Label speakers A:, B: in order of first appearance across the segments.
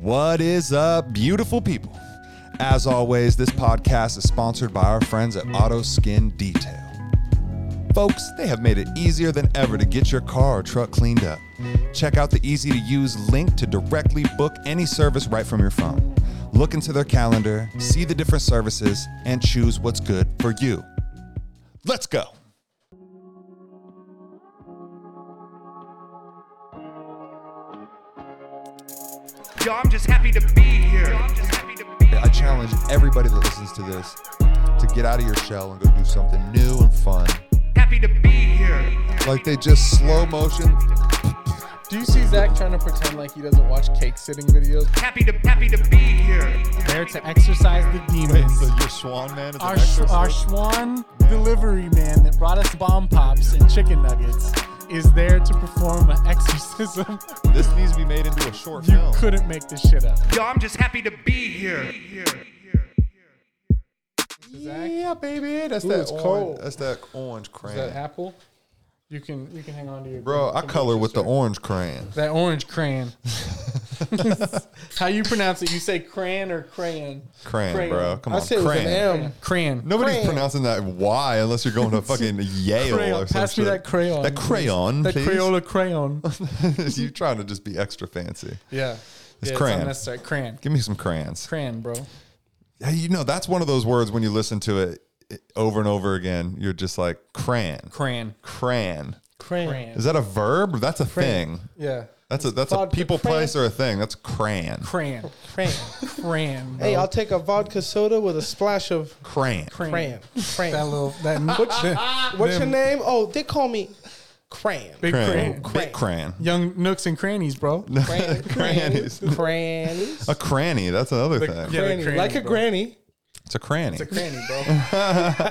A: What is up, beautiful people? As always, this podcast is sponsored by our friends at Auto Skin Detail. Folks, they have made it easier than ever to get your car or truck cleaned up. Check out the easy to use link to directly book any service right from your phone. Look into their calendar, see the different services, and choose what's good for you. Let's go.
B: Yo, I'm just happy to be here.
A: I challenge everybody that listens to this to get out of your shell and go do something new and fun.
B: Happy to be here.
A: Like they just slow motion.
C: Do you see Zach trying to pretend like he doesn't watch cake sitting videos?
B: Happy to happy to be here.
D: there to exercise the demons.
A: your swan man is
D: our, sh- our Schwan delivery man that brought us bomb pops and chicken nuggets is there to perform an exorcism.
A: This needs to be made into a short
D: you couldn't make this shit up.
B: Yo, I'm just happy to be here.
C: Zach,
A: Yeah, baby, that's
C: Ooh,
A: that.
C: it's
A: orange,
C: cold.
A: That's that orange
C: is that
A: crayon,
C: apple? You can you can hang on to your
A: bro. I color with the orange crayon.
C: that orange crayon. How you pronounce it? You say crayon or crayon?
A: Crayon,
C: Crayon.
A: bro. Come
C: I
A: on,
C: say it with an
A: crayon.
C: M. Crayon.
A: Nobody's
C: Crayon.
A: pronouncing that Y unless you're going to fucking Yale
C: Crayon.
A: or something.
C: Pass me that crayon.
A: That crayon,
C: That
A: please.
C: Crayola crayon.
A: you trying to just be extra fancy?
C: yeah. yeah,
A: crayon.
C: It's unnecessary. Crayon.
A: Give me some crayons.
C: Crayon, bro.
A: Hey, you know that's one of those words when you listen to it it- over and over again, you're just like crayon,
C: Crayon.
A: crayon.
D: Crayon.
A: Is that a verb? That's a thing.
C: Yeah.
A: That's a that's a
D: Vodka
A: people,
D: crayon.
A: place, or a thing. That's crayon.
C: Crayon.
D: Crayon.
C: Crayon.
E: Hey,
C: bro.
E: I'll take a vodka soda with a splash of
A: Crayon.
C: Crayon.
E: crayon. Crayon.
C: That little that
E: What's your name? Oh, they call me Crayon.
C: Big
A: Crayon.
C: crayon.
A: Big crayon.
C: Young nooks and crannies, bro.
E: Crayon.
A: Crannies.
E: Crannies.
A: A cranny. That's another thing.
C: yeah.
E: Cranny.
C: cranny,
E: Like a
C: bro.
E: granny.
A: It's a cranny. It's a,
C: Cranny, bro.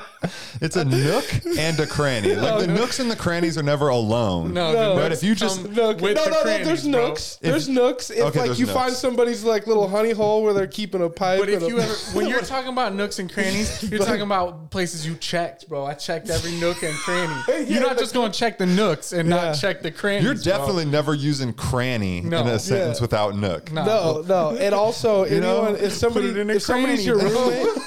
A: nook and a cranny. Like the nooks and the crannies are never alone.
C: No,
E: No.
A: But if you just
E: No, no,
C: With
E: no,
C: the
E: no,
C: crannies,
E: There's
C: bro.
E: nooks. there's nooks. If
A: Okay,
E: like
A: there's
E: you
A: nooks.
E: find somebody's like little honey hole where they're keeping a pipe.
C: But if
E: and
C: you
E: a-
C: ever, when you're talking about nooks and crannies, you're talking about places you checked, bro. I checked every nook and cranny. you're not just going to check the nooks and
E: Yeah.
C: not check the crannies.
A: you're
C: bro.
A: definitely never using cranny
C: No.
A: in a
C: Yeah.
A: sentence without nook.
C: Nah,
E: no,
C: bro.
E: no, and
A: know,
E: also anyone if somebody
C: put it in a
E: if somebody's your
C: cranny.
E: roommate.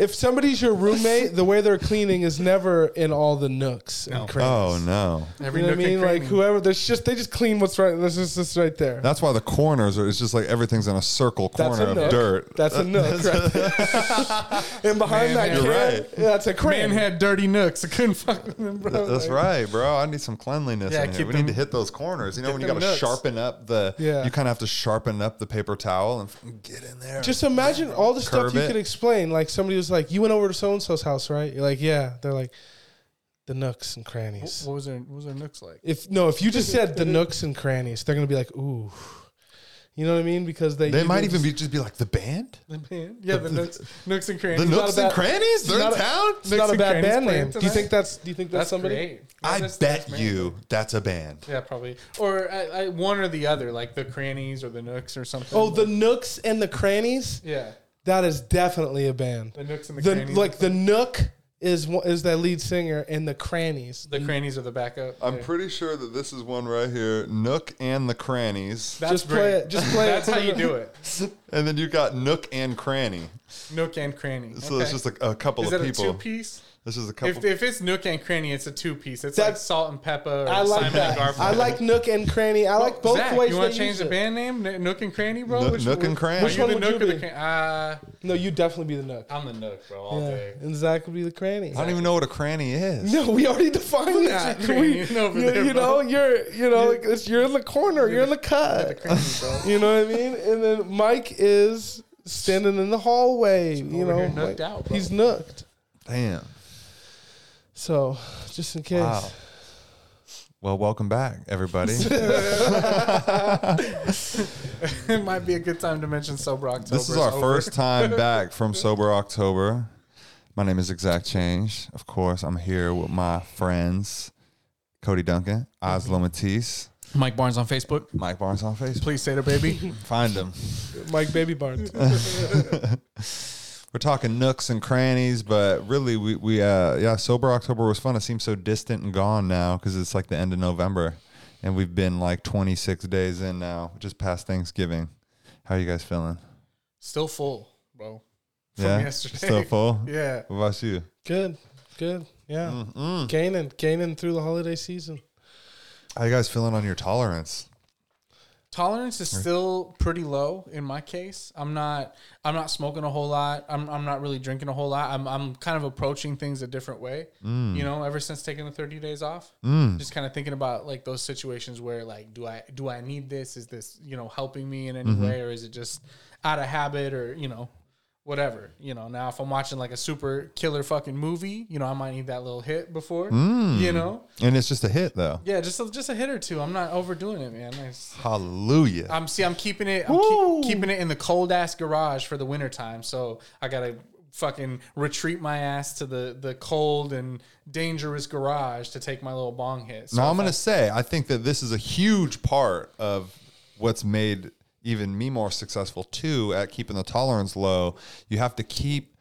E: If somebody's your roommate, the way they're cleaning is never in all the nooks and crannies.
A: Oh no.
C: every
E: You know what I
C: nook
E: mean?
C: and cranny.
E: Like whoever, there's just they just clean what's right. There's just this right there.
A: That's why the corners are. It's just like everything's in a circle corner
E: That's a
A: of
E: nook.
A: dirt. Uh,
E: That's a nook. right there. and
C: Man,
E: behind that
C: you're
E: can,
A: right.
E: yeah, that's a
C: Man
E: crane.
C: had dirty nooks. I couldn't fuck with them, bro.
A: That's
C: Like,
A: right, bro. I need some cleanliness
C: Yeah,
A: in here.
C: keep
A: We
C: them-
A: need to hit those corners. You know, when you got
C: them
A: to
C: nooks.
A: sharpen up the,
E: Yeah.
A: you kind of have to sharpen up the paper towel and f- get in there.
E: Just imagine all the
A: Curb
E: stuff you
A: it.
E: could explain. Like somebody was like, "You went over to so and so's house, right?" You're like, "Yeah." They're like, "The nooks and crannies."
C: What was their What was their nooks like?
E: If no, if you just said the nooks and crannies, they're gonna be like, "Ooh," you know what I mean? Because they
A: they
E: you
A: might
E: didn't-
A: even be just be like the band,
C: Yeah, the nooks, nooks and crannies.
A: the
E: not
A: Nooks
E: a
A: and
E: bad-
A: Crannies. They're in
E: not a-
A: town.
E: It's not a
C: and
E: bad
C: crannies
E: band
C: playing
E: name. Do you
C: tonight?
E: think that's? Do you think that's,
C: That's
E: somebody?
C: great.
A: I
C: That's- that's
A: bet
C: man.
A: you that's a band.
C: Yeah, probably. Or I, I, one or the other, like the crannies or the nooks or something.
E: Oh, the nooks and the crannies.
C: yeah,
E: That is definitely a band.
C: the nooks and the,
E: the
C: crannies.
E: like the nook is one- is that lead singer and the crannies.
C: the crannies are the backup. Yeah.
A: pretty sure that this is one right here, Nook and the Crannies,
C: That's
E: just play
C: great.
E: it. Just play it.
C: That's how you do it.
A: and then you got Nook and Cranny.
C: Nook and cranny.
A: So it's just a, a couple
C: is
A: of
C: that a
A: people.
C: two piece?
A: This is a couple.
C: If, if it's Nook and Cranny, it's a two piece. It's like
E: That's-
C: Salt and Pepper. Or
E: I like
C: Simon
E: that.
C: And Garfunkel.
E: I like nook and cranny. I like both
C: Zach,
E: ways.
C: You
E: want
C: to change the band name? N- Nook and Cranny, bro.
A: Nook- Nook and
C: which-
A: Cranny.
C: Are
A: Which
C: you
E: one
C: the
E: would
C: Nook
E: you
C: or the
E: be?
C: Cranny? Uh,
E: No, you definitely be the nook.
C: I'm the Nook, bro, all
E: Yeah.
C: day.
E: And Zach would be the cranny.
A: I don't even know what a cranny is.
E: No, we already defined that.
C: cranny
E: We-
C: over
E: you,
C: there,
E: you know,
C: bro.
E: you're you know, like, it's, you're in the corner. You're in the cut. You know what I mean? And then Mike is standing in the hallway. You
C: over
E: know,
C: here nooked
E: like,
C: out, bro.
E: he's nooked.
A: Damn.
E: So, just in case.
A: Wow. Well, welcome back, everybody.
C: it might be a good time to mention Sober October.
A: This is our
C: over.
A: first time back from Sober October. My name is Exact Change. Of course, I'm here with my friends Cody Duncan, Oslo Matisse,
C: Mike Barnes on Facebook.
A: Mike Barnes on Facebook.
C: Please say the baby.
A: Find them.
E: Mike Baby Barnes.
A: We're talking nooks and crannies, but really, we, we uh, yeah, Sober October was fun. It seems so distant and gone now because it's like the end of November and we've been like 26 days in now, just past Thanksgiving. How are you guys feeling?
C: Still full, bro. From
A: yeah,
C: yesterday.
A: still full.
C: Yeah.
A: What about you?
E: Good, good. Yeah,
A: Mm-hmm.
E: gaining, gaining through the holiday season.
A: How you guys feeling on your tolerance?
C: tolerance is still pretty low in my case. I'm not I'm not smoking a whole lot. I'm I'm not really drinking a whole lot. I'm I'm kind of approaching things a different way. You know, ever since taking the 30 days off, just kind of thinking about like those situations where like do I do I need this? Is this, you know, helping me in any way or is it just out of habit or, you know, whatever. You know, now if I'm watching like a super killer fucking movie, you know, I might need that little hit before, you know.
A: And it's just a hit though.
C: Yeah, just a, just a hit or two. I'm not overdoing it, man. I just-
A: Hallelujah.
C: I'm see. I'm keeping it. I'm keep, keeping it in the cold ass garage for the winter time. So I gotta fucking retreat my ass to the the cold and dangerous garage to take my little bong hit. So
A: now I'm
C: if I-
A: gonna say I think that this is a huge part of what's made even me more successful too at keeping the tolerance low. You have to keep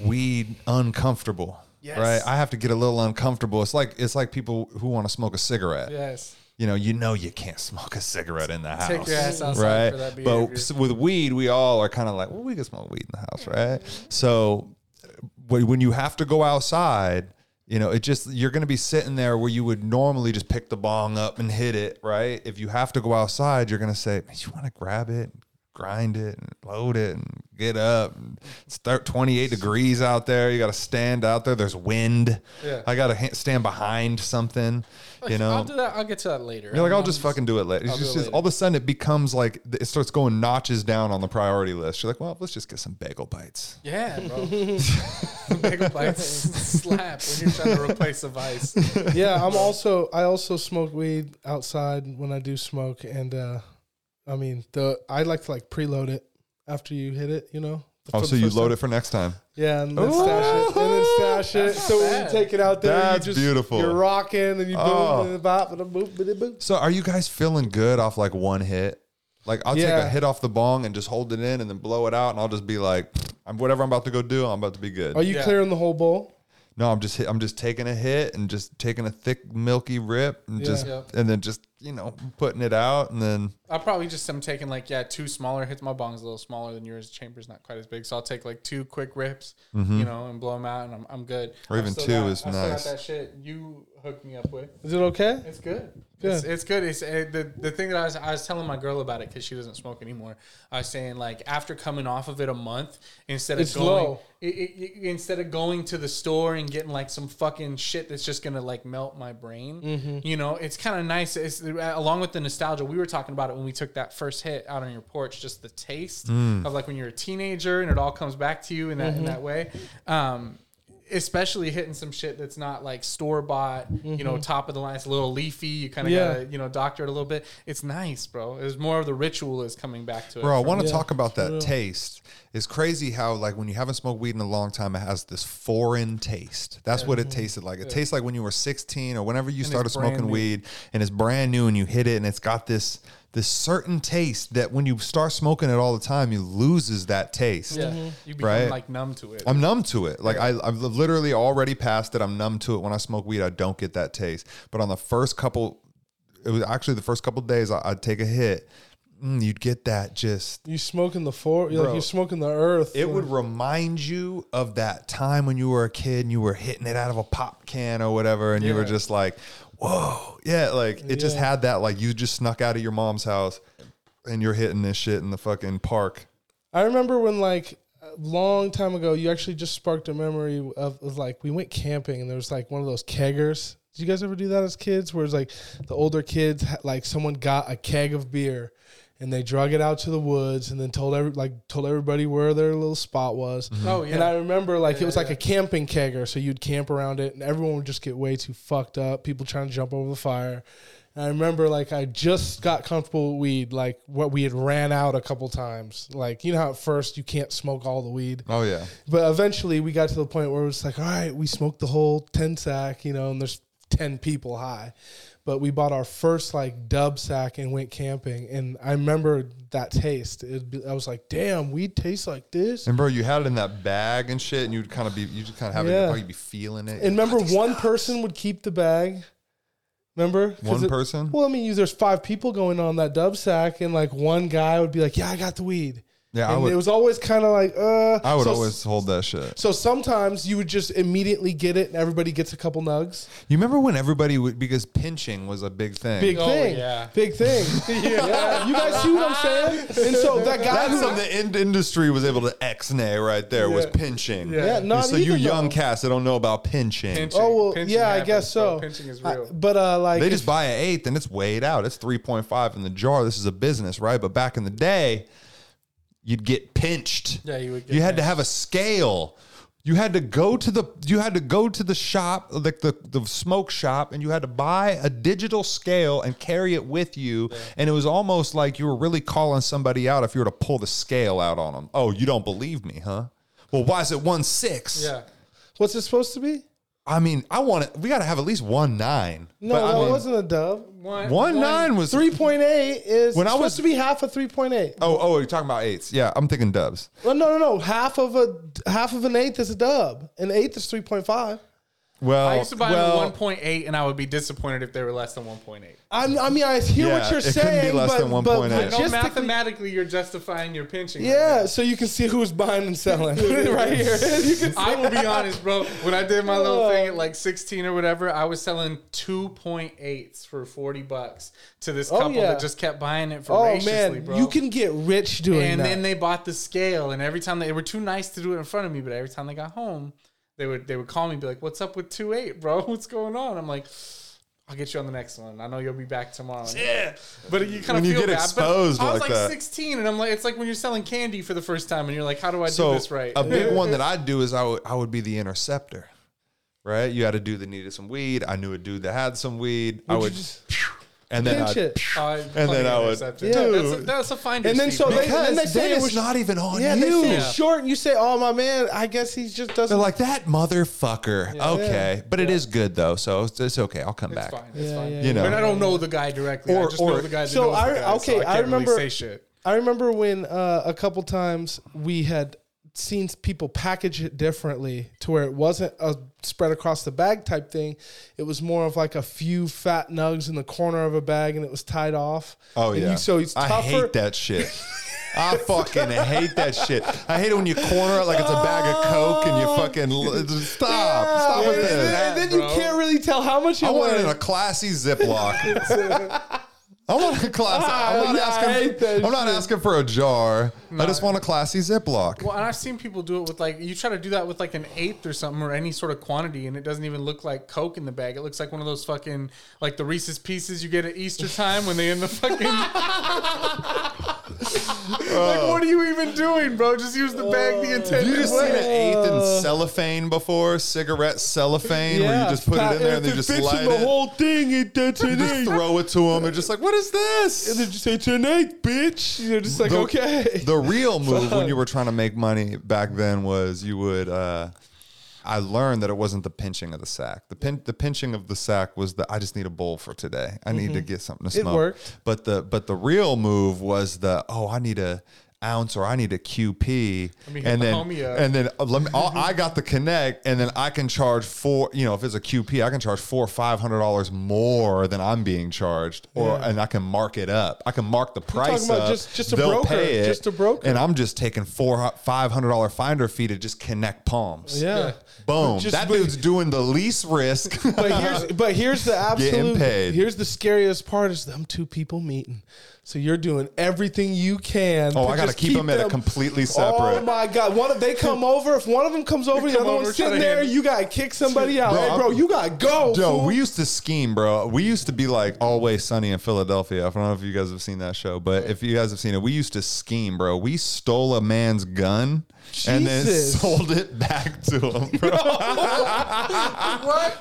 A: weed uncomfortable.
C: Yes.
A: Right? I have to get a little uncomfortable. It's like it's like people who want to smoke a cigarette.
C: Yes.
A: You know, you know you can't smoke a cigarette in the house.
C: Take your ass outside
A: right?
C: for that behavior.
A: but s- with weed, we all are kind of like, well, we can smoke weed in the house, right? So wh- when you have to go outside, you know, it just you're going to be sitting there where you would normally just pick the bong up and hit it, right? If you have to go outside, you're going to say, man, you want to grab it, grind it, and load it, and get up. And it's thir- 28 degrees out there. You got to stand out there. There's wind.
C: Yeah.
A: I got to ha- stand behind something. you know,
C: I'll do that. I'll get to that later.
A: you're like, I'll just fucking do it later. It's
C: do
A: just,
C: it
A: it's- all of a sudden, it becomes like th- it starts going notches down on the priority list. You're like, well, let's just get some bagel bites.
C: Yeah, bro. Bagel bites slap when you're trying to replace a vice.
E: Yeah, I'm also I also smoke weed outside when I do smoke, and uh I mean the I like to like preload it after you hit it, you know. The-
A: Oh,
E: for
A: so
E: the
A: you
E: first
A: load
E: time.
A: it for next time.
E: yeah, and then stash it, and then stash it. So when you
C: bad.
E: take it out there,
A: That's
E: you just,
A: beautiful.
E: You're rocking, and you
A: Oh.
E: boom, and bop, and a boop, and a boop.
A: So, are you guys feeling good off like one hit? Like, I'll take
E: Yeah.
A: a hit off the bong and just hold it in and then blow it out, and I'll just be like, I'm whatever I'm about to go do, I'm about to be good.
E: Are you
C: Yeah.
E: clearing the whole bowl?
A: no, I'm just hit, I'm just taking a hit and just taking a thick milky rip and just
C: Yep.
A: and then just you know putting it out and then
C: I probably just am taking like yeah two smaller hits. My bong's a little smaller than yours. Chamber's not quite as big, so I'll take like two quick rips, you know, and blow them out, and I'm, I'm good.
A: Mm-hmm. Or
C: I've
A: even
C: still
A: two
C: got-
A: is
C: I've still got
A: nice.
C: that shit you hooked me up with.
E: Is it okay?
C: It's good. It's, it's good. It's uh, the the thing that I was I was telling my girl about it because she doesn't smoke anymore. I was saying like after coming off of it a month, instead of
E: It's
C: going
E: low.
C: i- i- i- instead of going to the store and getting like some fucking shit that's just gonna like melt my brain, you know, it's kind of nice. It's along with the nostalgia we were talking about it when we took that first hit out on your porch, just the taste
A: Mm.
C: of like when you're a teenager and it all comes back to you in that in that way. Um, especially hitting some shit that's not like store bought, you know, top of the line. It's a little leafy. You kind of
E: Yeah.
C: gotta, you know, doctor it a little bit. It's nice, bro. It's more of the ritual is coming back to it.
A: Bro, I
C: for
A: want to
C: me.
A: talk about that taste. It's crazy how like when you haven't smoked weed in a long time, it has this foreign taste. That's what it
C: Mm-hmm.
A: tasted like. It tastes like when you were 16 or whenever you started
C: brand
A: smoking
C: new.
A: weed, and it's brand new, and you hit it, and it's got this this certain taste that when you start smoking it all the time, you loses that taste.
C: yeah, Mm-hmm. you become
A: Right.
C: like numb to it.
A: I'm numb to it. Like I, I've literally already passed it. I'm numb to it. When I smoke weed, I don't get that taste. But on the first couple, it was actually the first couple days I, I'd take a hit. mm, you'd get that just
E: You smoking the four? You're like
A: Bro.
E: you're smoking the earth.
A: it would remind you of that time when you were a kid and you were hitting it out of a pop can or whatever, and you were
C: Yeah.
A: just like, "Whoa, yeah!" Like it just
E: Yeah.
A: had that like you just snuck out of your mom's house and you're hitting this shit in the fucking park.
E: I remember when like a long time ago, you actually just sparked a memory of, of like we went camping and there was like one of those keggers. Did you guys ever do that as kids? Where it's like the older kids, ha- like someone got a keg of beer and they drug it out to the woods and then told every like told everybody where their little spot was.
C: Oh,
E: And
C: yeah.
E: I remember like it was like a camping kegger, so you'd camp around it and everyone would just get way too fucked up. People trying to jump over the fire. And I remember like I just got comfortable with weed, like what we had ran out a couple times. Like you know how at first you can't smoke all the weed.
A: Oh yeah,
E: But eventually we got to the point where it was like, all right, we smoked the whole 10 sack, you know, and there's 10 people high. But we bought our first like dub sack and went camping. And I remember that taste. It'd be, I was like, damn, weed tastes like this.
A: and bro, you had it in that bag and shit, and you'd kind of be you just kind of have it,
E: Yeah.
A: probably be feeling it.
E: And remember, one person would keep the bag Remember? 'Cause
A: One
E: it-
A: person?
E: Well, I mean, there's five people going on that dub sack, and like one guy would be like, "Yeah, I got the weed."
A: Yeah, I
E: and
A: would-
E: it was always kind of like, "Uh."
A: I would
E: so-
A: always hold that shit.
E: So sometimes you would just immediately get it, and everybody gets a couple nugs.
A: You remember when everybody would because pinching was a big thing.
E: Big
C: Oh,
E: thing,
C: yeah.
E: big thing. yeah. you guys see what I'm saying? And so that guy
A: That's
E: who
A: something the in- industry was able to ex-nay right there was
E: Yeah.
A: pinching.
E: Yeah, not
A: so you
E: even,
A: young
E: though.
A: cats that don't know about pinching.
C: Pinching.
E: Oh well,
C: Pinching
E: yeah, I
C: happens,
E: guess so.
C: bro. Pinching is
E: I-
C: real.
E: but uh, like
A: They
E: if-
A: just buy an eighth and it's weighed out. It's 3.5 in the jar. This is a business, right? But back in the day, you'd get pinched.
C: Yeah, you would get
A: You had to have a scale. You had to go to the you had to go to the shop, like the, the smoke shop, and you had to buy a digital scale and carry it with you. And it was almost like you were really calling somebody out if you were to pull the scale out on them. Oh, you don't believe me, huh? Well, why is it one six?
C: Yeah.
E: what's it supposed to be?
A: I mean, I want it. We got to have at least one nine.
E: No,
A: But I
E: that
A: mean,
E: wasn't a dub.
C: One,
A: One nine was
E: Three point eight is
A: When
E: when
A: I
E: I supposed
A: was-
E: to be half of three point eight.
A: Oh, oh, you're talking about eights. Yeah, I'm thinking dubs.
E: Well, no, no, no. Half of a half of an eighth is a dub. An eighth is three point five.
A: Well,
C: I used to buy
A: well,
C: them at 1.8, and I would be disappointed if they were less than 1.8.
E: I mean, I hear
A: Yeah,
E: what you're
A: it couldn't be
E: saying,
A: less
E: but,
A: than
E: but
A: 1.8. I
C: No,
E: logistically-
C: mathematically, you're justifying your pinching. right
E: yeah. So you can see who's buying and selling right here. You can see-
C: I will be honest, bro. When I did my little thing at like 16 or whatever, I was selling 2.8s for 40 bucks to this couple
E: Oh, yeah.
C: that just kept buying it
E: oh
C: voraciously,
E: man,
C: bro.
E: you can get rich doing
C: and
E: that.
C: then they bought the scale, and every time they, they were too nice to do it in front of me, but every time they got home, they would they would call me and be like, "What's up with 2.8, bro? What's going on?" I'm like. I'll get you on the next one. I know you'll be back tomorrow. Yeah, but you kind
A: When
C: of
A: you
C: feel
A: get
C: bad. But
A: exposed
C: I was
A: like
C: like
A: that.
C: 16, and I'm like, it's like when you're selling candy for the first time, and you're like, how do I
A: so
C: do this right?
A: a big one that I'd do is I would I would be the interceptor, right? You had a dude that needed some weed. I knew a dude that had some weed. I
E: you
A: would,
E: just
A: and then
E: pinch
A: I'd,
E: it.
C: Uh,
A: then
C: fucking
A: I would-
C: intercepted.
E: Yeah.
C: that's a, that's a finder's
E: And then
C: fee,
E: so
C: bro.
E: they-
A: because
E: and they say
A: then
E: it
A: it's
E: was-
A: not even
C: Oh,
A: on
E: yeah,
A: you.
E: they say it's
C: Yeah.
E: short, and you say, "Oh my man, I guess he just
A: They're
E: doesn't."
A: like that motherfucker. okay, but it is good though, so it's, it's okay. I'll come
C: it's
A: back.
C: fine. It's
E: Yeah,
C: fine.
E: yeah,
A: You know,
C: And I don't know the guy directly.
A: Or-
C: I just
A: or-
C: know the guy. That
E: So
C: knows
E: I-
C: the guy,
E: okay,
C: So I,
E: I
C: can't really
E: remember-
C: say shit.
E: I remember when uh, a couple times we had seen people package it differently to where it wasn't a spread across the bag type thing. It was more of like a few fat nugs in the corner of a bag and it was tied off.
A: Oh
E: And
A: yeah.
E: you- so it's tougher.
A: I hate that shit. I fucking hate that shit. I hate it when you corner it like it's a bag of coke and you fucking l- stop. stop
E: Oh. Yeah,
A: with
E: and then-
A: this.
E: and then you can't really tell how much it
A: I
E: was.
A: want it in a classy Ziploc. I want a class. I'm not
E: Ah, I hate
A: asking.
E: that
A: I'm not asking for a jar. I just want a classy Ziploc.
C: Well, and I've seen people do it with like you try to do that with like an eighth or something or any sort of quantity, and it doesn't even look like Coke in the bag. It looks like one of those fucking like the Reese's Pieces you get at Easter time when they in the fucking. like, what are you even doing, bro? Just use the bag the
A: Have
C: intended
A: Uh, you just
C: way.
A: seen an eighth in cellophane before? Cigarette cellophane, where you
E: Yeah,
A: just put
E: pa-
A: it in there
E: if
A: and they
E: it
A: just
E: fits in
A: light
E: the
A: it.
E: whole thing. It, that's
A: You
E: an
A: just
E: eight.
A: throw it to them. They're just like, "What is
E: And
A: this?"
E: then just say, it's an eight, bitch. You're just like,
A: the,
E: okay.
A: The real move when you were trying to make money back then was you would. Uh, I learned that it wasn't the pinching of the sack. The pin, the pinching of the sack was the I just need a bowl for today. I need to
C: Mm-hmm.
A: get something to
E: It
A: smoke.
E: worked.
A: But the but the real move was the oh I need a ounce or I need a QP
C: me hit
A: and
C: the
A: then
C: homie up.
A: and then uh, let me, I'll- I got the connect and then I can charge four you know if it's a QP I can charge four or five hundred dollars more than I'm being charged or and I can mark it up I can mark the price
E: talking
A: price
E: about
A: up,
E: just- just a
A: they'll
E: broker,
A: pay it,
E: just a broker.
A: and I'm just taking four five hundred dollar finder fee to just connect palms.
E: yeah.
A: boom.
E: Just-
A: that
E: but-
A: dude's doing the least risk.
E: But here's but here's the absolute
A: paid.
E: here's the scariest part is them two people meeting. So you're doing everything you can.
A: Oh,
E: to
A: I gotta
E: just
A: keep them at a completely separate-
E: Oh my god! One of they come over. If one of them comes over, the
C: come
E: other
C: over,
E: one's
C: try
E: sitting
C: to
E: there.
C: hand-
E: You gotta kick somebody out,
A: Bro,
E: hey,
A: I'm-
E: bro. You gotta go.
A: Yo,
E: fool.
A: we used to scheme, bro. We used to be like always sunny in Philadelphia. I don't know if you guys have seen that show, but if you guys have seen it, we used to scheme, bro. We stole a man's gun and then
E: Jesus.
A: sold it back to him, bro.
E: what?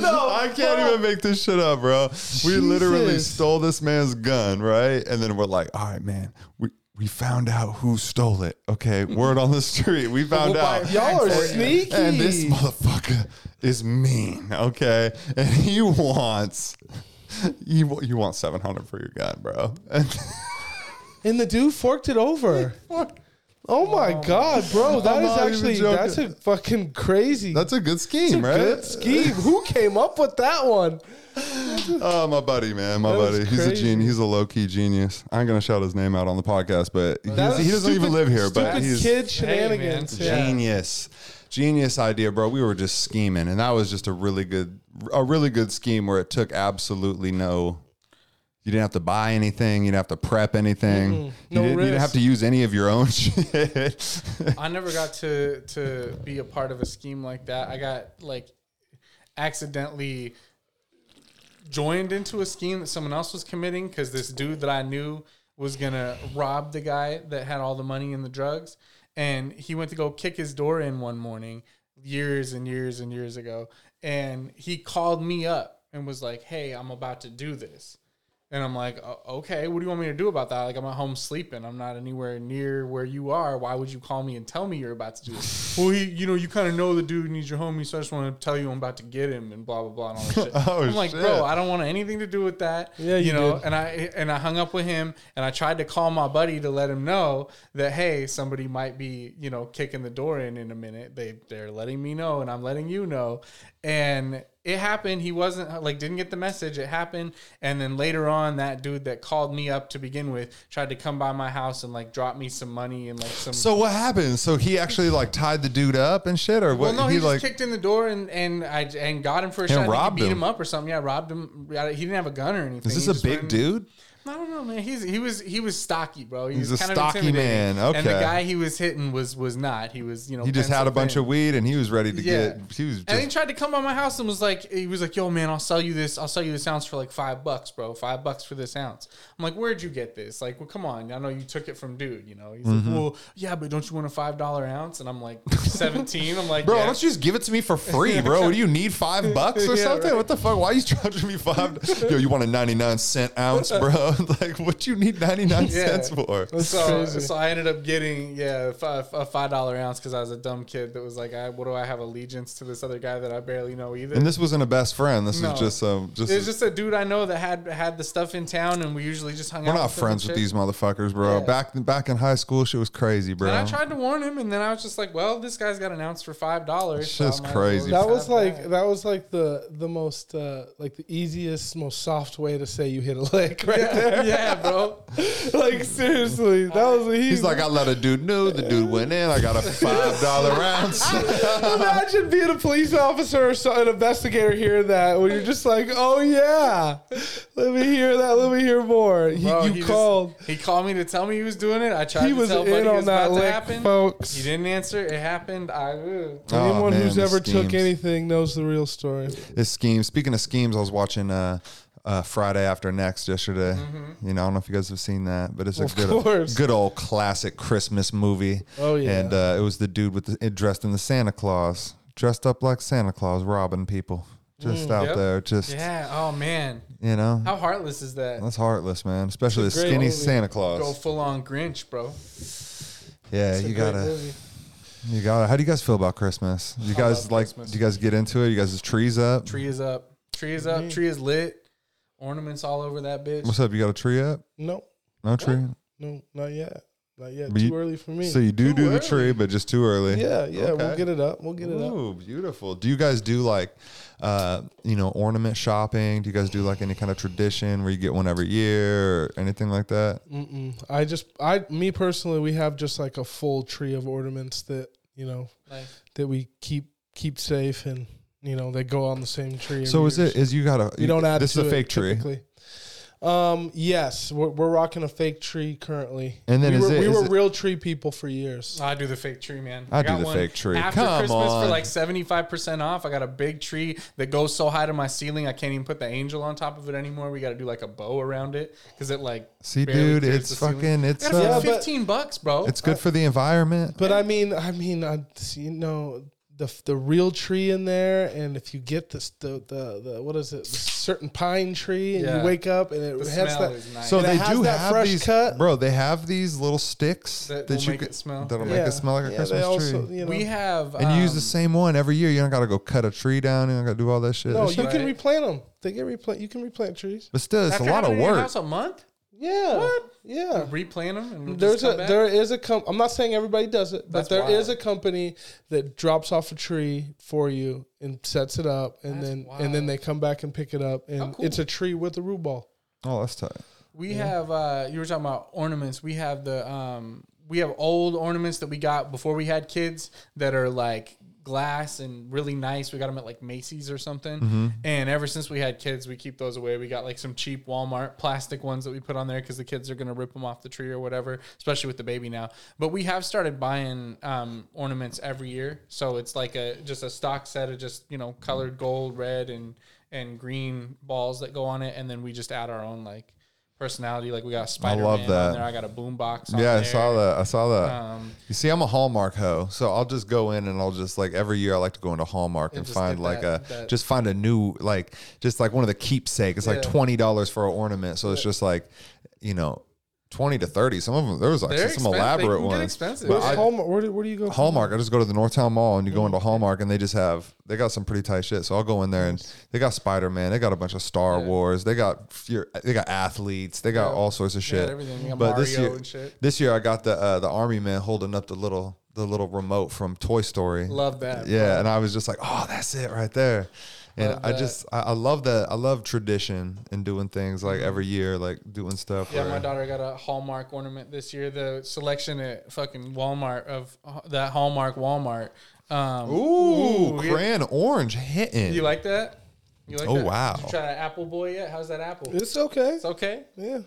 E: the?
A: I can't even make this shit up, bro. We literally
E: Jesus.
A: stole this man's gun, right? And then we're like, all right, man, we, we found out who stole it. Okay, word on the street. We found
E: buy
A: out.
E: it back Y'all are
A: And-
E: sneaky.
A: And this motherfucker is mean, okay? And he wants. You, wa- you want 700 for your gun, bro. And
E: And the dude forked it over. Oh my god, bro! That
A: I'm
E: is
A: not even
E: actually
A: joking.
E: that's a fucking crazy.
A: that's a good scheme,
E: It's a
A: right?
E: Good scheme. Who came up with that one?
A: Oh, my buddy, man, my
E: That was
A: buddy. He's a
E: crazy.
A: genius. He's a low key genius. I ain't gonna shout his name out on the podcast, but he's-
E: That was
A: he doesn't even
E: stupid-
A: live here. But
E: stupid
A: he's
E: kid shenanigans.
C: man.
E: yeah.
A: genius, genius idea, bro. We were just scheming, and that was just a really good, a really good scheme where it took absolutely no. You didn't have to buy anything. You didn't have to prep anything. you,
E: No
A: didn't, you didn't
E: risk.
A: have to use any of your own shit.
C: I never got to to be a part of a scheme like that. I got like accidentally joined into a scheme that someone else was committing because this dude that I knew was gonna rob the guy that had all the money and the drugs, and he went to go kick his door in one morning years and years and years ago, and he called me up and was like, "Hey, I'm about to do this." And I'm like, "O- okay, what do you want me to do about that? Like, I'm at home sleeping. I'm not anywhere near where you are. Why would you call me and tell me you're about to do this? well, he, you know, you kind of know the dude needs your homie, so I just want to tell you I'm about to get him and blah blah blah and all that shit.
A: Oh,
C: I'm like,
A: shit.
C: bro, I don't want anything to do with that.
E: Yeah, you
C: know.
E: did.
C: And I and I hung up with him and I tried to call my buddy to let him know that hey, somebody might be you know kicking the door in in a minute. They they're letting me know and I'm letting you know. And it happened. He wasn't like didn't get the message. It happened. And then later on, that dude that called me up to begin with tried to come by my house and like drop me some money and like some.
A: so what happened? So he actually like tied the dude up and shit, or
C: well,
A: what?
C: no, he, just
A: like
C: kicked in the door and and I and got him for a shot. I think
A: robbed
C: he beat
A: him.
C: him. up or something. Yeah, robbed him. He didn't have a gun or anything.
A: is this
C: He
A: a
C: just
A: big
C: went-
A: dude?
C: I don't know, man. He's he was he was stocky, bro. He
A: He's
C: was
A: a
C: kind
A: stocky
C: of intimidating.
A: man.
C: And the
A: Okay.
C: guy he was hitting was was not. He was you know
A: He just had a bunch of weed and he was ready to
C: Yeah.
A: get. He was
C: and he
A: just,
C: tried to come by my house and was like, he was like, yo, man, I'll sell you this. I'll sell you this ounce for like five bucks, bro. Five bucks for this ounce. I'm like, where'd you get this? Like, well, come on. I know you took it from dude, you know? He's
A: Mm-hmm.
C: like, well, yeah, but don't you want a $5 ounce? And I'm like, 17. I'm like,
A: bro, why
C: yeah.
A: don't you just give it to me for free, bro? What do you need five bucks or
C: Yeah,
A: something?
C: right.
A: What the fuck? Why are you charging me five? Yo, you want a ninety nine cent ounce, bro? like, what you need ninety nine
C: Yeah.
A: cents for?
C: so,
E: crazy.
C: so I ended up getting yeah a five, a five dollar ounce because I was a dumb kid that was like, I, what do I have allegiance to this other guy that I barely know either?
A: And this wasn't a best friend. This
C: No.
A: is just um, just.
C: It's just a dude I know that had had the stuff in town, and we usually just hung
A: we're
C: out.
A: not
C: with him and
A: friends with
C: shit.
A: these motherfuckers, bro.
C: Yeah.
A: Back back in high school, shit was crazy, bro.
C: And I tried to warn him, and then I was just like, "Well, this guy's got an ounce for five dollars."
A: Shit's crazy.
E: That was like that was like the the most uh, like the easiest, most soft way to say you hit a lick right there.
C: yeah, bro.
E: like seriously, that was a
A: He's like, I let a dude know. The dude went in. I got a five dollar ounce.
E: Imagine being a police officer or so, an investigator hearing that when you're just like, oh yeah, let me hear that, let me hear more. He,
C: Bro,
E: you
C: he was-
E: called.
C: he called me to tell me he was doing it. I tried.
E: he
C: to
E: was
C: tell buddy it
E: in on
C: was
E: that
C: about to
E: lick,
C: happen.
E: folks.
C: He didn't answer. It happened. I. Ugh.
A: Oh,
E: Anyone
A: man,
E: who's
A: the
E: ever took
A: schemes.
E: anything knows the real story.
A: It's schemes. Speaking of schemes, I was watching uh, uh, Friday After Next yesterday. You know, I don't know if you guys have seen that, but it's a
E: Mm-hmm. Of
A: good,
E: course.
A: good old classic Christmas movie.
E: Oh, yeah.
A: and uh, it was the dude with the, dressed in the Santa Claus, dressed up like Santa Claus, robbing people just
E: Mm,
A: out
C: Yep.
A: there. Just
C: Yeah. Oh man,
A: you know,
C: how heartless is that?
A: that's heartless, man. Especially the
E: It's a great
A: skinny
E: movie.
A: Santa
C: Go
A: Claus.
C: full on Grinch, bro.
A: yeah,
E: It's a
A: you
E: great
A: gotta,
E: movie.
A: you gotta. How do you guys feel about Christmas? You guys
C: love
A: like?
C: Christmas.
A: Do you guys get into it? You guys, is trees up?
C: Tree is up. Tree is up. Tree is lit. Ornaments all over that bitch.
A: What's up? You got a tree up?
E: No,
A: No tree.
E: no, not yet, not yet.
A: But
E: Too
A: you-
E: early for me.
A: So you do
C: Too
A: do the
C: early.
A: tree, but just too early.
E: yeah, yeah,
A: Okay.
E: we'll get it up. We'll get it up.
A: Ooh, beautiful. Do you guys do like, uh, you know, ornament shopping? Do you guys do like any kind of tradition where you get one every year or anything like that?
E: Mm-mm. I just, I, me personally, we have just like a full tree of ornaments that you know
C: Like,
E: that we keep keep safe, and you know they go on the same tree. every
A: So is
E: year.
A: it is you got a
E: We don't add.
A: this is
E: to
A: a
E: it
A: fake tree.
E: typically. Um. Yes, we're, we're rocking a fake tree currently.
A: And then
E: we
A: is
E: were,
A: it-
E: we
A: is
E: were
A: it-
E: real tree people for years.
C: I do the fake tree, man.
A: I do the fake tree.
C: After
A: Come
C: Christmas
A: on.
C: for like 75% off. I got a big tree that goes so high to my ceiling, I can't even put the angel on top of it anymore. We got to do like a bow around it because it like.
A: See,
C: barely
A: dude,
C: clears
A: it's
C: the ceiling.
A: fucking
C: I
A: it's
C: got it
E: Yeah,
A: uh,
C: for
E: but-
C: 15 bucks, bro.
A: it's good for the environment.
E: But I mean, I mean, I, you know, the the real tree in there, and if you get this, the the, the what is it? The certain pine tree, and
C: Yeah.
E: you wake up and it
C: the
E: has
C: smell
E: that.
C: is nice.
A: So
E: And it
A: they
E: has
A: do
E: that
A: have
E: fresh
A: these,
E: cut.
A: bro. They have these little sticks that,
C: That will
A: you
C: make
A: could-
C: it smell.
A: that'll
E: Yeah.
A: make it smell like a
E: Yeah,
A: Christmas
E: they also,
A: tree.
E: you know-
C: we have.
A: And you use
C: um,
A: the same one every year. You don't got to go cut a tree down. You don't got to do all that shit.
E: No,
A: It's-
E: you can
C: Right.
E: replant them. They get replant. You can replant trees.
A: but still, it's a
C: after
A: lot of
C: having it in your
A: work.
C: house a month?
E: Yeah.
C: What?
E: Yeah.
C: replan them. And we'll
E: There's
C: just come
E: a
C: back?
E: there is a com- I'm not saying everybody does it,
C: That's
E: but there is
C: wild.
E: a company that drops off a tree for you and sets it up, and
C: That's
E: then and then
C: wild.
E: they come back and pick it up, and
C: cool.
E: it's a tree with a root ball.
A: Oh, that's tight.
C: We have uh you were talking about ornaments. We have the um we have old ornaments that we got before we had kids that are like glass and really nice. We got them at like Macy's or something. And ever since we had kids, we keep those away. We got like some cheap Walmart plastic ones that we put on there cuz the kids are going to rip them off the tree or whatever, especially with the baby now. But we have started buying um ornaments every year. So it's like a just a stock set of just, you know, colored gold, red and and green balls that go on it and then we just add our own like personality. Like we got Spider Man
A: love
C: on
A: that.
C: there. I got a boombox.
A: Yeah,
C: on
A: I
C: there.
A: saw that. I saw that.
C: Um,
A: you see, I'm a Hallmark hoe, so I'll just go in and I'll just like every year I like to go into Hallmark and,
C: just
A: find
C: get
A: like
C: that-
A: a
C: that-
A: just find a new like just like one of the keepsake. It's like
C: Yeah.
A: twenty dollars for an ornament, so it's just like you know twenty to thirty. Some of them there was
C: They're
A: actually some
C: expensive. They
A: elaborate
C: can get
A: ones.
C: expensive.
A: But
E: Where's
A: I-
E: Hallmark? Where do, where do you go? for
C: Mm.
A: Hallmark. I just go to the Northtown Mall and you go into Hallmark and they just have they got some pretty tight shit. So I'll go in there and they got Spider Man, they got a bunch of Star Wars, they got Fur- they got athletes, they got all sorts of shit.
C: everything. They got
A: this
C: Mario
A: year,
C: and shit.
A: this year I got the uh, the army man holding up the little the little remote from Toy Story.
C: Love that.
A: Yeah, and I was just like, oh, that's it right there. And
C: Love
A: I
C: that.
A: just I, I love that I love tradition and doing things like every year, like doing stuff.
C: Mm-hmm. Yeah,
A: where-
C: my daughter got a Hallmark ornament this year. The selection at fucking Walmart of uh, that Hallmark Walmart. Um,
A: Ooh,
C: yeah.
A: crayon orange hitting.
C: You like that? You like
A: Oh,
C: that?
A: wow.
C: Did you try that apple boy yet? How's that apple?
E: Hallmark? It's okay.
C: It's okay.
E: Yeah.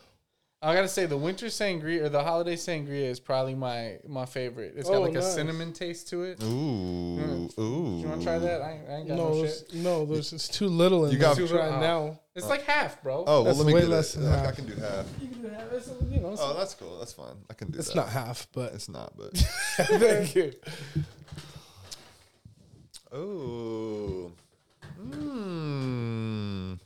C: I gotta say the winter sangria or the holiday sangria is probably my my favorite. It's got
E: Oh,
C: like a
E: nice.
C: cinnamon taste to it.
A: Ooh, ooh.
C: Hmm. You wanna try that? I ain't, I ain't got no,
E: No,
C: shit. Oh.
E: there's, no, there's it's too little in
A: You
E: you
A: got-
E: got right now.
C: It's like half, bro.
A: Oh, well,
E: That's
A: let me
E: way
A: do
E: less
A: that.
E: than
A: I, I
E: half.
A: can do half.
C: It's, you know, it's
A: Oh, that's cool. That's fine. I can do
E: It's
A: that.
E: not half, but
A: It's not, but.
E: thank you.
A: Ooh. Mmm.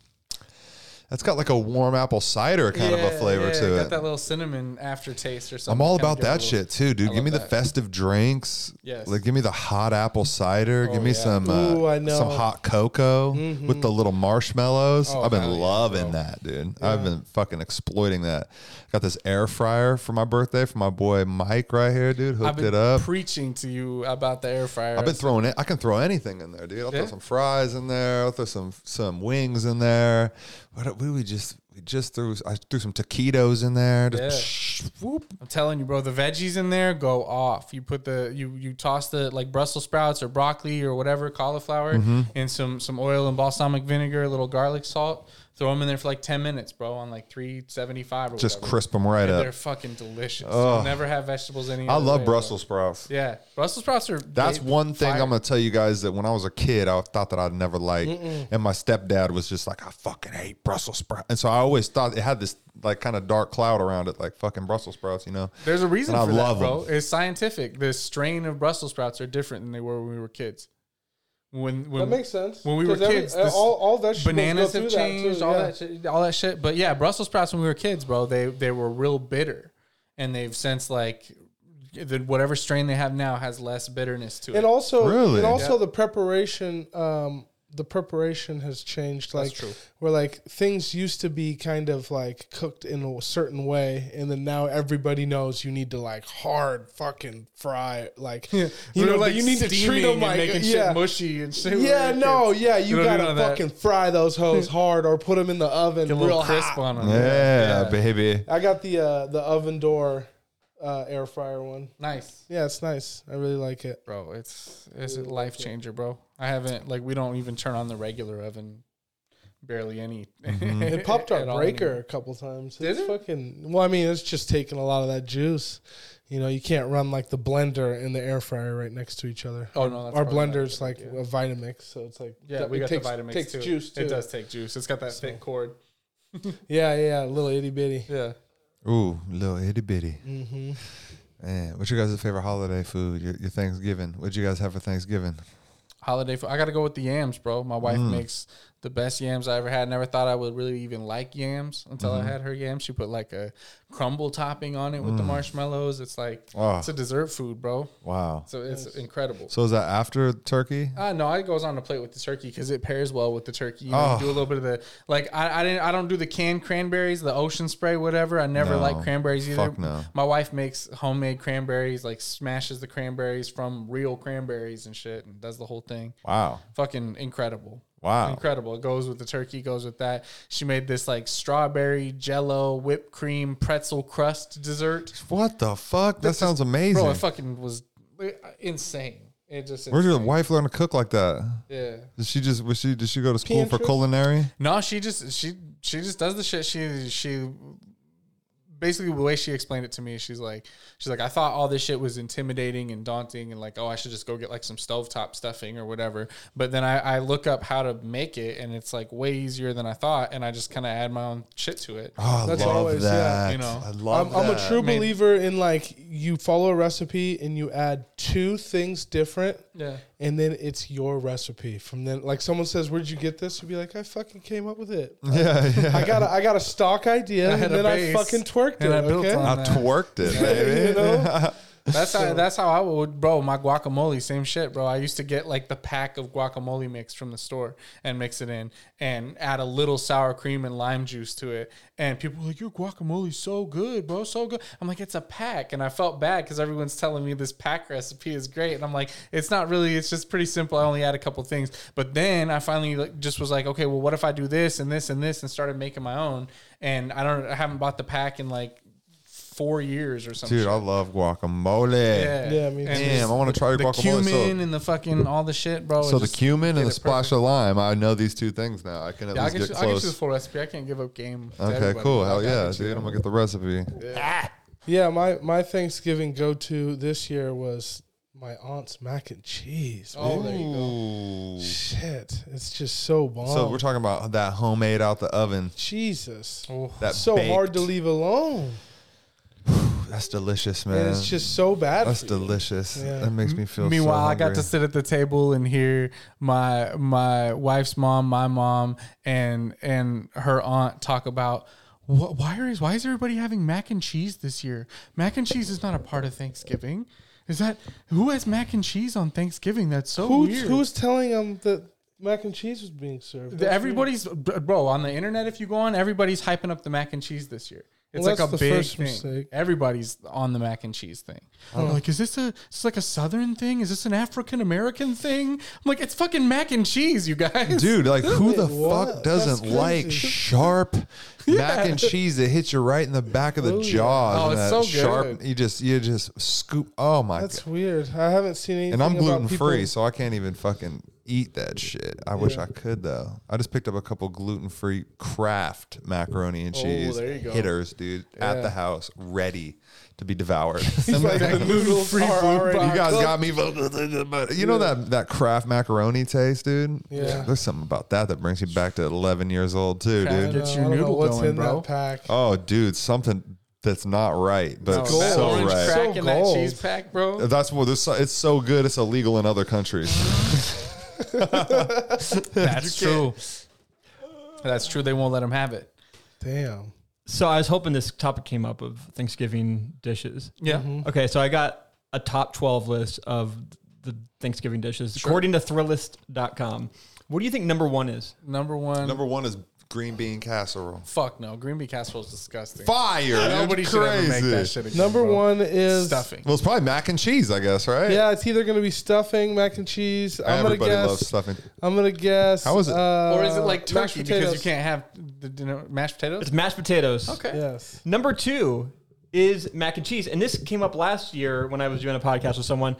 A: That's got like a warm apple cider kind of a flavor
C: yeah,
A: to
C: got
A: it.
C: that little cinnamon aftertaste or something.
A: I'm all
C: Kinda
A: about
C: give it a
A: that
C: little-
A: shit too, dude.
C: I
A: give me
C: love
A: the
C: that.
A: festive drinks.
C: Yes. Oh,
A: Like give me the hot apple cider. give me
C: yeah.
A: some uh,
E: Ooh, I know.
A: some hot cocoa with the little marshmallows.
C: Mm-hmm. Oh,
A: I've been
C: hell yeah,
A: loving
C: bro.
A: that, dude. I've been fucking exploiting that. Got this air fryer for my birthday for my boy Mike right here, dude.
C: I've
A: Hooked
C: been
A: it up.
C: preaching to you about the air fryer.
A: I've been throwing it. I can throw anything in there, dude. I'll throw
C: Yeah.
A: some fries in there. I'll throw some some wings in there. What, what did we just we just threw? I threw some taquitos in there. Just whoop.
C: I'm telling you, bro, the veggies in there go off. You put the you you toss the like Brussels sprouts or broccoli or whatever cauliflower
A: Mm-hmm.
C: and some some oil and balsamic vinegar, a little garlic salt. Throw them in there for like ten minutes, bro, on like three seventy five or
A: Just
C: whatever.
A: crisp them right
C: And
A: up.
C: They're fucking delicious.
A: Ugh.
C: You'll never have vegetables any.
A: I
C: other
A: love
C: way, bro.
A: Brussels sprouts.
C: Yeah, Brussels sprouts are.
A: That's
C: they-
A: one thing
C: fire.
A: I'm gonna tell you guys that when I was a kid, I thought that I'd never like, and my stepdad was just like, I fucking hate Brussels sprouts, and so I always thought it had this like kind of dark cloud around it, like fucking Brussels sprouts, you know.
C: There's a reason
A: And I
C: for
A: love
C: that, bro.
A: 'em.
C: It's scientific. The strain of Brussels sprouts are different than they were when we were kids. When when
E: That makes sense.
C: When we were
E: 'Cause every-
C: kids,
E: uh,
C: this-
E: all, all vegetables
C: bananas
E: go
C: have
E: through that
C: changed,
E: too,
C: all
E: yeah.
C: that shit, all that shit. But yeah, Brussels sprouts when we were kids, bro, they they were real bitter, and they've since like the, whatever strain they have now has less bitterness to it.
E: and also
A: Really?
E: and also the preparation um the preparation has changed like
C: true.
E: where like things used to be kind of like cooked in a certain way and then now everybody knows you need to like hard fucking fry like you know like you need to treat them like
C: making
E: yeah.
C: shit mushy and shit. when
E: yeah,
C: we were
E: no,
C: kids.
E: yeah, you
C: We don't do
E: gotta
C: none of that.
E: fucking fry those hoes hard or put them in the oven
C: Get a
E: real
C: little crisp
E: hot.
C: on them.
A: Yeah, baby.
E: I got the uh, the oven door uh, air fryer one.
C: nice.
E: Yeah, it's nice. I really like it.
C: bro. It's it's a life changer, bro. I haven't like we don't even turn on the regular oven, barely any.
E: It popped our
C: at all
E: breaker
C: anymore.
E: a couple times.
C: Did
E: it's
C: it?
E: fucking well, I mean, it's just taking a lot of that juice. You know, you can't run like the blender and the air fryer right next to each other.
C: Oh no, that's
E: Our
C: probably not
E: blender's
C: good
E: like
C: idea.
E: a Vitamix, so it's like
C: yeah,
E: that-
C: we
E: it
C: got
E: takes,
C: the Vitamix
E: takes
C: too.
E: juice too.
C: It does take juice. It's got that thick cord.
E: Yeah, yeah, yeah, little itty bitty.
C: Yeah,
A: Ooh, little itty bitty.
C: Mm-hmm.
A: Man, what's your guys' favorite holiday food? Your, your Thanksgiving? What'd you guys have for Thanksgiving?
C: holiday food. I gotta go with the yams, bro. My wife makes the best yams I ever had. Never thought I would really even like yams until I had her yams. She put like a crumble topping on it with the marshmallows. It's like
A: Oh.
C: it's a dessert food, bro.
A: Wow.
C: So it's incredible.
A: So is that after turkey?
C: Uh, no, it goes on the plate with the turkey because it pairs well with the turkey. You know, you
A: Oh.
C: do a little bit of the like. I, I didn't. I don't do the canned cranberries, the ocean spray, whatever. I never
A: No.
C: like cranberries either.
A: Fuck no.
C: My wife makes homemade cranberries, like smashes the cranberries from real cranberries and shit, and does the whole thing.
A: Wow.
C: Fucking incredible.
A: Wow.
C: Incredible. It goes with the turkey, goes with that. She made this like strawberry jello whipped cream pretzel crust dessert.
A: What the fuck? That sounds amazing.
C: Bro, it fucking was uh, insane. It just
A: Where'd your
C: insane.
A: wife learn to cook like that?
C: yeah.
A: Did she just was she did she go to school for
E: Pinterest?
A: culinary?
C: No, she just she she just does the shit. She she basically the way she explained it to me, she's like she's like I thought all this shit was intimidating and daunting and like oh I should just go get like some stovetop stuffing or whatever. But then I, I look up how to make it and it's like way easier than I thought and I just kind of add my own shit to it.
A: Oh, I
E: That's
A: love
E: always- yeah,
A: that.
C: you know.
A: I
E: I'm,
A: love
E: I'm
A: that.
E: a true
C: Maybe.
E: believer in like you follow a recipe and you add two things different,
C: Yeah.
E: and then it's your recipe. From then, like someone says, "Where'd you get this?" You'd be like, "I fucking came up with it.
A: Yeah, yeah.
E: I got a, I got a stock idea,
C: I had
E: and
C: a
E: then I
C: base,
E: fucking twerked it."
C: and I built
E: okay?
C: on
A: I
C: that.
A: twerked it, baby.
E: you know?
C: That's how that's how I would, bro. My guacamole, same shit, bro. I used to get like the pack of guacamole mix from the store and mix it in and add a little sour cream and lime juice to it. And people were like, "Your guacamole's so good, bro, so good." I'm like, "It's a pack," and I felt bad because everyone's telling me this pack recipe is great, and I'm like, "It's not really. It's just pretty simple. I only add a couple things." But then I finally like, just was like, "Okay, well, what if I do this and this and this?" and started making my own. And I don't, I haven't bought the pack in like four years or something.
A: Dude, I love guacamole.
C: Yeah,
E: Yeah, me too.
C: And
A: Damn, I want to try your
C: the
A: guacamole.
C: cumin
A: So,
C: and the fucking all the shit, bro.
A: so
C: It
A: the
C: just-
A: cumin
C: did
A: and the
C: it
A: splash
C: perfect.
A: of lime. I know these two things now. I can at
C: Yeah, I
A: least
C: get, you,
A: get
C: I get you the
A: close.
C: full recipe. I can't give up game. to
A: Okay,
C: everybody,
A: cool.
C: but I
A: Hell
C: got
A: yeah,
C: you.
A: dude. I'm gonna get the recipe.
E: Yeah, my my Thanksgiving go to this year was my aunt's mac and cheese.
C: Oh, there
E: man.
C: you go.
A: Ooh.
E: Shit, it's just so bomb.
A: So we're talking about that homemade out the oven.
E: Jesus,
C: Oh.
A: That
E: so hard to
A: baked.
E: leave alone,
A: That's delicious, man.
E: and it's just so bad.
A: That's
E: for you.
A: delicious.
E: Yeah.
A: That makes me feel. so
C: Meanwhile, I got
A: hungry.
C: to sit at the table and hear my my wife's mom, my mom, and and her aunt talk about "Wh- why is why is everybody having mac and cheese this year? Mac and cheese is not a part of Thanksgiving. Is that who has mac and cheese on Thanksgiving? That's so
E: Who,
C: weird.
E: who's telling them that mac and cheese was being served?
C: The-
E: That's
C: everybody's bro on the internet. If you go on, everybody's hyping up the mac and cheese this year. It's
E: Well,
C: like
E: that's
C: a
E: the
C: big
E: first
C: thing.
E: mistake.
C: Everybody's on the mac and cheese thing. I'm like, is this a? It's like a southern thing. Is this an African American thing? I'm like, it's fucking mac and cheese, you guys.
A: Dude, like who the
E: What?
A: fuck doesn't
E: That's
A: like
E: crazy.
A: sharp mac and cheese that hits you right in the back of the jaw?
C: Oh,
A: and that
C: it's so
A: sharp.
C: good.
A: You just you just scoop. Oh my
E: That's
A: god!
E: weird. I haven't seen anything.
A: And I'm
E: about
A: gluten free,
E: people-
A: so I can't even fucking eat that shit. I wish I could though. I just picked up a couple gluten free craft macaroni and cheese
C: Oh, there you go.
A: hitters, dude, at the house, ready to be devoured.
E: like the noodles
C: Free
E: are
C: food
E: already
A: You guys
E: cooked.
A: got me. But you know that that craft macaroni taste, dude.
E: Yeah.
A: there's something about that that brings you back to 11 years old too,
C: Kraft
A: dude.
E: I
C: Get your
E: don't know
C: noodle
E: what's
C: going,
E: in
C: bro.
E: that pack.
A: Oh, dude, something that's not right, but
C: That
E: gold.
A: so
C: orange
A: right.
C: crack
E: So
C: in that
E: gold.
C: cheese pack, bro.
A: That's what this. It's so good. It's illegal in other countries.
C: That's true. That's true. They won't let them have it.
E: Damn.
F: So I was hoping this topic came up of Thanksgiving dishes.
C: Yeah.
E: Mm-hmm.
F: Okay, so I got a top 12 list of the Thanksgiving dishes according to Thrillist.com. What do you think number one is?
C: Number one.
A: Number one is green bean casserole.
C: fuck no. Green bean casserole is disgusting.
A: Fire!
C: Nobody
A: it's
C: should ever
A: crazy.
C: make that shit again.
E: Number
C: bro.
E: one is
C: stuffing.
A: Well, it's probably mac and cheese, I guess, right?
E: Yeah, it's either gonna be stuffing, mac and cheese. I'm gonna
A: Everybody
E: guess.
A: loves stuffing.
E: I'm gonna guess.
A: How is it?
E: Uh,
C: Or is it like
E: mashed
C: turkey because you
E: potatoes.
C: can't have the you know, mashed potatoes?
F: It's mashed potatoes.
C: Okay.
E: Yes.
F: Number two is mac and cheese. And this came up last year when I was doing a podcast with someone.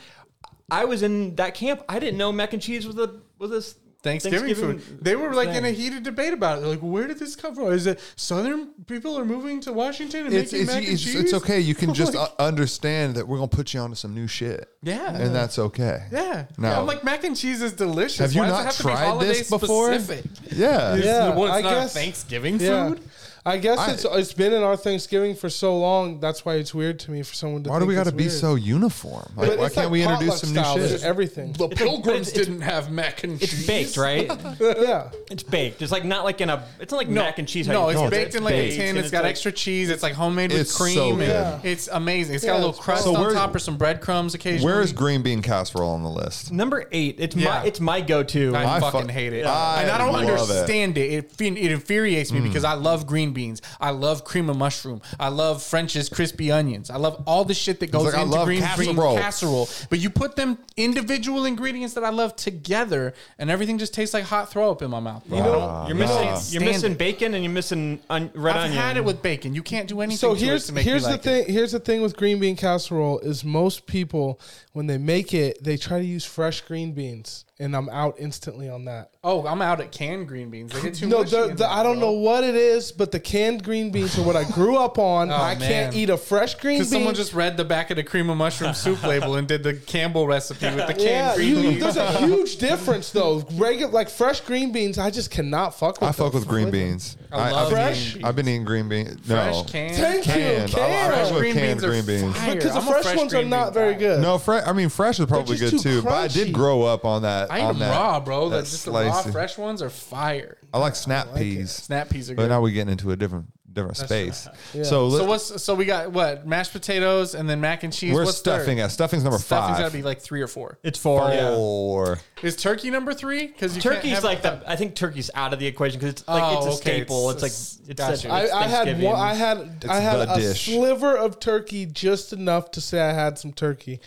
F: I was in that camp. I didn't know mac and cheese was a was this
C: Thanksgiving, food. They were like in a
F: thing.
C: heated debate about it. They're like, where did this come from? Is it Southern people are moving to Washington and
A: It's,
C: making
A: it's,
C: mac and
A: it's,
C: cheese?
A: it's okay. You can
C: I'm
A: just
C: like,
A: uh, understand that we're gonna put you onto some new shit.
C: Yeah.
A: and that's okay.
C: yeah.
A: Now-
C: I'm like mac and cheese is delicious.
A: Have you
C: Why
A: not
C: does it have
A: tried
C: to be holiday
A: this before?
C: Specific?
A: Yeah.
E: Yeah,
C: well, it's
E: I
C: not
E: guess-
C: Thanksgiving
E: Yeah.
C: food.
E: I guess
A: I-
E: it's it's been in our Thanksgiving for so long. That's why it's weird to me for someone to.
A: Why do
E: think
A: we got to
E: it's
A: be
E: weird.
A: so uniform? Like,
E: But
A: why
E: it's
A: can't
E: like
A: we introduce
E: potluck
A: some new
E: style. There's
A: shit?
E: Everything.
C: The pilgrims
F: it's- it's-
C: didn't have mac and cheese.
F: It's baked, right?
E: Yeah.
F: it's baked. It's like not like in a. It's not like mac and cheese. how
C: No,
F: you
C: it's
F: cook it.
C: baked in like
F: baked,
C: a tin.
F: and
C: It's got
F: like-
C: extra cheese. It's like homemade with
A: It's so
C: cream. and
A: good.
C: It's amazing. It's
E: Yeah,
C: got a little
E: it's
C: crust
A: So
C: on
A: where's-
C: top or some breadcrumbs occasionally.
A: Where is green bean casserole on the list?
F: Number eight. It's
C: Yeah.
F: my. It's my go-to.
C: I,
A: I
C: fucking
A: fuck-
C: hate it.
A: I
C: and I don't
A: love it. Hmm.
C: understand it. It, fin- it infuriates me because I love green beans. I love cream of mushroom. I love French's crispy onions. I love all the shit that goes
A: like, I
C: into
A: love
C: green
A: casserole.
C: bean casserole. But you put them individual ingredients that I love together, and everything just tastes like hot throw up in my mouth.
F: You know, you're missing.
C: Stand
F: You're missing
C: it.
F: bacon and you're missing on red
C: I've
F: onion.
C: had it with bacon. You can't do anything.
E: So
C: to it
E: here's
C: to make me
E: here's the
C: like it.
E: thing. Here's the thing with green bean casserole is most people when they make it they try to use fresh green beans, and I'm out instantly on that.
C: Oh, I'm out at canned green beans. They get too
E: No,
C: mushy
E: the,
C: in
E: the,
C: there,
E: I don't
C: bro.
E: know what it is, but the canned green beans are what I grew up on. I
C: Oh, man.
E: can't eat a fresh green bean.
C: Because someone just read the back of the cream of mushroom soup label and did the Campbell recipe with the canned
E: yeah,
C: green
E: you,
C: beans.
E: there's a huge difference though. Regular like fresh green beans, I just cannot fuck with.
A: I fuck
E: them.
A: with green beans. I,
C: love
A: I've,
E: Fresh?
A: I've been eating green beans. No,
C: Fresh canned.
E: Thank
A: Canned.
E: you,
A: I- I
E: canned.
A: fuck with
C: Green
A: canned
C: beans are
A: green beans.
C: fire.
E: because the
C: I'm a
E: fresh
C: fresh
E: ones are
C: green
E: not
C: bean
E: very
C: guy.
E: good.
A: No, fresh. I mean, fresh is probably
E: just
A: good too.
E: too
A: But I did
E: crunchy.
A: grow up on that.
C: I eat
A: on
C: them
A: that-
C: raw, bro.
A: that
C: The, just the raw
A: slicy.
C: fresh ones are fire.
A: I like snap peas.
C: Snap peas are
A: But
C: good.
A: now we're getting into a different different space. So, let,
C: so what's so we got what mashed potatoes and then mac and cheese.
A: we're
C: what's
A: stuffing
C: third?
A: at stuffing's number
C: Stuffing's
A: five.
C: gotta be like three or four.
F: It's four. Yeah.
A: Four.
C: Is turkey number three? Because
F: Turkey's like the. I think turkey's out of the equation because it's like
C: Oh,
F: it's a
C: okay.
F: staple. It's,
C: It's-
F: like it's
C: gotcha.
F: such-
E: I,
F: it's
E: I had
F: Thanksgiving.
E: one, I had I had
A: the
E: a
A: dish.
E: sliver of turkey, just enough to say I had some turkey,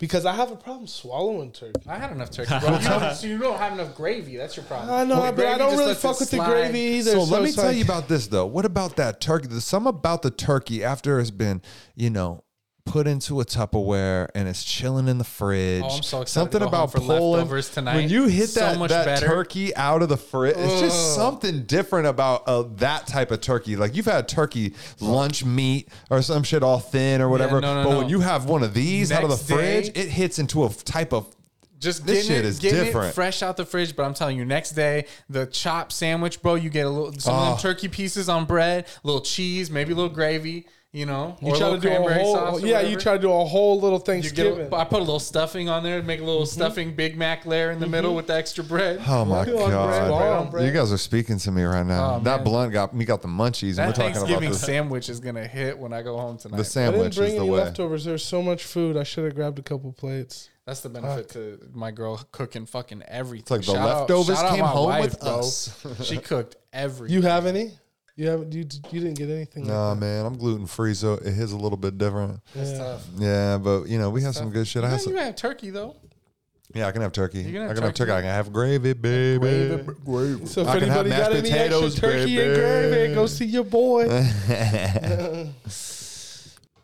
E: because I have a problem swallowing turkey.
C: I had enough turkey. Bro. you, don't, so you don't have enough gravy. That's your problem.
E: I know,
C: The
E: but I
C: gravy
E: don't
C: just
E: really
C: lets
E: fuck
C: it
E: with the
C: slide.
E: gravy either.
A: So let me
E: it's
A: tell
E: like-
A: you about this though. What about that turkey? There's some about the turkey after it's been, you know, put into a Tupperware and it's chilling in the fridge.
C: Oh, I'm so excited
A: Something
C: to go home
A: about
C: for
A: pulling
C: leftovers tonight.
A: When you hit
C: So
A: that,
C: much
A: that
C: better.
A: turkey out of the fridge, it's just something different about uh, that type of turkey. Like you've had turkey lunch meat or some shit all thin or whatever,
C: no, no,
A: but
C: no.
A: when you have one of these out of the
C: Next
A: fridge,
C: day-
A: it hits into a f- type of
C: Just
A: This
C: getting
A: shit
C: it,
A: is
C: getting
A: different.
C: It fresh out the fridge, but I'm telling you, next day the chopped sandwich, bro. You get a little some of
A: Oh.
C: them turkey pieces on bread, little cheese, maybe a little gravy. You know,
E: You try to do a whole, yeah. You try to do a whole
C: You
E: little
C: get
E: Thanksgiving. Mm-hmm.
C: a, I put a little stuffing on there, make a little stuffing Big Mac layer in the middle with the extra bread.
A: Oh my
E: Bread on bread, bread on
A: god!
E: bread.
A: You guys are speaking to me right now. that blunt got me got the munchies, and we're
C: That
A: talking about
C: Thanksgiving
A: this,
C: sandwich is gonna hit when I go home tonight.
A: the
E: I didn't
A: sandwich is
E: bring
A: the
E: any
A: way.
E: leftovers. There's so much food. I should have grabbed a couple plates.
C: That's the benefit to my girl cooking fucking everything.
A: It's like the
C: Shout out-
A: leftovers
C: shout out
A: came
C: my
A: home
C: wife,
A: with
C: bro.
A: us.
C: she cooked everything.
E: You have any? You have you? You didn't get anything.
A: Nah, man, I'm gluten free, so it hits a little bit different.
C: That's tough.
A: Yeah, but you know we have some good shit. I have
C: you
A: some,
C: can have turkey though.
A: yeah, I can have turkey.
C: can
A: I
C: have
A: can have turkey.
C: turkey.
A: I can have gravy, baby.
E: So if
A: I can have
E: anybody
A: mashed
E: got any extra
A: potatoes,
E: turkey and
A: baby.
E: gravy, go see your boy.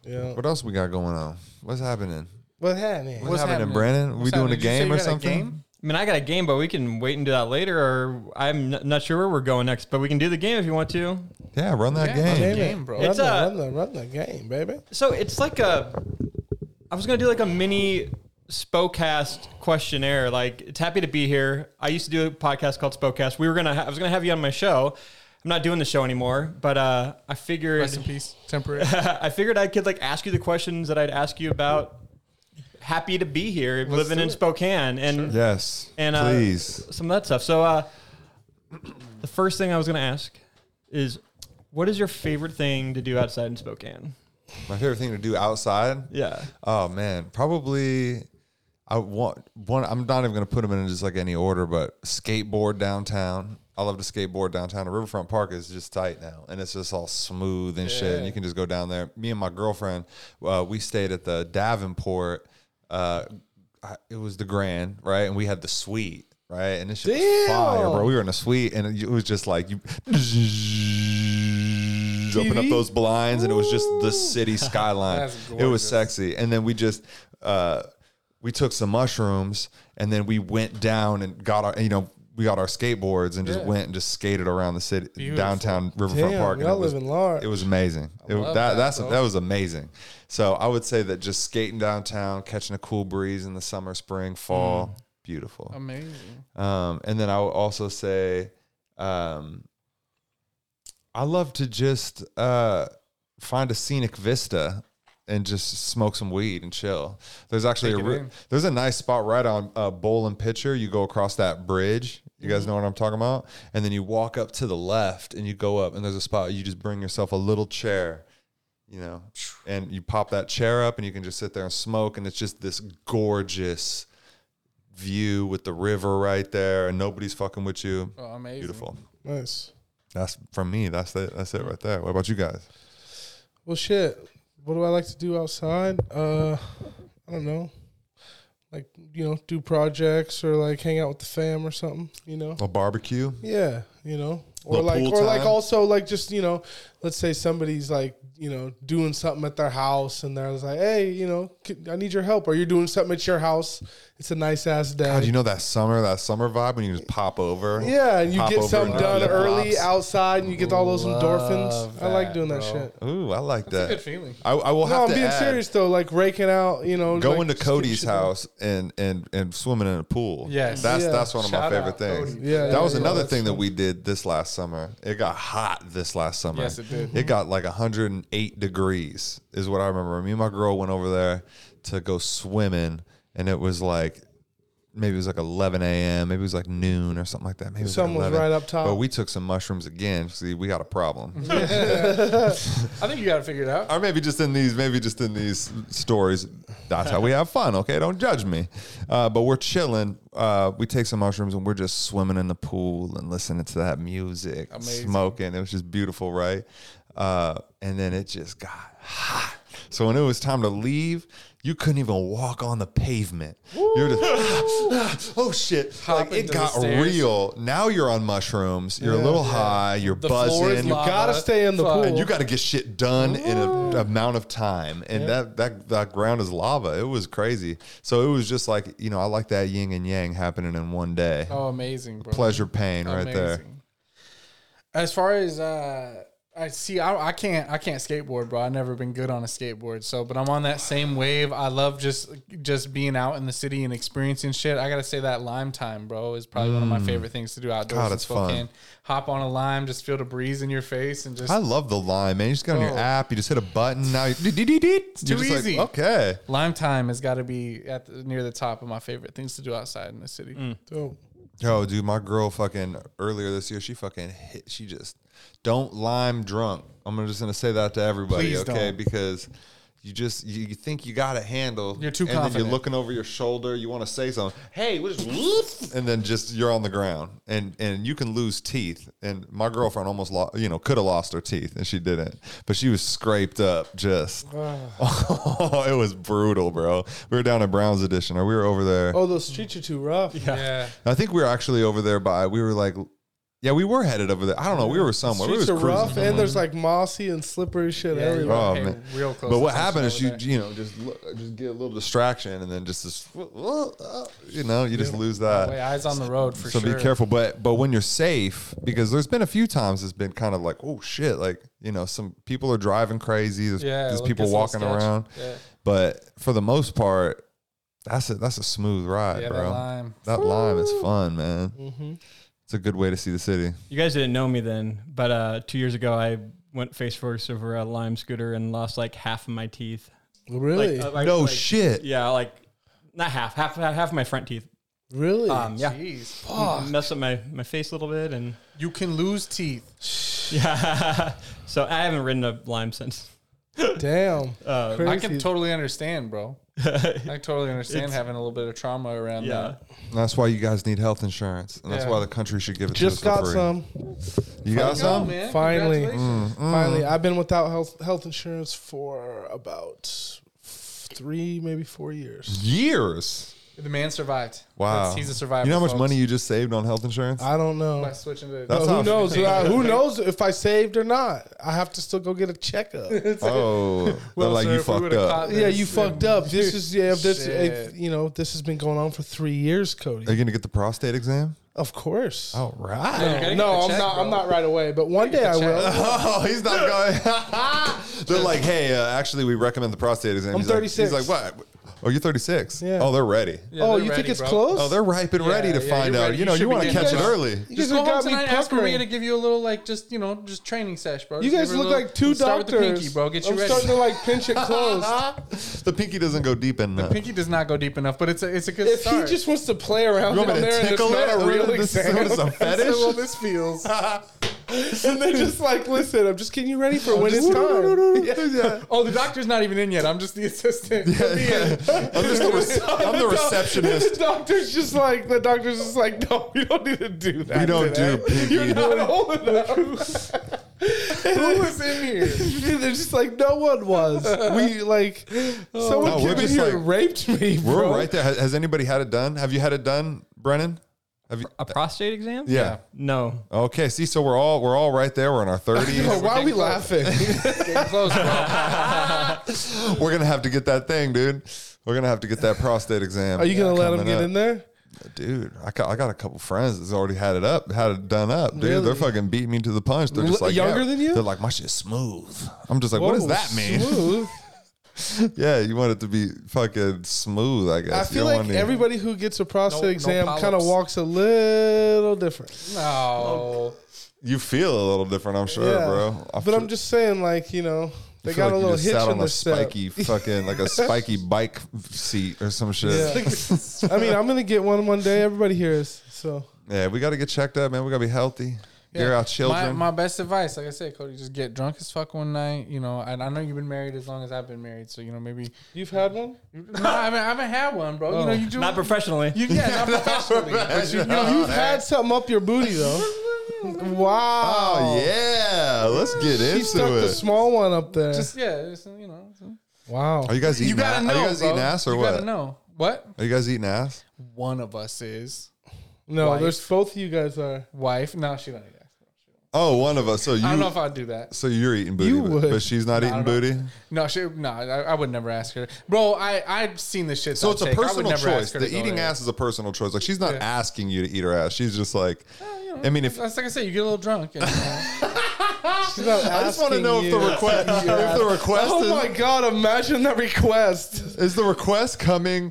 E: yeah.
A: What else we got going on? What's happening?
E: What happened?
A: What's,
C: What's
A: happening,
C: happening?
A: Brandon? we
C: What's
A: doing
C: happening?
A: a
C: Did you say
A: game
C: you
A: or
C: got a
A: something?
C: game?
F: I mean, I got a game, but we can wait and do that later. Or I'm n- not sure where we're going next, but we can do the game if you want to.
A: Yeah, run that
C: Yeah,
A: game.
E: Damn it.
C: Game, bro.
E: Run
F: It's
E: the,
F: a-
E: run the run the game, baby.
F: So it's like a. I was gonna do like a mini Spocast questionnaire. Like it's happy to be here. I used to do a podcast called Spocast. We were gonna. Ha- I was gonna have you on my show. I'm not doing the show anymore, but uh, I figured
C: Rest in peace. Temporary.
F: I figured I could like ask you the questions that I'd ask you about. Happy to be here, living
C: do
F: in
C: it.
F: Spokane, and
A: Yes,
F: And, uh,
A: please.
F: some of that stuff. So, uh, the first thing I was going to ask is, what is your favorite thing to do outside in Spokane?
A: My favorite thing to do outside.
F: Yeah,
A: Oh man, probably. I want one. I'm not even gonna put them in just like any order, but skateboard downtown. I love to skateboard downtown. The Riverfront Park is just tight now, and it's just all smooth and shit. And you can just go down there. Me and my girlfriend, uh, we stayed at the Davenport. Uh, I- it was the Grand, right? And we had the suite, right? And this shit was fire, bro. We were in a suite, and it was just like you. Open up those blinds, and it was just the city skyline. it was sexy, and then we just uh, we took some mushrooms and then we went down and got our you know we got our skateboards and just went and just skated around the city downtown Riverfront
E: Damn,
A: Park. and
E: y'all
A: it was,
E: living large.
A: It was amazing. It- that,
C: that,
A: that's
C: bro.
A: that was amazing. So I would say that just skating downtown, catching a cool breeze in the summer, spring, fall,
E: Mm.
A: beautiful.
C: Amazing.
A: Um, and then I would also say, um, I love to just uh, find a scenic vista and just smoke some weed and chill. There's actually a re- there's a nice spot right on uh, Bowling Pitcher. You go across that bridge. You guys know what I'm talking about, and then you walk up to the left and you go up, and there's a spot. You just bring yourself a little chair, you know, and you pop that chair up, and you can just sit there and smoke, and it's just this gorgeous view with the river right there, and nobody's fucking with you.
C: Oh, amazing.
A: Beautiful.
E: Nice.
A: That's from me. That's it. That's it right there. What about you guys?
E: Well, shit. What do I like to do outside? Uh, I don't know. Like you know, do projects or like hang out with the fam or something. You know.
A: A barbecue.
E: Yeah, you know, or
A: Little
E: like,
A: pool
E: or like
A: time.
E: also like just you know, let's say somebody's like you know doing something at their house, and they're just like, hey, you know, could- I need your help, or you're doing something at your house. It's a nice ass day.
A: How do you know that summer? That summer vibe when you just pop over.
E: yeah, and you
A: Pop
E: get
A: over
E: something
A: and do
E: done
A: lip
E: early
A: locks.
E: outside, and you get all those endorphins.
C: Love
E: I like
C: that,
E: doing that
C: bro.
E: shit.
A: Ooh, I like that.
C: Good feeling.
A: I, I will
E: No,
A: have
E: I'm
A: to
E: being
A: add,
E: serious though, like raking out, you know,
A: Going
E: like,
A: to
E: just get
A: Cody's
E: shit done.
A: house and and and swimming in a pool.
C: Yes.
A: that's
E: Yeah.
A: that's one of my
C: Shout
A: favorite
C: out
A: things.
C: Cody.
E: Yeah,
A: that
E: yeah,
A: was
E: yeah,
A: another
E: that's
A: thing that we did this last summer. It got hot this last summer.
C: Yes, it did.
A: It got like 108 degrees is what I remember. Me and my girl went over there to go swimming, and it was like maybe it was like 11 a.m. Maybe it was like noon or something like that. Maybe it was like
E: Sun was
A: 11.
E: right up top.
A: But we took some mushrooms again. See, we got a problem.
C: I think you got to figure it out.
A: or maybe just in these, maybe just in these stories. That's how we have fun. Okay, don't judge me. Uh, but we're chilling. Uh, we take some mushrooms and we're just swimming in the pool and listening to that music,
C: Amazing.
A: smoking. It was just beautiful, right? Uh, and then it just got hot. So when it was time to leave, you couldn't even walk on the pavement. You're just oh shit! Like,
C: Hopping
A: it
C: to the
A: got
C: stairs.
A: real. Now you're on mushrooms. You're a little high. You're
C: The floor is
A: buzzing. You
C: lava.
E: gotta stay in the
C: Fuck.
E: pool.
A: and you got to get shit done in
C: Oh.
A: an amount of time, and that that that ground is lava. It was crazy. So it was just like you know, I like that yin and yang happening in one day.
C: Oh, amazing, bro.
A: Pleasure, pain, right there.
C: Amazing. As far as uh, I see, I, I can't, I can't skateboard, bro. I've never been good on a skateboard, so but I'm on that same wave. I love just, just being out in the city and experiencing shit. I gotta say that lime time, bro, is probably one of my favorite things to do outdoors.
A: Mm. God,
C: in
A: it's fun.
C: Spokane. Hop on a lime, just feel the breeze in your face, and just
A: I love the line, man. You just go on your
C: Oh.
A: app, you just hit a button. Now you, it's
C: too easy.
A: okay,
C: lime time has got to be at the, near the top of my favorite things to do outside in the city.
E: Dope.
A: yo, dude, my girl fucking earlier this year, she fucking hit. She just don't lime drunk. I'm just gonna say that to everybody,
C: Please
A: okay?
C: don't.
A: Because you just you you think you got a handle.
C: You're too
A: and then
C: confident.
A: you're looking over your shoulder. You want to say something. Hey, what is woof? And then just you're on the ground, and and you can lose teeth. And my girlfriend almost lost, you know, could have lost her teeth, and she didn't. But she was scraped up. Just oh, it was brutal, bro. We were down at Brown's Edition, or we were over there.
E: Oh, those streets are too rough. Yeah.
C: Yeah,
A: I think we were actually over there by. We were like, yeah, we were headed over there. I don't know. We were somewhere. We
E: Streets
A: were
E: are rough,
A: cruising.
E: and there's like mossy and slippery shit
C: Yeah,
E: everywhere.
C: you are.
A: Oh
C: Hey,
A: man,
C: real close
A: But what
C: attention
A: happened is
C: over
A: you
C: there.
A: you know just look, just get a little distraction and then just this, you know you just lose that.
C: Wait, eyes on the road for
A: so
C: sure.
A: be careful. But but when you're safe, because there's been a few times it's been kind of like, oh shit, like you know, some people are driving crazy. There's,
C: Yeah,
A: there's
C: look,
A: people
C: it's all
A: walking
C: sketchy.
A: around.
C: Yeah.
A: But for the most part, that's a that's a smooth ride,
C: Yeah,
A: bro.
C: that Mm-hmm. lime.
A: That lime is fun, man. It's a good way to see the city.
F: You guys didn't know me then, but uh, two years ago I went face first over a lime scooter and lost like half of my teeth.
E: Really,
F: Like, uh, like-
A: no
F: like-
A: shit.
F: Yeah, like not half, half, half, half of my front teeth.
E: really.
F: Um, yeah,
C: Jeez.
F: messed up my my face a little bit, and
C: You can lose teeth.
F: yeah. so I haven't ridden a lime since.
E: Damn.
C: I
E: Crazy.
C: can totally understand, bro. I can totally understand having a little bit of trauma around
F: Yeah,
C: that.
A: That's why you guys need health insurance, and that's
C: Yeah.
A: why the country should give it to us
E: Just
A: for
E: got
A: free.
E: some.
A: You got some?
C: man.
E: Finally.
C: Congratulations.
A: Mm.
E: Finally, I've been without health health insurance for about f- three, maybe four years.
A: Years.
C: The man survived.
A: Wow.
C: That's- he's a survivor.
A: You know how much
C: folks.
A: money you just saved on health insurance?
E: I don't know.
C: By switching to
A: That's
E: Who
A: how-
E: knows? I- who knows if I saved or not? I have to still go get a checkup.
A: oh, they're like
C: sir,
A: you
C: if we
A: fucked
C: would've
A: up.
C: caught
E: yeah, you
C: this,
E: fucked up. This is yeah. If this, if,
C: Shit.
E: you know, this has been going on for three years, Cody.
A: Are you gonna get the prostate exam?
E: Of course.
A: All
E: No,
A: right.
C: gotta get
E: no,
C: the
E: I'm
C: check,
E: not. I'm
C: bro.
E: not right away, but one day I will.
A: Oh, he's not going. They're like, hey, uh, actually, we recommend the prostate exam.
E: I'm
A: he's like-
E: 36.
A: he's like, what? Oh, you're 36.
E: Yeah.
A: Oh, they're ready.
E: oh,
C: they're
E: you think
C: ready,
E: it's
C: bro.
E: close?
A: Oh, they're ripe and ready to
C: yeah,
A: find
C: you're
A: out.
C: ready.
A: You know,
C: You
A: you
C: should
A: want to
C: be
A: catch it
C: getting-
A: early.
E: you guys
C: Just
E: have
C: go home
E: got me
C: tonight. Ask Maria to
E: puckering.
C: give you a little, like, just you know, just training sesh, bro.
E: You
C: Just give
E: guys
C: her a
E: look
C: little-
E: like two
C: start with
E: doctors.
C: the pinky, bro. Get you
E: I'm
C: ready.
E: starting to like pinch it closed.
A: the pinky doesn't go deep enough.
C: Pinky does not go deep enough, but it's a it's a good
E: if
C: start.
E: he just wants to play around
A: you want
E: down
A: me to
E: there and it's
A: tickle it?
E: not a real
A: this Is,
E: exam,
A: what is a
E: that's how
A: fetish?
E: this feels. and they're just like, listen, I'm just getting you ready for when it's time.
A: Yeah.
C: oh, the doctor's not even in yet. I'm just the assistant.
A: I'm just the, rece- I'm the
E: the
A: receptionist.
E: doctor's just like, the doctor's just like, no, we don't need to do that.
A: We don't do
E: today.
A: pinky.
E: You're not old enough. Who was in here? They're just like, no one was. We like, someone
A: No, we're
E: came in
A: just
E: here
A: like-
E: and raped me,
A: We're
E: bro.
A: right there. Has, has anybody had it done? Have you had it done, Brennan? Have you?
F: A prostate exam?
A: Yeah.
F: No.
A: Okay. See, so we're all we're all right there. We're in our 30s.
E: But why are we laughing?
C: Getting close, bro.
A: We're gonna have to get that thing, dude. We're gonna have to get that prostate exam.
E: Are you gonna let him get in there?
A: dude? I got I got a couple friends that's already had it up, had it done up, dude.
E: Really?
A: They're fucking beating me to the punch. They're just
E: L-
A: like
E: younger
A: yeah.
E: than you?
A: They're like my shit's smooth. I'm just like, what does
E: Whoa,
A: that mean?
E: Oh, smooth.
A: yeah, you want it to be fucking smooth, I guess.
E: I
A: You don't
E: feel like
A: want any-
E: everybody who gets a prostate
C: No- no
E: exam kind of
C: polyps.
E: walks a little different.
C: No.
A: you feel a little different. I'm sure,
E: yeah,
A: bro. I
E: but
A: feel-
E: I'm just saying, like you know,
A: I
E: they
A: feel like
E: got a
A: you
E: little
A: just
E: hitch
A: sat
E: in
A: on
E: their
A: a
E: step.
A: spiky fucking like a spiky bike seat or some shit.
E: Yeah. I mean, I'm gonna get one one day. Everybody here is so.
A: Yeah, we got to get checked up, man. We got to be healthy. You're our children.
C: My, my best advice, like I said, Cody, just get drunk as fuck one night. You know, and I know you've been married as long as I've been married, so you know maybe.
E: You've had one?
C: no, I haven't, I haven't had one, bro.
A: Oh.
C: You know, you do
F: Not professionally.
C: You, yeah, not professionally. but you, you know,
E: You've had something up your booty though. wow.
A: oh yeah, let's get
E: She stuck
A: into
E: the
A: it.
E: small one up there.
C: just yeah, just, you know.
E: wow.
A: are you guys
C: You
A: eating?
C: gotta
A: ass?
C: know,
A: are you guys
C: bro.
A: eating ass or
C: you
A: what?
C: Gotta know what
A: Are you guys eating ass?
C: one of us is
E: No,
C: wife?
E: there's both of you guys are.
C: wife. No, she don't. Need that.
A: Oh, one of us. So you.
C: I don't know if I'd do that.
A: so you're eating booty,
E: You
A: but,
E: would.
A: but she's not eating booty.
C: No, she, no, I, I would never ask her, bro. I I've seen this shit.
A: So it's a
C: take. I would
A: personal
C: never
A: choice.
C: ask her
A: The
C: to go
A: eating
C: there.
A: ass is a personal choice. Like she's not
C: Yeah.
A: asking you to eat her ass. She's just like, I mean, if
C: That's like I said, you get a little drunk. And, you know.
E: She's not
A: I just want to know if the request, if the request,
E: Oh
A: is,
E: my god! Imagine that request.
A: is the request coming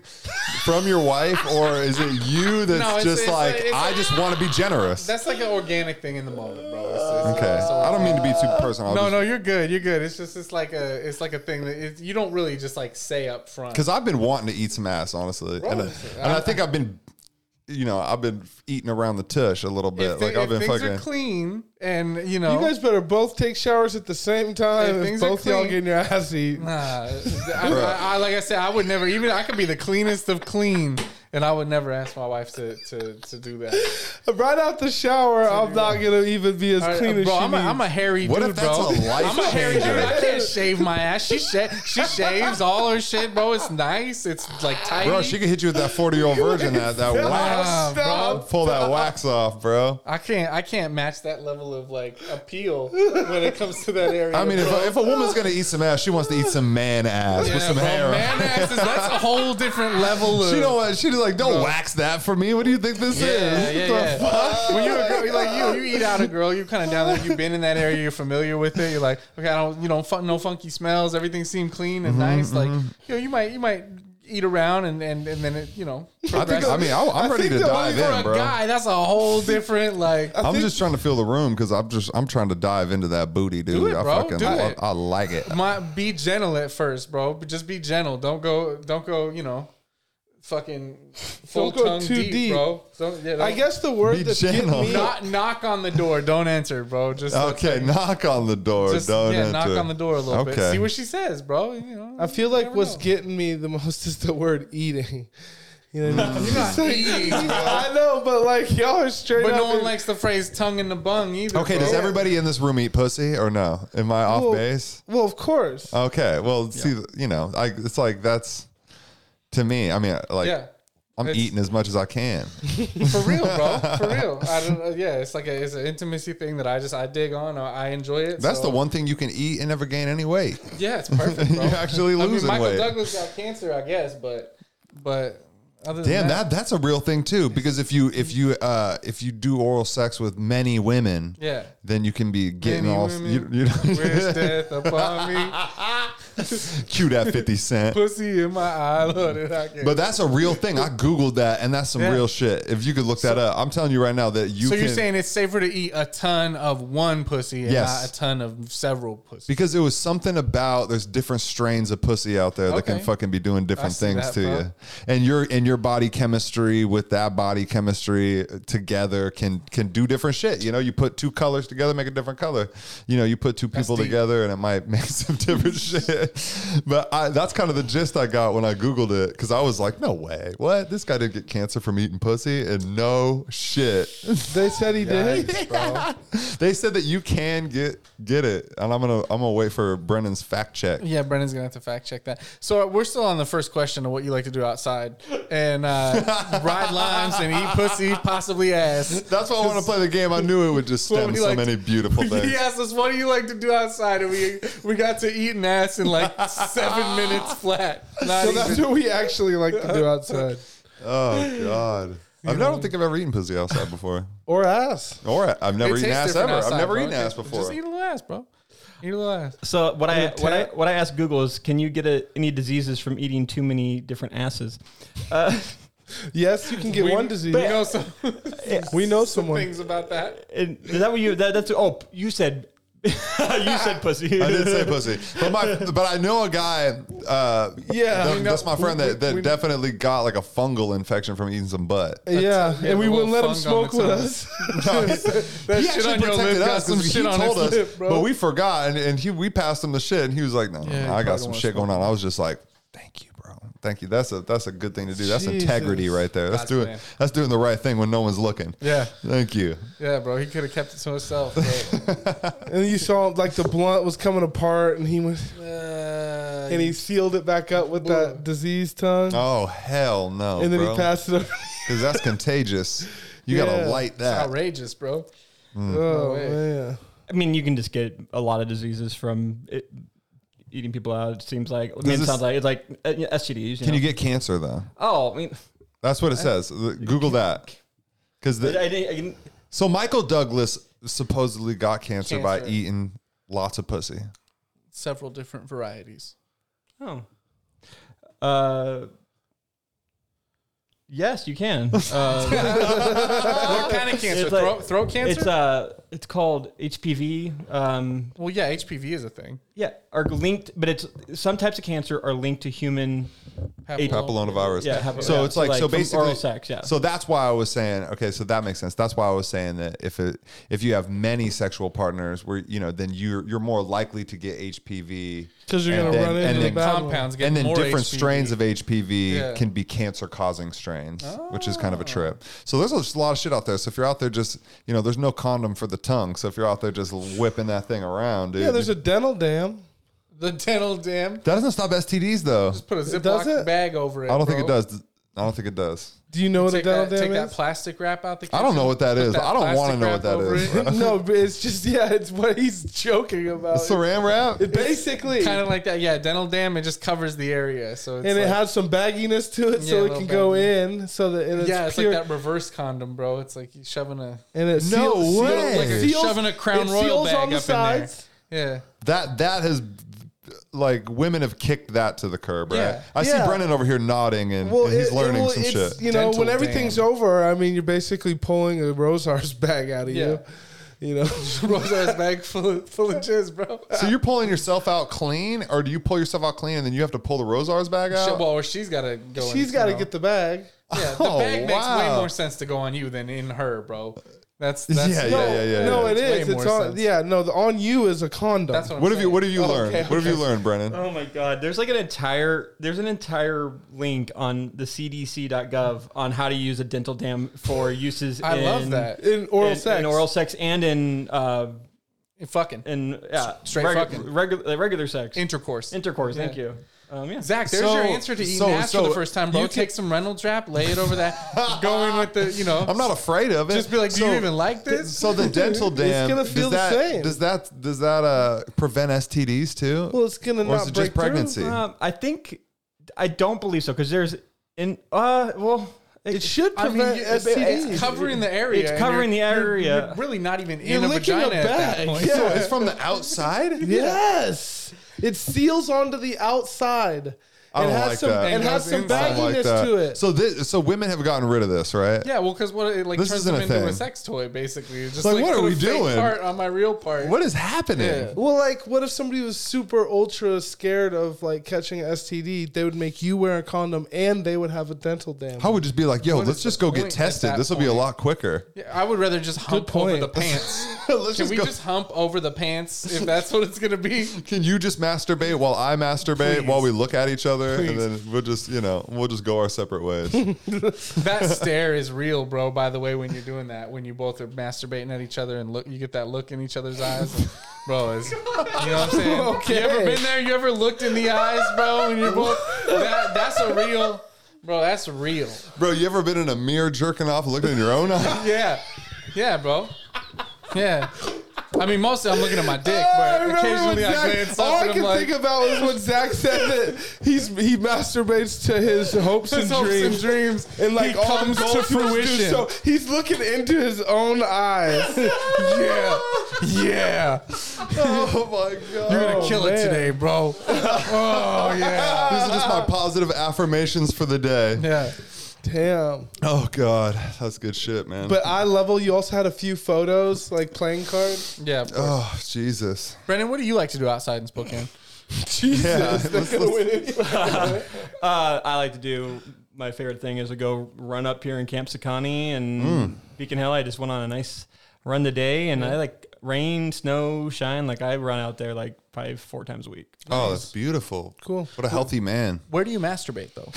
A: from your wife or is it you that's
C: No, it's-
A: just
C: it's a-
A: like,
C: it's a-
A: I just want to be generous.
C: That's like an organic thing in the moment, bro. It's, it's,
A: Okay,
C: it's
A: I don't mean to be too personal.
C: No, no, you're good. You're good. It's just it's like a it's like a thing that it, you don't really just like say up front.
A: because I've been wanting to eat some ass, honestly, and, and I think I've been, you know, I've been eating around the tush a little bit.
C: if, thi-
A: Like I've
C: if
A: been
C: things are
A: fucking.
C: clean and you know
E: You guys better both take showers at the same time.
C: Hey,
E: and
C: things are
E: both y'all
C: clean.
E: getting your ass eaten.
C: Nah, I, I, I, like I said, I would never even. I could be the cleanest of clean, and I would never ask my wife to to, to do that.
E: Right out the shower, I'm not gonna even be as
C: All right,
E: clean as
C: bro,
E: she
C: I'm a, I'm a hairy
A: What
C: dude,
A: if that's
C: bro.
A: a life
C: I'm a hairy dude.
A: changer?
C: I can't shave my ass. She sha- she shaves all her shit, bro. It's nice. It's like tight.
A: Bro, she could hit you with that forty-year-old virgin that that wax.
C: bro.
A: Pull that wax off, bro.
C: I can't. I can't match that level of like appeal when it comes to that area.
A: I mean, if a, if a woman's gonna eat some ass, she wants to eat some man ass with some
C: bro,
A: hair. on
C: man
A: it.
C: ass is that's a whole different level. Of,
A: She don't. want- She just like don't wax that for me. What do you think this
C: Yeah,
A: is?
C: yeah,
A: What the
C: yeah.
A: fuck?
C: when you're a girl, you're like you, you eat out a girl, you're kind of down there. You've been in that area, you're familiar with it. You're like, okay, I don't, you don't, fun, no funky smells. Everything seemed clean and
A: Mm-hmm,
C: nice. Like, you know, you might, you might eat around and and and then it, you know.
A: I think. I mean, I, I'm ready
E: think
A: to
E: the
A: dive
E: only-
C: For
A: in,
C: a
A: bro.
C: guy, that's a whole different like.
A: I'm just trying to feel the room because I'm just I'm trying to dive into that booty, dude.
C: it,
A: I
C: bro.
A: fucking
C: Do
A: I,
C: it.
A: I like it.
C: My, be gentle at first, bro. But just be gentle. Don't go. Don't go. You know, fucking full
E: go
C: tongue
E: too
C: deep,
E: deep.
C: bro. Don't, yeah,
E: I
C: don't-
E: guess the word
A: Be
E: that's getting
A: gentle.
E: me.
C: knock knock on the door. Don't answer, bro. Just
A: Okay, knock on the door.
C: Just
A: don't
C: yeah, knock
A: enter.
C: on the door a little
A: Okay.
C: bit. See what she says, bro. You know,
E: I feel like
C: never
E: what's
C: know.
E: getting me the most is the word eating. You know, what I mean?
C: You're not eating, bro.
E: I know, but like y'all are straight.
C: but
E: up
C: no one
E: in-
C: likes the phrase "tongue in the bung" either.
A: Okay,
C: bro.
A: does everybody in this room eat pussy or no? Am I off
E: Well,
A: base?
E: Well, of course.
C: Uh,
A: Okay, well, see, you know, I, it's like that's to me. I mean, like
C: Yeah,
A: I'm
C: it's-
A: eating as much as I can.
C: for real, bro. For real. I don't. know. Yeah, it's like a, it's an intimacy thing that I just I dig on. I I enjoy it.
A: That's
C: so-
A: the one thing you can eat and never gain any weight.
C: Yeah, it's perfect,
A: You're
C: bro.
A: actually
C: I mean,
A: losing
C: Michael
A: weight.
C: Douglas got cancer, I guess, but but other than
A: Damn,
C: that,
A: that that's a real thing too. Because if you if you uh if you do oral sex with many women,
C: Yeah.
A: then you can be getting
C: Many
A: all
C: women.
A: you, you know,
C: wish death upon me.
A: Cue that 50 Cent.
C: pussy in my eye. Lord, and I can't.
A: But that's a real thing. I Googled that and that's some
C: Yeah.
A: real shit. If you could look that up, I'm telling you right now that you
C: so
A: can.
C: you're saying it's safer to eat a ton of one pussy and
A: Yes.
C: not a ton of several pussies.
A: because it was something about there's different strains of pussy out there that can
C: Okay.
A: fucking be doing different
C: see
A: things
C: that,
A: to
C: bro.
A: you, and your and your body chemistry with that body chemistry together can can do different shit. You know, you put two colors together, make a different color. You know, you put two people
C: deep.
A: together, and it might make some different shit. But I, that's kind of the gist I got when I googled it because I was like, no way, what? This guy didn't get cancer from eating pussy, and no shit.
E: They said he did.
A: They said that you can get get it, and I'm gonna I'm gonna wait for Brennan's fact check.
C: Yeah, Brennan's gonna have to fact check that. So uh, we're still on the first question of what you like to do outside and uh, ride limes and eat pussy, possibly ass.
A: That's why I want to play the game. I knew it would just
C: What
A: stem
C: would
A: so
C: you like
A: many
C: to-
A: beautiful things.
C: He asked us, "What do you like to do outside?" And we we got to eat and ass in like seven minutes flat. Not
E: So that's
C: even-
E: what we actually like to do outside.
A: Oh God, I've, I don't think I've ever eaten pussy outside before,
E: Or ass.
A: or I- I've never
C: It
A: eaten
C: tastes
A: ass
C: different
A: ever.
C: outside,
A: I've never
C: bro.
A: eaten ass
C: Just
A: before.
C: eat a little ass, bro. Eat a little ass.
F: So what I
C: Little
F: what I
C: tat.
F: what I asked Google is, can you get a, any diseases from eating too many different asses?
E: Yes, you can get one disease.
C: You know some
E: we know someone.
C: things about that.
F: And is that what you that, that's oh you said you said pussy.
A: I didn't say pussy, but my but I know a guy. Uh,
E: Yeah,
A: that-
E: we know-
A: that's my friend
E: we-
A: that, that
E: we-
A: definitely got like a fungal infection from eating some butt.
E: Yeah,
C: Yeah,
E: and we
C: the
E: wouldn't let
C: little fung
E: him
C: on
E: smoke
C: the
E: with
C: tongue.
E: us.
A: No, he- he
C: shit
A: actually
C: on your
A: protected
C: lip got
A: us
C: some
A: and he
C: shit on
A: told
C: his
A: us,
C: lip, bro.
A: but we forgot, and, and he we passed him the shit, and he was like, "No, no, no, I got some shit going on." I was just like, "Thank you, bro. Thank you. That's a that's a good thing to do. That's
E: Jesus.
A: integrity right there. That's
C: God's
A: doing
C: plan.
A: that's doing the right thing when no one's looking."
C: Yeah.
A: Thank you.
C: Yeah, bro. He could have kept it to himself. But,
E: And you saw like the blunt was coming apart, and he was,
C: uh,
E: and he sealed it back up with that diseased tongue,
A: Oh hell no,
E: and then
A: bro.
E: he passed it. Over.
A: because that's contagious. You
E: Yeah.
A: gotta light that.
C: outrageous, bro.
A: Mm.
E: oh
C: way.
E: man,
F: I mean, you can just get a lot of diseases from it, eating people out. It seems like I mean, it
A: this-
F: sounds like it's like uh, yeah, STDs.
A: Can
F: know?
A: you get cancer though?
F: Oh, I mean,
A: That's what it says. Google that. Because
F: I, I, didn't- I didn't-
A: so Michael Douglas supposedly got cancer, by
C: Cancer.
A: eating lots of pussy.
C: Several different varieties.
F: oh. Uh, yes, you can. Uh,
C: what kind of cancer?
F: It's like-
C: throat, throat cancer?
F: it's uh, it's called HPV. Um,
C: well, yeah, HPV is a thing.
F: yeah, are linked, but it's some types of cancer are linked to human.
A: papillomavirus.
F: Yeah, papil-
A: so
F: yeah,
A: it's
F: so
A: like so
F: like from
A: basically
F: oral sex, yeah.
A: So that's why I was saying okay, so that makes sense. That's why I was saying that if it if you have many sexual partners, where you know, then you're you're more likely to get HPV
E: because you're
A: And
E: gonna
A: then-
E: run into
A: and
E: the
A: then
E: bad one.
C: Compounds get
A: and then
C: more
A: different
C: HPV.
A: strains of HPV
C: Yeah.
A: can be cancer causing strains, which is kind of a trip. So there's a lot of shit out there. So if you're out there just, you know, there's no condom for the tongue. So if you're out there just whipping that thing around, dude.
E: Yeah, there's a dental dam.
C: the dental dam.
A: that doesn't stop STDs though.
C: Put a
E: does it?
C: Ziploc bag over it.
A: I don't think it
C: bro.
A: does. I don't think it does.
E: Do you know what a
C: Take,
E: dental
C: that,
E: dam
C: take that
E: is?
C: plastic wrap out the kitchen.
A: I don't know what that is.
C: that
A: I don't want to
C: plastic
A: know what
C: wrap
A: that
C: over
A: is.
C: it.
A: bro.
E: no, but it's just yeah, it's what he's joking about.
A: Saran wrap?
E: It basically,
C: Kind of like that. Yeah, dental dam. It just covers the area. So it's
E: and
C: like,
E: it has some bagginess to it,
C: Yeah, a
E: so it
C: little
E: can go in, so that and it's
C: yeah, it's
E: pure,
C: like that reverse condom, bro. It's like you shoving a
E: and it
A: No
E: seals, seals-
A: way.
E: like
A: Like
E: seals-
C: shoving a Crown
E: it
C: Royal
E: seals
C: bag
E: on the
C: up in there.
E: sides.
C: yeah.
A: That that has like women have kicked that to the curb, right?
C: Yeah.
A: I see
E: Yeah.
A: Brennan over here nodding and,
E: Well,
A: and he's
E: it-
A: learning
E: well,
A: some
E: it's-
A: shit.
E: You know,
C: Dental
E: when everything's
C: dam.
E: over, I mean, you're basically pulling a Rosar's bag out of
C: Yeah.
E: you. You know,
C: Rosa's bag full of, full of jizz, bro.
A: So you're pulling yourself out clean, or do you pull yourself out clean and then you have to pull the Rosars bag
C: Shit,
A: out?
C: well, or she's got to go. in,
E: she's got to
C: you know.
E: get the bag.
C: Yeah, the
A: Oh,
C: bag makes way
A: wow.
C: more sense to go on you than in her, bro. That's that's
A: Yeah,
E: No,
A: yeah, yeah,
E: no,
A: yeah.
E: it
C: It's way
E: is. It's
C: more
E: on.
C: sense.
E: Yeah, no, the on you is a condom.
C: That's what. I'm
A: what have you
C: saying.
A: What have you learned?
E: okay,
A: What have you
E: okay.
A: learned, Brennan?
F: Oh my God! There's like an entire there's an entire link on the CDC.gov on how to use a dental dam for uses.
C: I
F: in,
C: love that.
E: in oral
F: in,
E: sex.
F: in oral sex, and in uh,
C: Fucking
F: in yeah,
C: Straight fucking.
F: regular regular sex,
C: intercourse.
F: intercourse. Thank you. Um, yeah.
C: Zach, there's
A: So-
C: your answer to eating
A: so-
C: ass
A: so
C: for the first time, bro.
A: you
C: Take some Reynolds wrap, lay it over that, going with the, you know,
A: I'm not afraid of it.
C: just be like, do
A: So-
C: you even like this?
A: So the dental dam.
E: gonna
A: does
E: feel the
A: that,
E: same.
A: Does that Does that uh, prevent STDs too?
E: Well, it's gonna
A: or
E: not
A: is it
E: break
A: just pregnancy?
F: Um, I think I don't believe so because there's in uh well
E: It should
C: I mean,
E: prevent
C: you- it's,
E: STDs.
C: it's covering the area.
F: It's
C: and
F: covering
C: you're-
F: the
C: you're-
F: area.
C: You're really not even
E: You're
C: in a
E: licking a
C: vagina at that
E: bag.
C: point.
A: So it's from the outside.
E: yes. It seals onto the outside.
A: I don't
E: it has
A: like
E: some,
A: that.
E: It has some
A: I don't like
E: bagginess
A: that.
E: to it.
A: So this, so women have gotten rid of this, right?
C: Yeah, well, because what it like
A: This
C: turns
A: isn't
C: them
A: a
C: into a
A: thing.
C: sex toy, basically. It's Just
A: Like,
C: like,
A: what are
C: put a
A: we
C: fake
A: doing?
C: Part on my real part.
A: What is happening?
C: Yeah.
E: Well, like, what if somebody was super ultra scared of like catching a STD? They would make you wear a condom, and they would have a dental dam.
A: I would just be like, yo,
C: What
A: let's
C: is
A: just
C: the
A: go get
C: point at
A: tested.
C: that
A: This will be a
C: point?
A: lot quicker.
C: Yeah, I would rather just hump over
E: point.
C: the pants.
A: let's
C: Can
A: just
C: we
A: go.
C: just hump over the pants if that's what it's gonna be?
A: Can you just masturbate while I masturbate while we look at each other, and then we'll just, you know, we'll just go our separate ways.
C: That stare is real, bro. By the way, when you're doing that, when you both are masturbating at each other and look, you get that look in each other's eyes, bro. Is you know what I'm saying? You ever been there? You ever looked in the eyes, bro? When you're both that, that's a real, bro. That's real.
A: Bro, you ever been in a mirror jerking off, looking in your own eye?
C: Yeah, yeah, bro. Yeah. I mean, mostly I'm looking at my
E: Ah,
C: dick,
E: Uh,
C: but occasionally I glance up
E: all I
C: and I'm
E: can
C: like,
E: think about is when Zach said that he's he masturbates to his hopes and
C: his hopes
E: dreams.
C: and dreams.
E: And like
C: He
E: all
C: comes
E: the
C: to
E: goals he wants do.
C: fruition.
E: So he's looking into his own eyes. yeah, yeah.
A: oh my god!
C: You're gonna kill it today, bro. oh yeah.
A: These are just my positive affirmations for the day.
C: Yeah.
E: Damn.
A: Oh god, that's good shit, man.
E: But eye level, you also had a few photos, like playing cards.
C: Yeah. of course.
A: oh Jesus,
C: Brendan, what do you like to do outside in Spokane?
E: Jesus,
A: Yeah,
E: they're
A: let's-
E: gonna win anyway.
F: Uh, I like to do my favorite thing is to go run up here in Camp Sakani and
A: Hmm.
F: Beacon Hill. I just went on a nice run today, and I like rain, snow, shine. Like I run out there like probably four times a week.
A: oh that's beautiful.
E: Cool.
A: What a healthy man.
C: Where do you masturbate though?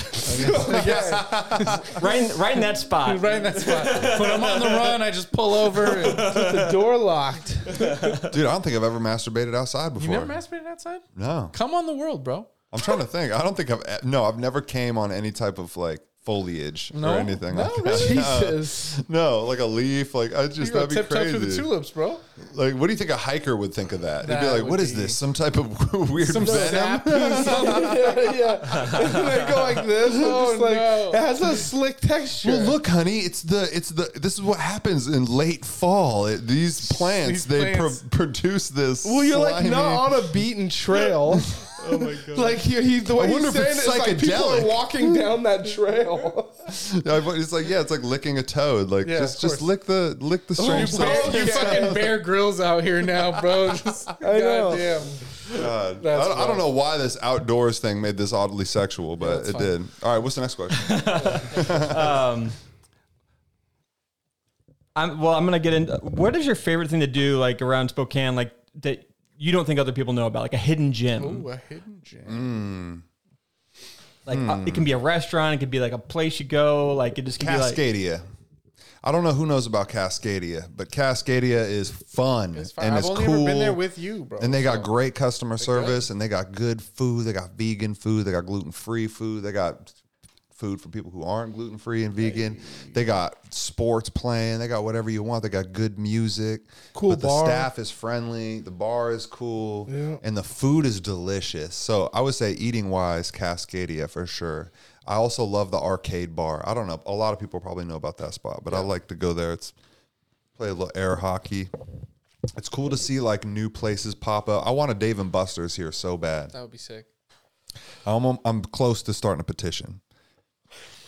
F: Right, in, right in that spot.
C: right in that spot. When I'm on the run, I just pull over. And
E: the door locked.
A: Dude, I don't think I've ever masturbated outside
C: you
A: before.
C: never masturbated outside?
A: no,
C: Come on the world, bro.
A: I'm trying to think. I don't think I've e, no, I've never came on any type of like foliage
C: No?
A: or anything
C: No,
A: like that.
C: really?
E: Jesus.
A: No, like a leaf. Like I just
C: You go
A: that'd be
C: tip toe
A: crazy.
C: through the tulips, bro.
A: Like, what do you think a hiker would think of that? They'd be
C: That
A: like,
C: would
A: "What is
C: be-
A: this? Some type of weird venom?"
C: Sap. Some-
E: yeah, yeah. And they go like this. and
C: Oh,
E: just like,
C: no.
E: It has a slick texture.
A: Well, look, honey, it's the it's the this is what happens in late fall. It- these plants
C: These
A: they
C: plants.
A: Pro- produce this.
E: Well, you're like
A: slimy-
E: not on a beaten trail.
F: Oh my god.
E: like he, he, the way
A: I wonder
E: he's
A: if
E: saying
A: it's
E: it, it's like people
A: psychedelic.
E: are walking down that trail.
A: It's like yeah, it's like licking a toad. Like
C: Yeah,
A: just
C: of
A: just
C: course. Oh,
A: lick the lick the strange
C: Bear-
A: stuff.
C: you fucking bear grills out here now, bro. Just,
E: know.
C: Goddamn.
A: God. I,
C: That's
A: don't, I
C: rough.
A: don't know why this outdoors thing made this oddly sexual, but
C: that's
A: it
C: fine.
A: did. All right, what's the next question?
F: Um, I'm well. I'm gonna get into what is your favorite thing to do like around Spokane, like that you don't think other people know about, like a hidden gym.
C: Ooh, a hidden gem.
F: Like uh,
A: Hmm.
F: it can be a restaurant, it could be like a place you go, like it just can be like.
A: Cascadia. I don't know who knows about Cascadia, but Cascadia is fun
C: fine.
A: and
C: I've
A: it's
C: only
A: cool.
C: ever been there with you, bro.
A: And they got great customer service, and they got good food. They got vegan food. They got gluten free food. They got food for people who aren't gluten free and vegan. They got sports playing. They got whatever you want. They got good music.
E: Cool
A: But
E: bar.
A: the staff is friendly. The bar is cool, and the food is delicious. So I would say eating wise, Cascadia for sure. I also love the arcade bar. I don't know. A lot of people probably know about that spot, but I like to go there. It's play a little air hockey. It's cool to see like new places pop up. I want a Dave and Buster's here so bad.
C: That would be sick.
A: I'm I'm close to starting a petition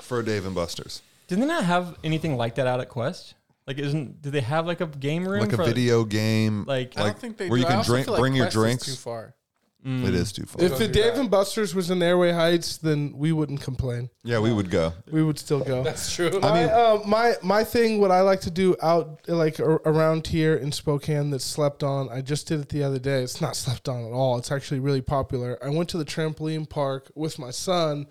A: for a Dave and Buster's,
F: Did they not have anything like that out at Quest? Like, isn't do they have like a game room?
A: like a
F: for-
A: video game.
F: Like- I
C: I
A: like
C: don't think they
A: where
C: do.
A: you
C: I
A: can
C: also
A: drink,
C: feel like
A: bring your
C: Quest is
A: drinks.
C: Too far.
A: It is too far.
E: If the Dave and Buster's was in Airway Heights, then we wouldn't complain.
A: yeah, we would go.
E: We would still go.
C: That's true.
E: my, uh, my my thing, what I like to do out like ar- around here in Spokane that's slept on. I just did it the other day. It's not slept on at all. It's actually really popular. I went to the trampoline park with my son,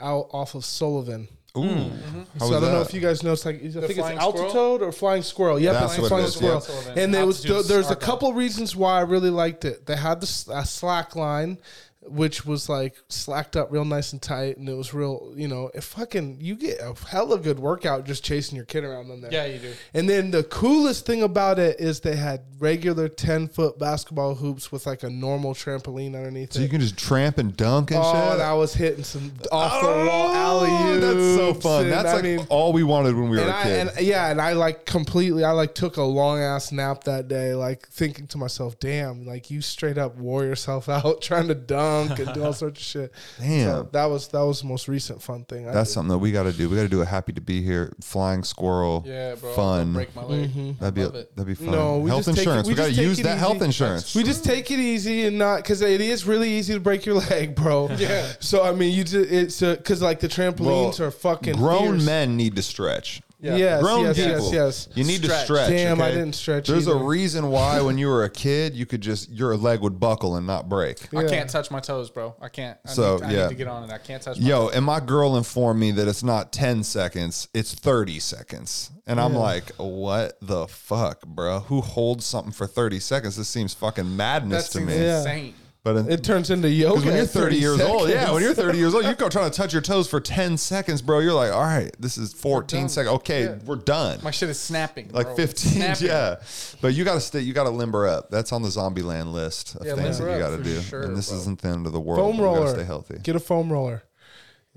E: out off of Sullivan.
A: Ooh, How
E: so I
A: was
E: don't know
A: that?
E: if you guys know. It's like I think it's
C: flying squirrel?
E: altitude or flying squirrel. Yep,
A: That's
E: it's
A: what
E: flying
A: it is, yeah.
E: squirrel.
C: Sullivan.
E: And there was
C: Altitude
E: there's a
C: snorkel.
E: couple reasons why I really liked it. They had this uh, slack line, which was like slacked up real nice and tight, and it was real. You know, it fucking you get a hella good workout just chasing your kid around on there.
C: Yeah, you do.
E: And then the coolest thing about it is they had regular ten foot basketball hoops with like a normal trampoline underneath
A: so
E: it.
A: you can just tramp and dunk and
E: Oh,
A: shit.
E: and I was hitting some off the wall alley oops.
A: Oh, that's so fun.
E: and
A: That's
E: I
A: like
E: mean-
A: all we wanted when we were
E: and
A: a
E: I,
A: kid.
E: and yeah, and I like completely. I like took a long ass nap that day, like thinking to myself, "Damn, like you straight up wore yourself out trying to dunk and do all sorts of shit."
A: Damn.
E: that was that was the most recent fun thing. I
A: That's
E: did.
A: something that we got to do. We got to do a happy to be here flying squirrel.
C: Yeah, bro.
A: Fun.
C: Break my leg.
E: Mm-hmm.
A: That'd be
C: Love it.
A: that'd be fun.
E: No, we
A: health
E: just take it-
A: insurance.
E: we
A: we got to
E: just take
A: use
E: it
A: that health
E: easy.
A: insurance.
E: We just take it easy and not because it is really easy to break your leg, bro. Yeah. So I mean, you just it's because like the trampolines
A: Well,
E: are fucking
A: Grown
E: fierce.
A: men need to stretch.
E: Yes,
A: Grown
E: yes,
A: people.
E: yes, yes.
A: You need to
C: Stretch.
A: stretch.
E: Damn, I
A: okay?
E: didn't stretch
A: There's a
E: either.
A: reason why when you were a kid, you could just your leg would buckle and not break.
C: I
E: Yeah.
C: can't touch my toes, bro. I can't. I
A: So,
C: need, I
A: yeah.
C: need to get on it. I can't touch. My
A: Yo, and my girl informed me that it's not 10 seconds, it's 30 seconds. And I'm like, what the fuck, bro? Who holds something for 30 seconds? This seems fucking madness to
C: That seems
A: me.
E: Yeah.
C: insane.
A: But in-
E: It turns into yoga.
A: Because when you're
E: at
A: 30, years old, yeah,
E: seconds.
A: when you're 30 years old, you go trying to touch your toes for 10 seconds, bro. You're like, all right, this is 14 seconds. Okay, we're done.
C: My shit is snapping.
A: like
C: bro.
A: 15,
C: Snapping.
A: yeah. But you got to stay, you got to limber up. That's on the zombie land list of
C: Yeah,
A: things that
C: limber
A: you
C: up
A: got to
C: for
A: do.
C: sure,
A: and this
C: bro.
A: isn't the end of the world.
E: foam
A: but we gotta
E: roller.
A: stay healthy.
E: Get a foam roller.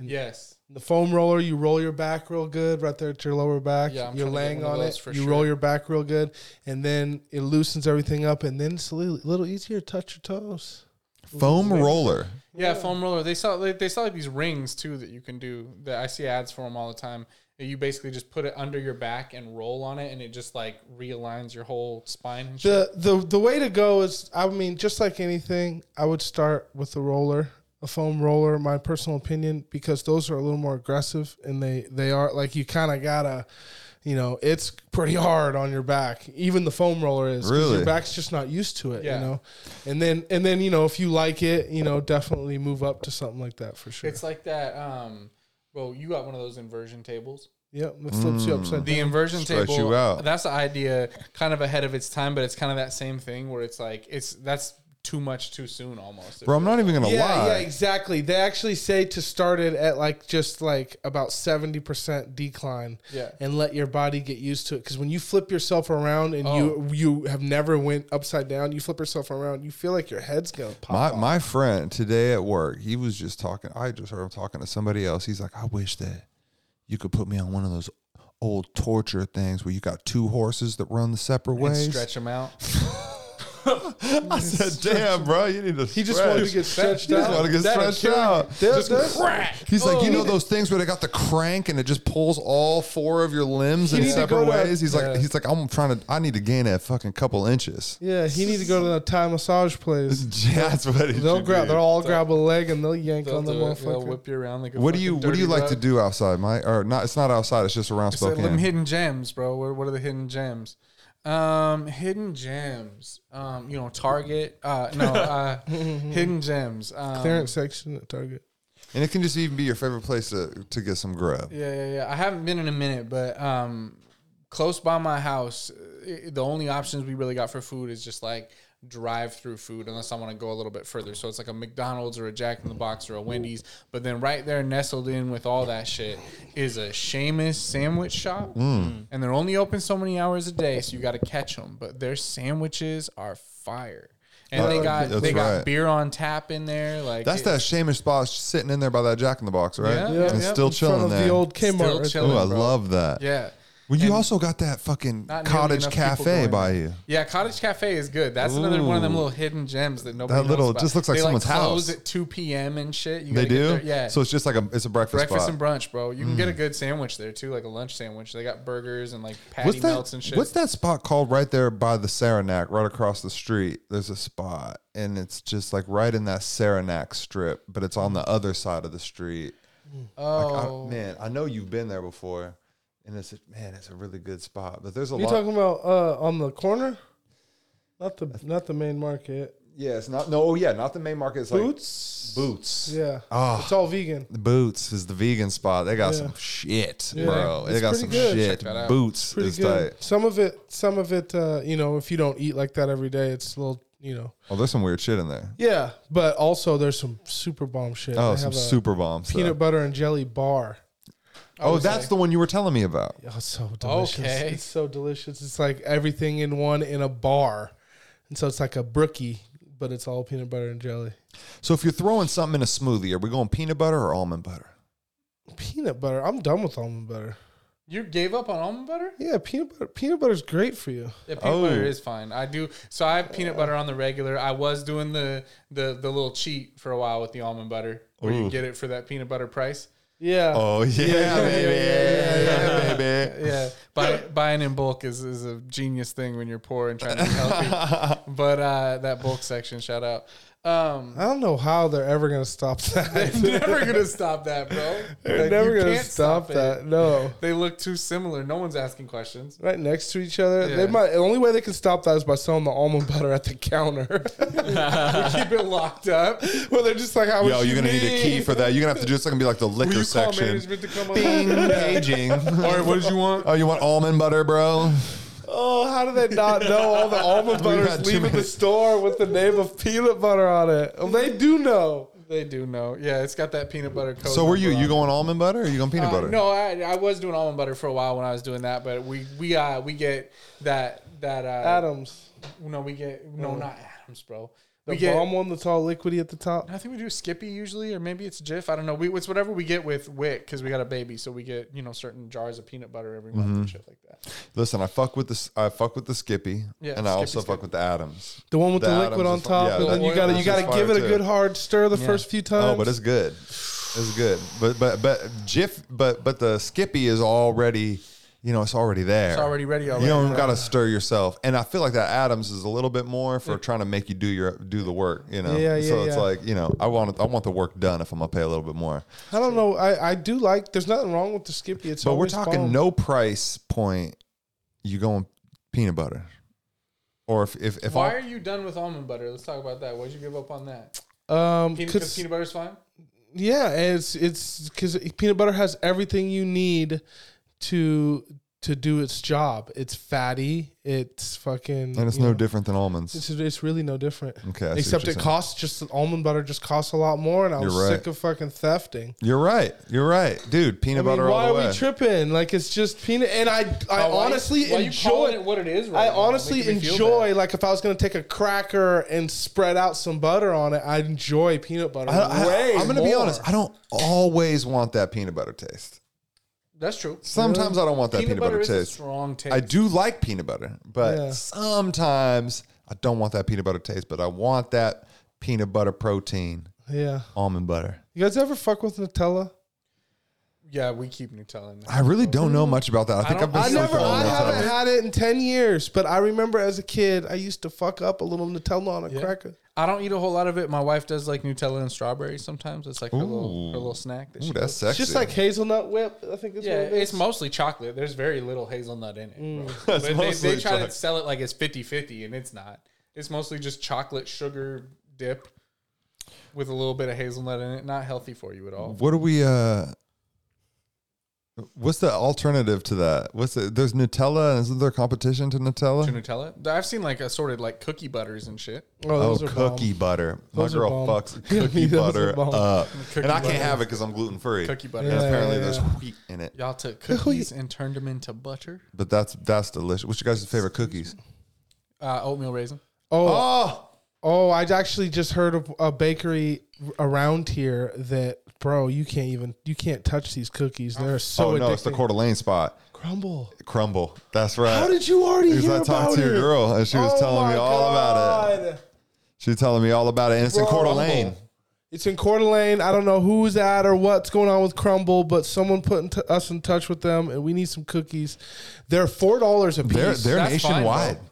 C: Yes.
E: The foam roller, you roll your back real good right there at your lower back.
C: Yeah, I'm trying to
E: you're
C: get
E: laying
C: one of
E: on
C: those
E: it.
C: for
E: You
C: sure.
E: roll your back real good, and then it loosens everything up, and then it's a little, little easier to touch your toes.
A: Foam roller.
C: Yeah, foam roller. They sell like, they sell like these rings too that you can do. That I see ads for them all the time. that You basically just put it under your back and roll on it, and it just like realigns your whole spine. And shit.
E: The the the way to go is, I mean, just like anything, I would start with a roller, a foam roller. My personal opinion, because those are a little more aggressive, and they they are like you kind of gotta. You know, it's pretty hard on your back. Even the foam roller is 'cause
A: Really?
E: your back's just not used to it.
C: Yeah.
E: You know, and then and then you know if you like it, you know, definitely move up to something like that for sure.
C: It's like that. Um, well, you got one of those inversion tables.
E: yep, it flips you upside
C: The
E: down.
C: inversion
A: Stretch
C: table.
A: you out.
C: That's the idea, kind of ahead of its time, but it's kind of that same thing where it's like it's that's too much too soon almost.
A: Bro, I'm not even going to
E: yeah,
A: lie.
E: yeah, exactly. They actually say to start it at like just like about seventy percent decline,
C: Yeah.
E: and let your body get used to it. Because when you flip yourself around and
C: Oh.
E: you you have never went upside down, you flip yourself around, you feel like your head's gonna pop.
A: My
E: off.
A: my friend today at work, he was just talking. I just heard him talking to somebody else. He's like, I wish that you could put me on one of those old torture things where you got two horses that run the separate
C: And
A: ways.
C: stretch them out.
A: I said, damn, bro, you need to.
E: he just wanted to get stretched
A: He
E: out.
A: just wanted to get
E: That'll
A: stretched
E: kill you.
A: out.
E: That-
A: Just
E: that's-
A: crack. He's like, you
E: Oh.
A: know those things where they got the crank and it just pulls all four of your limbs
E: You
A: in
E: need to
A: separate
E: go to-
A: ways. He's like,
E: Yeah.
A: he's like, I'm trying to. I need to gain a fucking couple inches.
E: Yeah, he need to go to the Thai massage place.
A: Yeah, that's what he
E: They'll
A: should
E: grab.
A: do.
E: They'll all grab a leg and they'll yank
C: They'll,
E: on the
C: do it. They'll
E: motherfucker.
C: whip you around like a
A: What do you
C: fucking
A: What do you
C: dirty
A: like
C: rug.
A: to do outside, Mike? Or not? It's not outside. It's just around
C: So
A: Spokane.
C: them hidden gems, bro. What, what are the hidden gems? Um, hidden gems. Um, you know, Target. Uh, no, uh, hidden gems. Um,
E: Clearance section at Target.
A: And it can just even be your favorite place to, to get some grub.
C: Yeah, yeah, yeah. I haven't been in a minute, but um, close by my house, i the only options we really got for food is just like drive-through food, unless I want to go a little bit further. So it's like a McDonald's or a Jack in the Box or a Wendy's. But then right there, nestled in with all that shit, is a Seamus sandwich shop,
A: Mm.
C: and they're only open so many hours a day, so you got to catch them. But their sandwiches are fire. And they
A: Uh,
C: got
A: that's
C: they got
A: right.
C: beer on tap in there. Like
A: That's
C: it-
A: that Seamus spot sitting in there by that Jack in the Box, right?
C: Yeah,
A: Yeah,
C: yeah,
A: and
C: yeah.
A: still
E: In front
A: chilling
E: of
A: there.
E: the old Kmart.
C: Still
E: right there.
C: chilling.
A: Oh, I
C: bro.
A: love that.
C: Yeah.
A: Well, you also got that fucking
C: Not nearly
A: cottage
C: enough people
A: cafe
C: going
A: by
C: there.
A: you.
C: Yeah, Cottage Cafe is good. That's another one of them little hidden gems that nobody.
A: That
C: knows
A: little-
C: about.
A: just looks like
C: They,
A: someone's
C: close
A: house.
C: at two p.m. and shit. You
A: They
C: gotta get
A: do.
C: there- Yeah.
A: So it's just like a it's a breakfast,
C: breakfast
A: spot. Hmm.
C: and brunch, bro. You can get a good sandwich there too, like a lunch sandwich. They got burgers and like patty
A: What's
C: melts and
A: that?
C: shit.
A: What's that spot called right there by the Saranac, right across the street? There's a spot, and it's just like right in that Saranac strip, but it's on the other side of the street. Like, I-
C: Oh,
A: man, I know you've been there before, and it's a, man, it's a really good spot. But there's a
E: You
A: lot.
E: talking about uh, on the corner? Not the not the main market.
A: yeah, it's not. No, oh, yeah, not the main market. It's
E: Boots.
A: like boots.
E: Yeah.
A: Ah.
E: It's all vegan.
A: Boots is the vegan spot. They got
E: Yeah.
A: some shit,
E: Yeah.
A: bro. They
E: It's
A: got
E: pretty
A: some
E: good.
A: shit.
C: that out.
A: Boots
E: Pretty
A: is
E: good.
A: tight.
E: Some of it, some of it, uh, you know, if you don't eat like that every day, it's a little, you know.
A: Oh, there's some weird shit in there.
E: Yeah, but also there's some super bomb shit.
A: Oh,
E: They
A: some
E: have a
A: super uh, bomb stuff.
E: peanut butter and jelly bar.
A: Oh, that's the one you were telling me about.
E: Oh, it's so delicious.
C: Okay.
E: It's so delicious. It's like everything in one in a bar, and so it's like a brookie, but it's all peanut butter and jelly.
A: So if you're throwing something in a smoothie, are we going peanut butter or almond butter?
E: Peanut butter. I'm done with almond butter.
C: You gave up on almond butter?
E: Yeah, peanut butter. Peanut butter's great for you.
C: Yeah,
A: Oh.
C: peanut butter is fine. I do. So I have peanut butter on the regular. I was doing the the the little cheat for a while with the almond butter, where you
A: Ooh.
C: get it for that peanut butter price.
E: Yeah.
A: Oh yeah, baby, yeah, baby.
C: Yeah, buy, buying in bulk is, is a genius thing when you're poor and trying to be healthy. but uh, that bulk section, shout out. Um,
E: I don't know how they're ever gonna stop that.
C: never gonna stop that, bro.
E: they're
C: Like,
E: never
C: you
E: gonna
C: can't
E: stop,
C: it.
E: that. No.
C: They look too similar. No one's asking questions.
E: Right next to each other. They
C: Yeah.
E: might. The only way they can stop that is by selling the almond butter at the counter.
C: Keep it locked up.
E: Where they're just like, "How much
A: Yo,
E: you
A: you're gonna need a key for that. You're gonna have to do it's gonna be like the liquor
C: Will you call
A: section.
C: management to come
A: Bing,
C: on?
A: paging.
C: All right, what did you want?
A: Oh, you want almond butter, bro?
E: Oh, how do they not know all the almond butters
A: had too
E: leaving
A: many.
E: the store with the name of peanut butter on it? Well, they do know.
C: They do know. Yeah, it's got that peanut butter coat.
A: So were you
C: number on
A: you
C: it.
A: going almond butter or you going peanut
C: Uh,
A: butter?
C: No, I, I was doing almond butter for a while when I was doing that, but we we uh we get that that uh
E: Adams,
C: No, we get no, not Adams, bro.
E: the
C: we get.
E: bomb one that's all liquidy at the top.
C: I think we do Skippy usually, or maybe it's Jif. I don't know. We it's whatever we get with Wick because we got a baby, so we get you know certain jars of peanut butter every month and shit like that.
A: Listen, I fuck with this. I fuck with the Skippy,
C: Yeah,
A: and I
C: Skippy,
A: also
C: Skippy.
A: fuck with the Adams.
E: The one with
A: The
E: the
A: Adams
E: liquid
A: is
E: on
A: fun-
E: top,
A: yeah,
E: and
A: the
E: then you
C: oil
E: gotta
C: is
E: you gotta
A: fire
E: give it a
A: too.
E: good hard stir the first few times.
A: Oh, but it's good. It's good. But but but Jif. But but the Skippy is already. You know, it's already there. It's
C: already ready already,
A: You don't
C: right.
A: got to stir yourself. And I feel like that Adams is a little bit more for trying to make you do your do the work. You know.
E: Yeah, yeah,
A: So it's
E: yeah.
A: like you know, I want it- I want the work done if I'm gonna pay a little bit more.
E: I don't know. I, I do like. There's nothing wrong with the Skippy. It's
A: but we're
E: always
A: talking
E: bomb.
A: no price point. You going peanut butter, or if if if
C: Why
A: I
C: are you done with almond butter? Let's talk about that. Why'd you give up on that?
E: Um,
C: Peanut,
E: 'cause-
C: cause peanut butter's fine.
E: yeah, and it's it's because peanut butter has everything you need to to do its job. It's fatty. It's
A: and
E: fucking.
A: it's
E: you
A: no
E: know,
A: different than almonds.
E: It's, it's really no different.
A: Okay, I see what
E: Except
A: you're
E: it
A: saying.
E: costs just almond butter just costs a lot more, and I was
A: You're right.
E: sick of fucking thefting.
A: You're right. You're right, dude.
E: I
A: Peanut
E: mean,
A: butter
E: why
A: all the
E: are
A: way.
E: we tripping? Like it's just peanut. And I, I
C: Oh, Why- why
E: honestly
C: you, why You
E: enjoy.
C: calling it what it is. Right
E: I
C: now?
E: honestly
C: Making me feel
E: enjoy.
C: bad.
E: Like if I was gonna take a cracker and spread out some butter on it, I enjoy peanut butter.
A: I, I,
E: way
A: am gonna be
E: more.
A: honest. I don't always want that peanut butter taste.
C: That's true.
A: Sometimes I don't want that
C: Peanut,
A: peanut,
C: butter,
A: butter,
C: is a
A: taste.
C: strong taste.
A: I do like peanut butter, but
E: Yeah.
A: sometimes I don't want that peanut butter taste. But I want that peanut butter protein,
E: Yeah.
A: almond butter.
E: You guys ever fuck with Nutella?
C: Yeah, we keep Nutella. In there.
A: I really don't know much about that. I think I
C: don't-
A: have been
E: I
A: sleeping
E: never. I
A: on that.
E: haven't had it in ten years, but I remember as a kid, I used to fuck up a little Nutella on a cracker.
C: I don't eat a whole lot of it. My wife does like Nutella and strawberry sometimes. It's like her little, her little snack. That she
A: Ooh, that's
C: does.
A: sexy.
E: Just like hazelnut whip, I think is
C: Yeah,
E: what it is. Mm.
C: it's mostly chocolate. There's very little hazelnut in it. Bro. But they,
A: mostly
C: they try
A: chocolate.
C: to sell it like it's 50 50, and it's not. It's mostly just chocolate sugar dip with a little bit of hazelnut in it. Not healthy for you at all.
A: What are we? uh What's the alternative to that? What's the, there's Nutella? Isn't there competition to Nutella?
C: To Nutella? I've seen like assorted like cookie butters and shit.
A: Oh,
E: oh, those are bomb.
A: cookie butter.
E: Those
A: My
E: are
A: girl
E: bomb.
A: fucks cookie
E: Those
A: butter
E: are bomb.
A: up,
C: Cookie
A: and I can't
C: butter.
A: have it because I'm gluten free.
C: Cookie butter.
A: And
E: Yeah,
A: apparently
E: yeah,
A: there's
E: yeah.
A: wheat in it,
C: Y'all took
E: Oh,
C: cookies and turned them into butter.
A: but that's that's delicious. What's your guys' favorite cookies?
C: Uh, oatmeal raisin.
E: Oh,
A: Oh,
E: Oh, I actually just heard of a bakery around here that, bro, you can't even you can't touch these cookies. They're so
A: oh no,
E: addicting.
A: it's the Coeur d'Alene spot.
E: crumble.
A: Crumble. That's right.
E: How did you already
A: Because
E: hear
A: I
E: about
A: talked to your
E: it?
A: girl and she was
E: Oh
A: telling me
E: my
A: all about it.
E: God.
A: She was telling me all about it, and it's in
E: Bro,
A: Coeur
E: Crumble.
A: d'Alene.
E: It's in Coeur d'Alene. I don't know who's at or what's going on with Crumble, but someone put in t- us in touch with them, and we need some cookies. They're four dollars a piece.
A: They're they're
C: That's fine,
A: nationwide.
C: bro.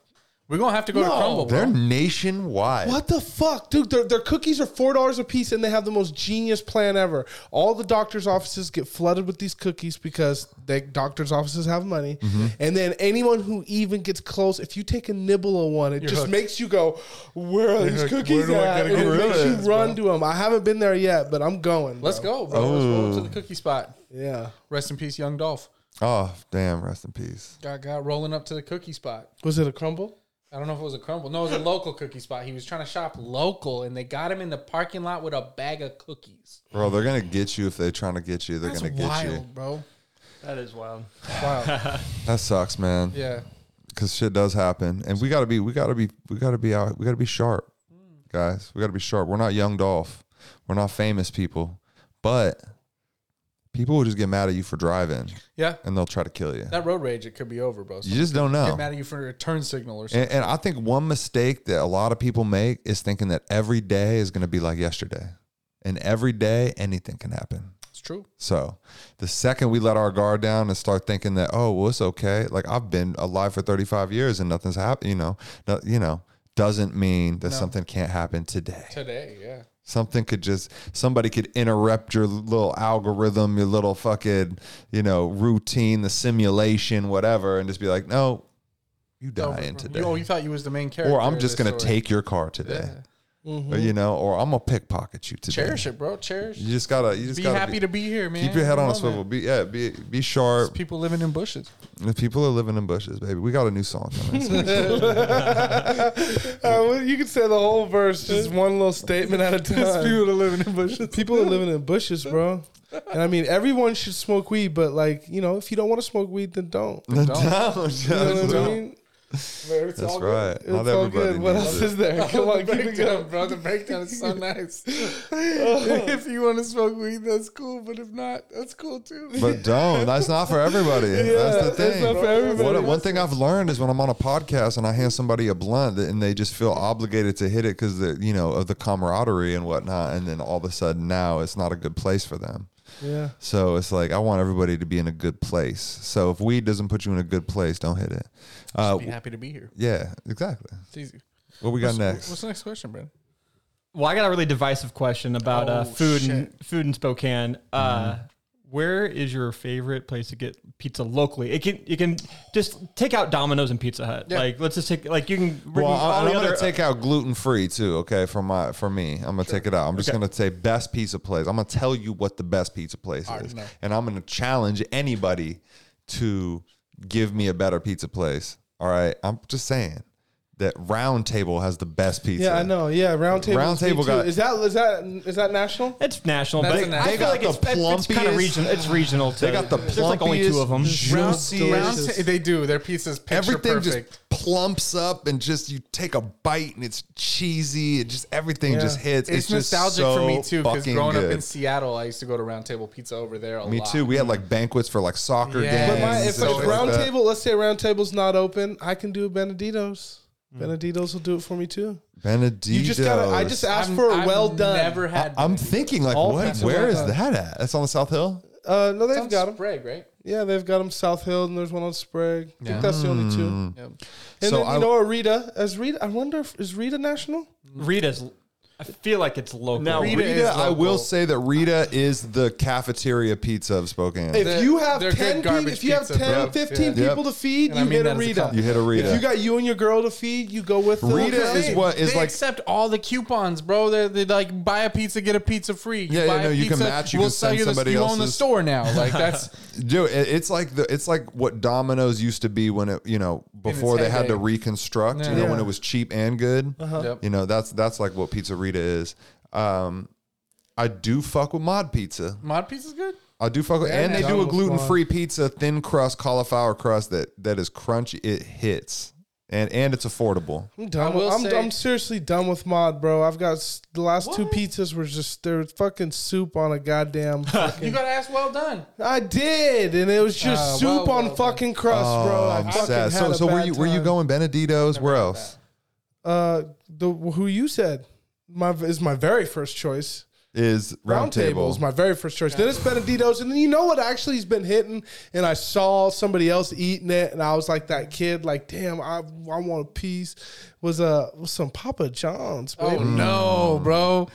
C: We're going to have to go to Crumble, bro.
A: They're nationwide.
E: What the fuck, dude? Their, their cookies are four dollars a piece, and they have the most genius plan ever. All the doctors' offices get flooded with these cookies because they doctors' offices have money,
A: Mm-hmm.
E: and then anyone who even gets close, if you take a nibble of one, it just
C: hooked.
E: makes you go, "Where are these
C: hooked. Where
E: cookies
C: do I
E: at?"
C: gotta
E: And
A: get
E: it
A: rid
E: makes
A: of
E: you
A: this,
E: run to them. I haven't been there yet, but I'm going.
C: Let's
E: bro.
C: go, bro. Let's roll up to the cookie spot.
E: Yeah.
C: Rest in peace, Young Dolph.
A: Oh damn! Rest in peace.
C: Got got rolling up to the cookie spot.
E: Was it a crumble?
C: I don't know if it was a crumble. No, it was a local cookie spot. He was trying to shop local, and they got him in the parking lot with a bag of cookies.
A: Bro, they're gonna get you if they're trying to get you. They're
C: That's
A: gonna get
C: wild,
A: you.
C: bro.
F: That is wild.
C: Wow.
A: That sucks, man.
C: yeah.
A: Because shit does happen, and we gotta be, we gotta be, we gotta be out. We gotta be sharp, guys. We gotta be sharp. We're not young Dolph. We're not famous people, but People will just get mad at you for driving
C: Yeah.
A: and they'll try to kill you.
C: That road rage, it could be over, bro.
A: You just don't
C: get
A: know.
C: mad at you for a turn signal or something.
A: And, and I think one mistake that a lot of people make is thinking that every day is going to be like yesterday, and every day anything can happen.
C: It's true.
A: So, the second we let our guard down and start thinking that, oh, well, it's okay. Like I've been alive for 35 years and nothing's happened. You know, no, you know, doesn't mean that something can't happen today.
C: Today, yeah.
A: Something could just somebody could interrupt your little algorithm, your little fucking, you know, routine, the simulation, whatever, and just be like, no, you dying today.
C: You, oh, you thought you was the main character.
A: or I'm
C: of
A: just
C: this
A: gonna
C: story. Mm-hmm.
A: take your car today. Or, you know, or I'm gonna pickpocket you today.
C: Cherish it, bro. Cherish.
A: You just gotta you just
C: Be
A: gotta
C: happy to be here, man.
A: keep your head
C: You
A: on a
C: know, man.
A: swivel. Be yeah, be be sharp.
C: People living in bushes.
A: If people are living in bushes, baby. We got a new song coming.
E: Uh, well, you could say the whole verse, just one little statement at a time. people are living in bushes. People are living in bushes, bro. And I mean, everyone should smoke weed, but like, you know, if you don't want to smoke weed, then don't. You
A: Don't, don't,
E: know
A: don't.
E: what I mean?
A: That's right.
E: It's all good. What
A: needs
E: else
A: it.
E: is there? Come on, keep it going.
C: bro. The breakdown is so nice. if you want to smoke weed, that's cool. But if not, that's cool too.
A: But don't. That's not for everybody. that's the
E: that's
A: thing.
E: not for everybody.
A: What- one thing I've learned is when I'm on a podcast and I hand somebody a blunt and they just feel obligated to hit it because the you know of the camaraderie and whatnot, and then all of a sudden now it's not a good place for them.
E: Yeah.
A: So it's like I want everybody to be in a good place. So if weed doesn't put you in a good place, don't hit it. Uh,
C: Be happy to be here.
A: yeah, exactly.
C: It's easy.
A: What we got
C: What's
A: next?
C: the next question, Brandon?
F: Well, I got a really divisive question about uh,
C: Oh,
F: food and
C: shit.
F: food in Spokane.
A: Mm-hmm.
F: Uh, Where is your favorite place to get pizza locally? It can you can just take out Domino's and Pizza Hut.
C: Yeah.
F: Like let's just take like you can.
A: Well, I,
F: all
A: I'm
F: the
A: gonna
F: other-
A: take out gluten free too. Okay, for my for me, I'm gonna take it out. I'm just
F: Okay.
A: gonna say best pizza place. I'm gonna tell you what the best pizza place is, and I'm gonna challenge anybody to give me a better pizza place. All right, I'm just saying that Round Table has the best pizza.
E: Yeah, I know. Yeah, round table.
A: Round
E: is me
A: Table
E: too.
A: got-
E: is that is that is that national?
F: It's national,
C: That's
F: but
C: a
F: I
C: national.
A: They
F: feel
A: got
F: like
A: the
F: it's, it's, kind
A: plumpiest-
F: of regional. It's regional.
A: They
F: too.
A: got the
F: There's like only two of them.
A: plumpiest,
C: Round,
A: Juiciest.
C: round ta- they do. Their pizza's picture
A: everything
C: perfect.
A: just plumps up and just you take a bite and it's cheesy and just everything just hits.
C: it's,
A: just
C: nostalgic for
A: so
C: me too because
A: fucking
C: growing up
A: good.
C: in Seattle, I used to go to Round Table Pizza over there a
A: Me
C: lot.
A: too. We had like banquets for like soccer
C: Yeah.
A: games.
E: But my, if,
A: and
E: if
A: shit
E: round
A: like that.
E: table, let's say round table's not open, I can do Benedito's. Benedito's will do it for me too.
A: Benedito's.
E: You just gotta. I just asked
C: I'm-
E: for a
C: I've
E: well done.
C: Never had.
A: I'm thinking like,
E: All
A: what?
E: pizza
A: Where
E: well
A: is
E: done.
A: that at? That's on the South Hill.
E: Uh, no, they've
C: It's on
E: got them.
C: Sprague, right?
E: Yeah, they've got them South Hill, and there's one on Sprague. I
C: Yeah.
E: think that's the only two. And
C: Yep.
A: Hmm. So
E: then you
A: I-
E: know Arita. As Rita, I wonder if is Rita national?
F: Rita's. I feel like it's local.
C: Now, Rita
A: Rita,
C: is
A: I will
C: local.
A: say that Rita is the cafeteria pizza of Spokane.
E: If
C: They're-
E: you have
C: they're
E: ten,
C: good
E: pe-
C: garbage
E: if you have
C: pizza,
E: 10,
A: bro.
E: 15
A: Yeah.
E: people to feed,
C: And I
E: you
C: mean
E: hit
C: that
E: a
C: as a
E: Rita.
C: compliment.
A: you hit a Rita.
E: If you got you and your girl to feed, you go with them.
A: Rita is
E: Hey,
A: what is
C: they
A: like.
C: accept all the coupons, bro. They're, they like buy a pizza, get a pizza free.
A: Yeah, yeah,
C: buy a
A: no, you can
C: pizza,
A: match, you
C: we'll
A: can
C: sell
A: send
C: you the-
A: somebody
C: you own the
A: else's-
C: store now. Like that's
A: Dude, it, it's like the it's like what Domino's used to be when it you know before they had to
C: heyday.
A: reconstruct. You know when
E: Yeah. Uh-huh.
A: it was cheap and good.
C: Yep.
A: You know that's that's like what Pizzerita is. Um, I do fuck with Mod Pizza.
C: mod pizza's good.
A: I do fuck with, and they
E: man.
A: do a
E: Domino's
A: gluten free pizza, thin crust cauliflower crust that that is crunchy. It hits, and and it's affordable.
E: I'm done.
C: I will
E: With, I'm,
C: say-
E: I'm seriously done with mod, bro. I've got s- the last two pizzas were just they're fucking soup on a goddamn.
C: You gotta ask. Well done.
E: I did, and it was just
C: Uh,
E: soup
C: well,
E: on
C: well,
E: fucking crust, bro.
A: Oh,
E: I
A: I'm
E: fucking
A: sad.
E: Had
A: So
E: a
A: so where
E: bad
A: you where you
E: time.
A: going? Benedito's. Where else?
E: Uh, the who you said my is my very first choice.
A: Is
E: Round
A: Round
E: table
A: Table.
E: is my very first choice. Then it's Benedito's, and then you know what actually has been hitting. And I saw somebody else eating it, and I was like that kid, like damn, I I want a piece. Was uh was some Papa John's,
C: Oh
E: baby.
C: no, bro.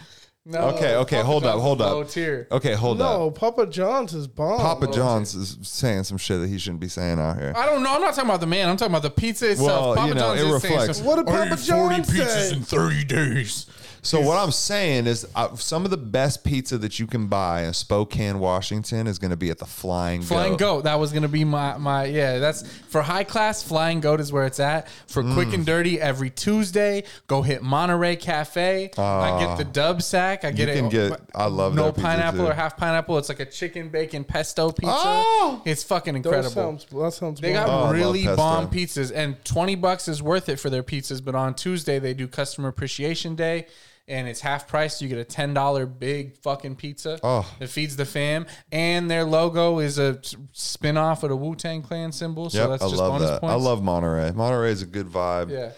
C: No.
A: Okay, okay,
C: Papa
A: hold up,
C: John's
A: hold up.
C: low tier.
A: Okay, hold up.
E: No, Papa John's is bomb.
A: Papa John's is saying some shit that he shouldn't be saying out here.
C: I don't know. I'm not talking about the man. I'm talking about the pizza itself.
A: Well,
C: Papa
A: you know,
C: John's
A: it
C: is saying
A: reflects.
C: some-
E: What did
C: I
E: Papa
C: ate 40
E: John
C: pizzas
E: say?
C: in 30 days.
A: So what I'm saying is, uh, some of the best pizza that you can buy in Spokane, Washington, is going to be at the Flying
C: Flying
A: Goat.
C: goat. That was gonna be my my yeah. That's for high class. Flying goat is where it's at. For
A: Mm.
C: quick and dirty, every Tuesday, go hit Monterey Cafe. I get the dub sack. I get
A: Ah. you can
C: it.
A: get- I love
C: no
A: that pizza
C: pineapple
A: too.
C: or half pineapple. It's like a chicken bacon pesto pizza.
A: Oh!
C: it's fucking
E: That
C: incredible.
E: sounds, that sounds
C: They
E: bomb.
C: got
A: Oh, I love
C: really
A: pesto.
C: bomb pizzas, and twenty bucks is worth it for their pizzas. But on Tuesday they do customer appreciation day, and it's half price. You get a ten dollar big fucking pizza
A: Oh.
C: that feeds the fam, and their logo is a spin off of the Wu Tang Clan symbol. So
A: Yep,
C: that's
A: I
C: just
A: love
C: bonus
A: that.
C: points.
A: I love Monterey. Monterey is a good vibe.
C: yeah.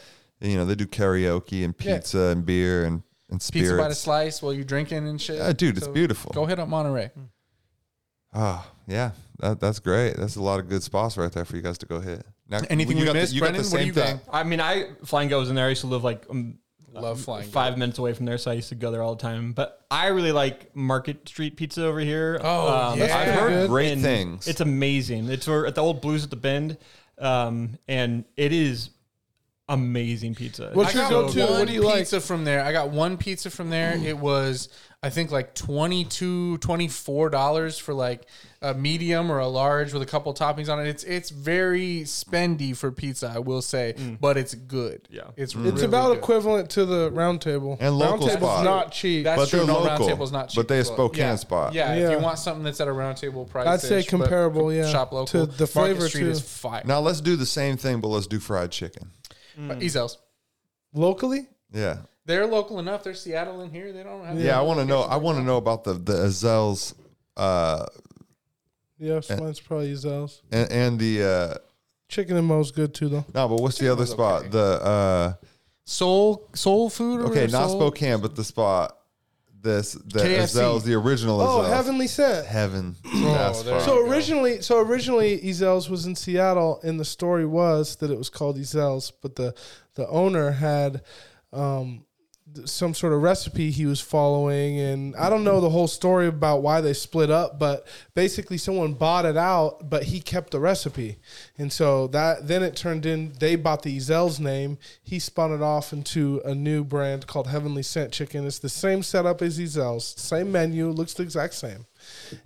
A: You know, they do karaoke and pizza and beer and, and spirits.
C: Pizza by the slice while you're drinking and shit.
A: Yeah, dude, it's
C: So
A: beautiful.
C: Go hit up Monterey.
A: Ah, yeah, that, that's great. That's a lot of good spots right there for you guys to go hit. Now,
C: Anything we missed, Brendan? What do you got?
F: I mean, I flying goes in there. I used to live like um,
C: Love flying.
F: five minutes away from there, so I used to go there all the time. But I really like Market Street Pizza over here. Um,
C: Oh, yeah.
A: I've heard
F: and
A: great things.
F: It's amazing. It's where- at the old Blues at the Bend, um, and it is amazing pizza.
E: What's
C: I
E: your
C: got
E: go-to?
C: one
E: What do you like? Mm.
C: pizza from there. I got one pizza from there. It was I think like 22 24 dollars for like a medium or a large with a couple toppings on it. It's it's very spendy for pizza, I will say,
A: Mm.
C: but it's good.
F: Yeah.
C: It's
E: It's
C: really
E: about
C: good.
E: equivalent to the round table.
A: And local
E: round table's
A: spot.
E: not cheap.
C: That's
A: But
C: true.
A: they're
C: no,
A: local.
C: round table's not cheap.
A: But they
C: as well.
A: Spokane
C: yeah.
A: spot.
C: Yeah, If
E: Yeah.
C: you want something that's at a round table price,
E: I'd say comparable, yeah,
C: Shop local.
E: to the
C: Market
E: flavor,
C: Street
E: too.
C: is fire.
A: Now let's do the same thing, but let's do fried chicken.
C: But Ezel's.
E: Locally?
A: Yeah,
C: They're local enough. They're Seattle in here. They don't have.
A: yeah. I want to know. I want to know about the the Azels, uh,
E: Yes, mine's probably Zell's.
A: and, and the uh,
E: Chicken and Mo's good too, though.
A: no. But what's the other spot? The
C: soul soul food.
A: uh,
C: Or
A: okay, not
C: soul?
A: Spokane, but the spot. This the
C: KFC.
A: Azels, the original.
E: Oh,
A: Azels.
E: Heavenly Scent.
A: Heaven. That's
C: there
A: fine.
E: So originally, so originally, Ezel's was in Seattle, and the story was that it was called Ezel's, but the the owner had um, th- some sort of recipe he was following, and I don't know the whole story about why they split up, but basically, someone bought it out, but he kept the recipe, and so that then it turned in they bought the Ezel's name, he spun it off into a new brand called Heavenly Scent Chicken. It's the same setup as Ezel's, same menu, looks the exact same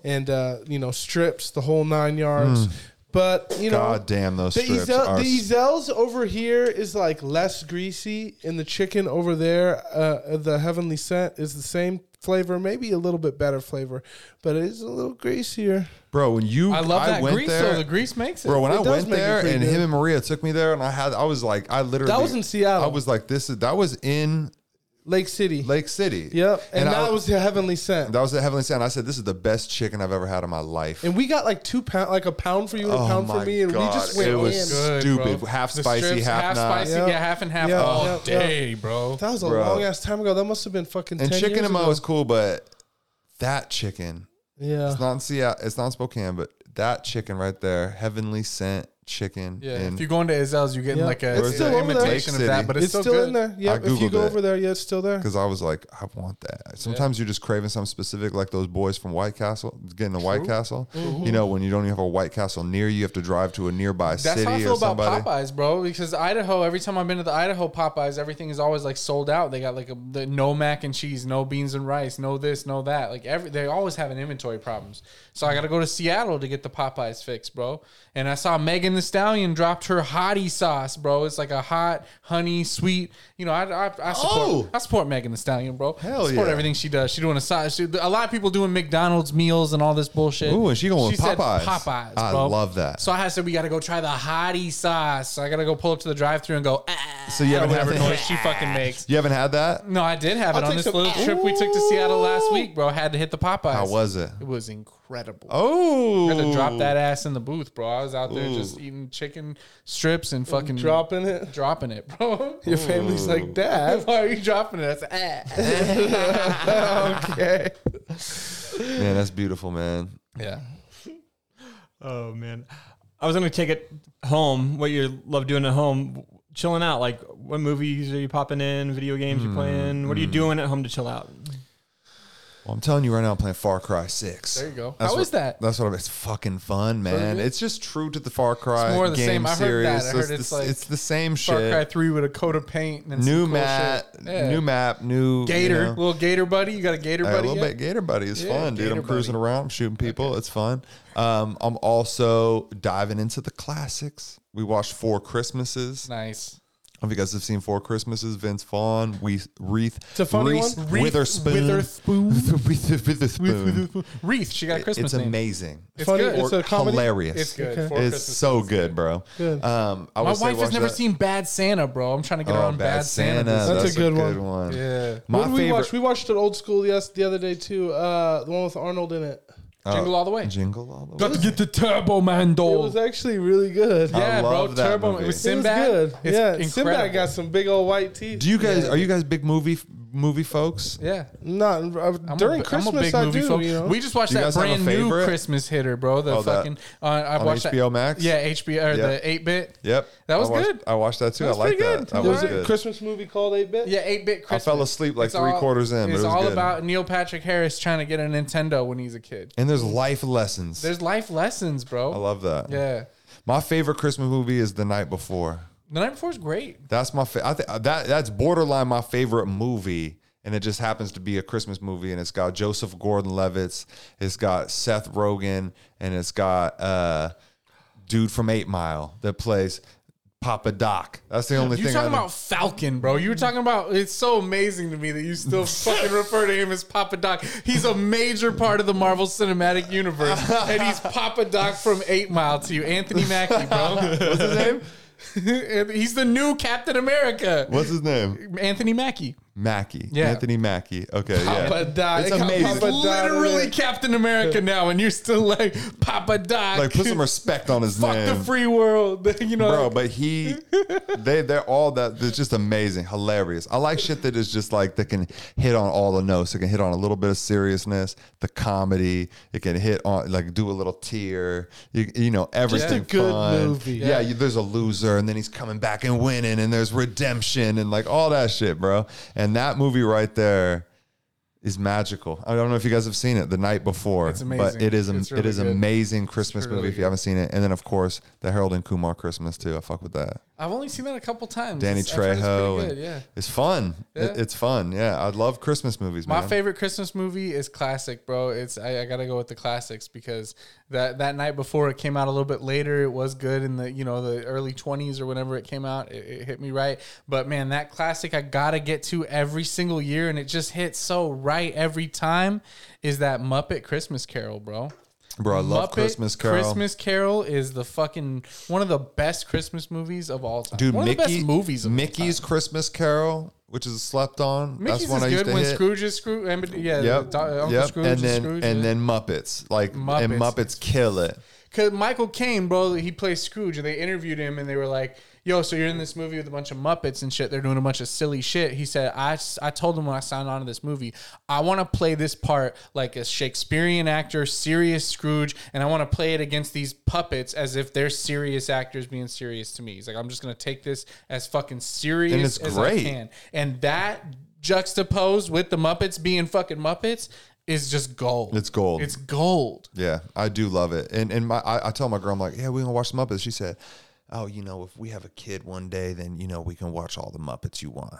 E: and uh, you know strips the whole nine yards. But you know,
A: God damn, those
E: the
A: strips
E: Ezel-
A: are-
E: the Ezels over here is like less greasy, and the chicken over there, uh, the heavenly scent is the same flavor, maybe a little bit better flavor, but it is a little greasier.
A: bro, when you
C: I love that
A: went
C: grease
A: there-
C: though. The grease makes it.
A: Bro, when
E: It
A: I
E: does
A: went
E: make it
A: there
E: pretty
A: and
E: good.
A: him and Maria took me there, and I had, I was like, I literally
E: That was in Seattle.
A: I was like, this is that was in
E: Lake City.
A: Lake City.
E: Yep, and, that
A: I,
E: was the heavenly scent.
A: that was the Heavenly Sound. I said, this is the best chicken I've ever had in my life.
E: and we got like two pound, like a pound for you, and a
A: Oh
E: pound for
A: my
E: me, and
A: God,
E: we just
A: it
E: went
A: was
E: in.
A: good, stupid. bro. Half spicy, half not.
C: spicy,
E: Yep.
C: yeah, half and half
E: Yep.
C: all
E: Yep.
C: day, bro.
E: That was a
A: Bro.
E: long ass time ago. That must have been fucking.
A: and
E: 10
A: chicken
E: years
A: and mo
E: ago.
A: is cool, but that chicken,
E: Yeah,
A: it's not in Seattle, it's not in Spokane, but that chicken right there, Heavenly Scent chicken.
C: Yeah,
A: in-
C: if you're going to Azel's, you're getting
E: Yeah.
C: like a,
E: It's
C: it's
E: still
C: an
E: over there.
C: imitation of
A: Lake City.
C: that, but it's,
E: it's still,
C: good.
E: in there. Yeah, if you
A: googled
E: go
A: it.
E: over there, yeah, it's still there.
A: because I was like, I want that. Sometimes you're just craving something specific, like those boys from White Castle getting a White Castle. You know, when you don't even have a White Castle near you, you have to drive to a nearby
C: Mm-hmm. That's
A: city
C: how I
A: or
C: feel about
A: somebody.
C: Popeyes, bro. Because Idaho, every time I've been to the Idaho Popeyes, everything is always like sold out. They got like a, the, no mac and cheese, no beans and rice, no this, no that. Like every they always having inventory problems. So I got to go to Seattle to get the Popeyes fixed, bro. And I saw Megan the Stallion dropped her hottie sauce, bro. It's like a hot honey sweet. You know, I I, I support
A: Oh!
C: I support Megan the Stallion, bro.
A: Hell
C: I support
A: yeah.
C: everything she does. She doing a size. She, a lot of people doing McDonald's meals and all this bullshit.
A: Ooh, and she going with
C: said
A: Popeyes.
C: Popeyes.
A: I
C: bro.
A: love that.
C: So I said we got to go try the hottie sauce. So I got to go pull up to the drive-through and go. Ah,
A: So you
C: or
A: haven't had
C: whatever
A: that?
C: noise she fucking makes.
A: You haven't had that?
C: No, I did have it on
E: take
C: this
E: some-
C: little trip we took to Seattle last week, bro. I had to hit the Popeyes.
A: How was it?
C: It was incredible.
A: Oh,
C: I had to drop that ass in the booth, bro. I was out there
A: Ooh.
C: just eating chicken strips and fucking
E: Dropping it.
C: dropping it, bro.
E: Your family's like, Dad,
C: Why are you dropping it? "Ah." I said, ah.
E: okay.
A: Man, that's beautiful, man.
C: yeah.
F: Oh man, I was gonna take it home. What you love doing at home, chilling out. Like, what movies are you popping in? Video games you playing? What are you doing at home to chill out?
A: Well, I'm telling you right now, I'm playing Far Cry Six.
C: There you go.
A: That's
C: How
A: what,
C: is that?
A: That's what I'm. It's fucking fun, man.
C: good?
A: It's just true to the Far Cry
C: more of the
A: game
C: same. I heard
A: series.
C: that. I
A: So
C: heard
A: it's, the,
C: it's like
A: it's the same
C: Far
A: shit.
C: Cry Three with a coat of paint and some
A: new
C: cool
A: map,
C: shit. Yeah.
A: new map, new
C: gator,
A: you know.
C: little gator buddy. You got a gator
A: Hey,
C: buddy.
A: a little
C: yet?
A: bit Gator Buddy is
C: Yeah,
A: fun, dude.
C: Gator
A: I'm cruising
C: Buddy.
A: around, I'm shooting people. It's fun. Um, I'm also diving into the classics. We watched Four Christmases.
C: Nice.
A: don't know if you guys have seen Four Christmases, Vince Vaughn, Reese, Wreath,
E: It's a funny
A: Reese
E: one.
C: Reese
A: Witherspoon.
C: Witherspoon.
A: Wither- Witherspoon.
C: Wreath, she got a Christmas
A: It's
C: name.
A: amazing.
C: It's
E: Funny,
C: good.
E: it's a comedy.
A: Hilarious.
C: It's good.
E: Okay.
C: Four
A: It's
C: Christmases.
A: so good, bro.
E: Good.
A: Um, I
C: My
A: would say
C: wife has
A: watch
C: never
A: that.
C: seen Bad Santa, bro. I'm trying to get her
A: Oh,
C: on Bad, Santa.
A: That's,
E: That's
A: a, good, one.
C: Yeah.
A: My
E: what did
A: favorite.
E: we watch? We watched an old school yes the other day too. Uh, the one with Arnold in it.
C: Jingle all the way.
A: Oh, Jingle all the way.
C: Got to get the Turbo Man
E: It
C: doll.
E: was actually really good.
A: I
C: Yeah, bro.
A: love that
C: Turbo.
A: movie.
C: It was
A: It was
C: Sinbad.
E: It was good.
C: It's
E: yeah,
C: incredible.
E: Sinbad got some big old white teeth.
A: Do you guys are you guys big movie movie folks?
C: Yeah.
E: Not uh,
C: I'm
E: during
C: a, bi- I'm a
E: Christmas.
C: big
E: i
C: movie
E: do.
C: folk.
E: You know?
C: We just watched
A: Do you guys
C: that
A: have a
C: brand new
A: favorite?
C: Christmas hitter, bro. The
A: Oh, that-
C: fucking uh, I
A: on
C: watched
A: HBO
C: that.
A: Max?
C: Yeah, HBO or the eight bit.
A: Yep.
C: That was
A: I watched,
C: good.
A: I watched that too.
C: That was
A: I like
C: pretty
A: that.
C: good.
A: That
E: there
A: was
E: was a
A: good.
E: Christmas movie called Eight Bit.
C: Yeah, eight bit
A: I
C: Christmas.
A: fell asleep like
C: It's
A: three quarters in, but
C: It's
A: it was
C: all
A: good.
C: about Neil Patrick Harris trying to get a Nintendo when he's a kid.
A: And there's life lessons.
C: There's life lessons, bro.
A: I love that.
C: Yeah,
A: My favorite Christmas movie is The Night Before.
C: the night before is great.
A: That's my fa- I th- that that's borderline my favorite movie, and it just happens to be a Christmas movie, and it's got Joseph Gordon-Levitt, it's got Seth Rogen, and it's got uh, dude from Eight Mile that plays Papa Doc. That's the only
C: You
A: thing.
C: talking
A: I know.
C: about Falcon, bro? You were talking about. It's so amazing to me that you still fucking refer to him as Papa Doc. He's a major part of the Marvel Cinematic Universe, and he's Papa Doc from Eight Mile to you, Anthony Mackie, bro. What's his name? he's the new Captain America,
A: what's his name?
C: Anthony Mackie.
A: Mackie.
C: Yeah.
A: Anthony Mackie. Okay.
C: Papa
A: yeah.
C: Doc.
A: It's
C: They call-
A: amazing.
C: He's
E: Papa Doc.
C: literally Captain America now, and you're still like Papa Doc.
A: Like put some respect on his
C: Fuck
A: name.
C: the free world, you know.
A: bro. But he, they, they're all that. They're just amazing, hilarious. I like shit that is just like that can hit on all the notes. It can hit on a little bit of seriousness, the comedy. It can hit on like do a little tear. You, you know everything.
E: good
A: fun.
E: movie.
A: Yeah, you, there's a loser, and then he's coming back and winning, and there's redemption, and like all that shit, bro. And that movie right there. Is magical. I don't know if you guys have seen it the night before, it's
C: amazing.
A: but it is am-
C: It's really
A: it is
C: good.
A: amazing Christmas movie if you haven't seen it. And then of course the Harold and Kumar Christmas too. I fuck with that.
C: I've only seen that a couple times.
A: Danny
C: It's- I've heard it's
A: Trejo.
C: pretty
A: and
C: good, yeah.
A: It's fun. It,
C: Yeah.
A: it's fun. Yeah. I love Christmas movies,
C: My
A: man.
C: favorite Christmas movie is classic, bro. It's I, I gotta go with the classics because that that night before it came out a little bit later. It was good in the you know the early twenties or whenever it came out. It, it hit me right, but man, that classic I gotta get to every single year, and it just hits so right every time. Is that Muppet Christmas Carol, bro?
A: Bro, I love
C: Muppet
A: Christmas Carol.
C: Christmas Carol is the fucking one of the best Christmas movies of all time.
A: Dude,
C: one
A: Mickey,
C: of the best movies. Of all
A: Mickey's Christmas Carol, which is slept on.
C: Mickey's
A: That's one
C: is
A: I used
C: good
A: to
C: when
A: hit.
C: Scrooge is Scrooge. Yeah,
A: Yep.
C: Do- Uncle
A: yep.
C: Scrooge
A: and then
C: is Scrooge.
A: and
C: yeah.
A: then Muppets. Like and
C: Muppets.
A: Muppets kill it.
C: Cause Michael Caine, bro, he plays Scrooge, and they interviewed him, and they were like, "Yo, so you're in this movie with a bunch of Muppets and shit. They're doing a bunch of silly shit." He said, "I, I told him when I signed on to this movie, I want to play this part like a Shakespearean actor, serious Scrooge, and I want to play it against these puppets as if they're serious actors being serious to me." He's like, "I'm just gonna take this as fucking serious
A: And it's
C: as
A: great.
C: I can," and that juxtaposed with the Muppets being fucking Muppets is just gold.
A: It's gold.
C: It's gold.
A: Yeah, I do love it. And and my I, I tell my girl, I'm like, yeah, we're gonna watch the Muppets. She said, Oh, you know, if we have a kid one day, then you know we can watch all the Muppets you want.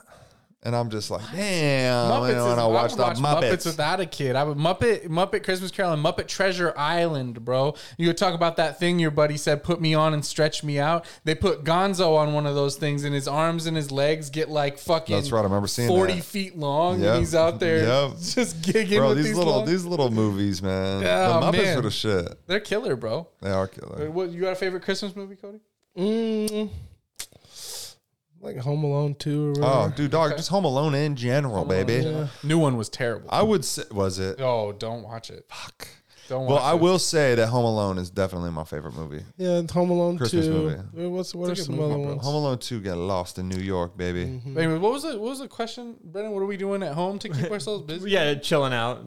A: And I'm just like, damn,
C: Muppets
A: and when
C: is-
A: I Oh, watch
C: would
A: the Muppets.
C: without a kid. I would Muppet Muppet Christmas Carol and Muppet Treasure Island, bro. You would talk about that thing your buddy said, put me on and stretch me out. They put Gonzo on one of those things, and his arms and his legs get like fucking.
A: That's right, I remember seeing
C: forty
A: that.
C: feet long,
A: Yep.
C: and he's out there
A: Yep.
C: just gigging
A: Bro,
C: with
A: these,
C: these,
A: little
C: long-
A: these little movies, man.
C: Oh,
A: the Muppets
C: man.
A: are the shit.
C: They're killer, bro. Uh,
A: They are killer.
C: What you got a favorite Christmas movie, Cody?
E: Mm, like Home Alone two or whatever.
A: Oh, dude, dog, just Home Alone in general, baby.
C: New one was terrible.
A: I would say, was it?
C: oh, don't watch it. Fuck. Don't
A: Well,
C: watch
A: I
C: it.
A: will say that Home Alone is definitely my favorite movie.
E: Yeah, and Home Alone
A: Christmas
E: two.
A: movie.
E: Wait, What's what are
C: It's a good
E: some
C: movie,
E: other
C: bro.
E: ones?
A: Home Alone Mm-hmm. 2 got lost in New York, baby.
C: Anyway, what was the what was the question, Brendan? What are we doing at home to keep ourselves busy?
F: Yeah, chilling out.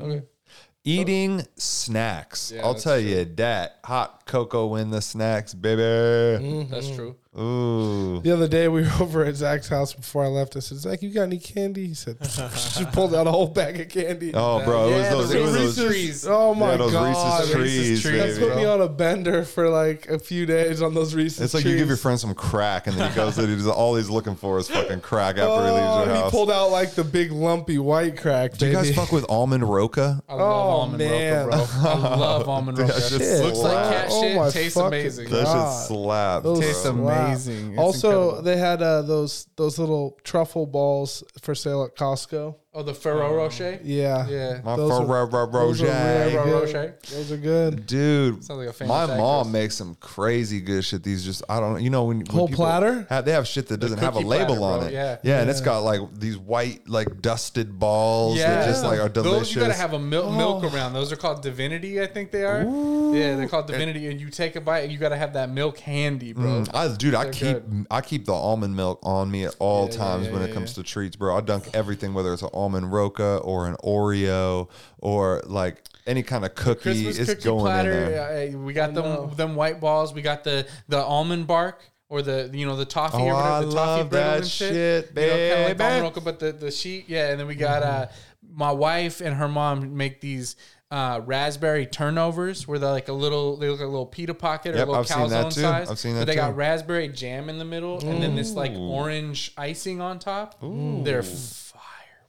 A: Eating snacks. I'll
C: that's
A: tell you that. Hot cocoa in the snacks,
E: Mm.
A: baby.
C: That's true.
A: Ooh.
E: The other day we were over at Zach's house before I left. I said, Zach, you got any candy? He said, she pulled out a whole bag of candy.
A: Oh, bro. It
C: Yeah,
A: was those,
C: the
A: it was
C: Reese's
A: those,
C: trees.
E: Oh my
A: yeah, those
E: god.
A: Reese's trees.
C: trees,
E: That's
A: baby.
E: put me on a bender for like a few days on those Reese's.
A: It's like you give your friend some crack, and then he goes and he's all he's looking for is fucking crack after he leaves
E: Oh,
A: your
E: he
A: house.
E: pulled out like the big lumpy white crack.
A: Do you
E: baby.
A: guys fuck with almond roca?
C: I love
E: Oh,
C: almond
E: man.
C: roca, bro. I love almond roca.
A: That shit
C: Looks like
A: slaps.
C: cat
E: Oh
C: shit,
E: my
C: tastes
E: fucking
C: amazing.
E: God.
A: That shit slaps.
E: Those
A: bro.
C: Tastes
E: slap.
C: amazing. amazing. It's
E: also,
C: incredible.
E: they had uh, those those little truffle balls for sale at Costco.
C: Oh, the Ferrero Rocher.
E: Yeah,
C: Yeah.
A: My
E: Those are-
A: Ferrero
E: those are
A: Rocher.
E: rare,
C: Ferrero
E: good.
C: Rocher.
E: Those are good.
A: Dude,
C: Sounds like a famous
A: my mom
C: actress.
A: makes some crazy good shit. These just I don't you know when when
E: Whole
A: people
E: platter?
A: have- they have shit that doesn't have a
C: cookie
A: label
C: platter,
A: on
C: bro.
A: it.
C: Yeah.
A: yeah, and it's got like these white like dusted balls that just like are delicious. Oh.
C: Those you gotta have a mil- milk around. Those are called divinity, I think they are. Yeah, they're called divinity, and you take a bite, and you gotta have that milk handy, bro.
A: Mm, I, dude, I
C: They're
A: keep I keep the almond milk on me at all
C: yeah,
A: times
C: yeah,
A: when it
C: yeah,
A: comes to treats, bro. I dunk everything, whether it's an almond roca or an Oreo or like any kind of cookie.
C: Christmas
A: it's
C: cookie
A: going
C: platter.
A: in there.
C: uh, uh, we got them them white balls. We got the the almond bark or the you know the toffee
A: Oh,
C: or whatever.
A: I
C: the
A: love
C: toffee brittle
A: that
C: and shit.
A: shit,
C: You know, kinda like
A: baby. Mm-hmm.
C: almond roca, but the the sheet. Yeah, and then we got uh, my wife and her mom make these. Uh, raspberry turnovers where they're like a little, they look like a little pita pocket or
A: Yep,
C: a little
A: I've seen
C: calzone
A: that too.
C: size.
A: I've seen that
C: But they
A: too.
C: got raspberry jam in the middle, and then this like orange icing on top. They're fire,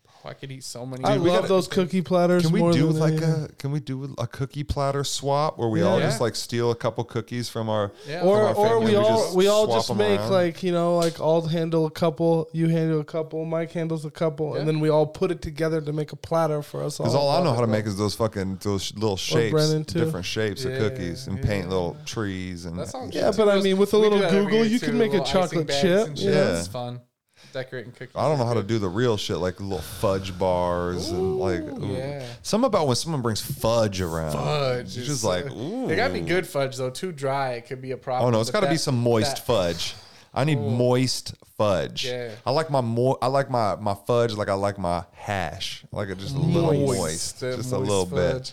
C: bro. I could eat so many.
E: I
C: Dude,
E: love
C: we gotta-
E: those cookie platters.
A: Can we
E: more
A: do
E: than
A: like
E: anything.
A: a can we do a cookie platter swap where we all
E: Yeah.
A: just like steal a couple cookies from our
C: Yeah.
A: from
E: or
A: our
E: or
A: family
E: we
A: and
E: all we all
A: swap
E: just
A: them
E: make
A: around?
E: like you know like I'll handle a couple, you handle a couple, Mike handles a couple, and then we all put it together to make a platter for us all.
A: Because all I know how to make is those fucking those sh- little shapes,
E: oh, Brennan, too.
A: different shapes of cookies, and paint little trees and
C: That sounds
E: Yeah,
C: good.
E: but I
C: Those-
E: mean, with a
C: we
E: little
C: do that every
E: Google,
C: year,
E: you can
C: too,
E: make a
C: little icing
E: chocolate
C: bags
E: chip,
C: and
E: yeah.
C: It's fun. Decorating cookies.
A: I don't know how to do the real shit like little fudge bars and like ooh.
C: yeah.
A: some about when someone brings fudge around.
C: Fudge
A: it's
C: is
A: just
C: so-
A: like ooh.
C: It gotta be good fudge though. Too dry, it could be a problem.
A: Oh no, it's
C: but
A: got to be
C: that-
A: some moist
C: that-
A: fudge. I need moist fudge.
C: Yeah.
A: I like my mo- I like my my fudge like I like my hash. I like it just a little
C: Moist.
A: moist,
C: That
A: just a
C: moist
A: little
C: fudge.
A: bit.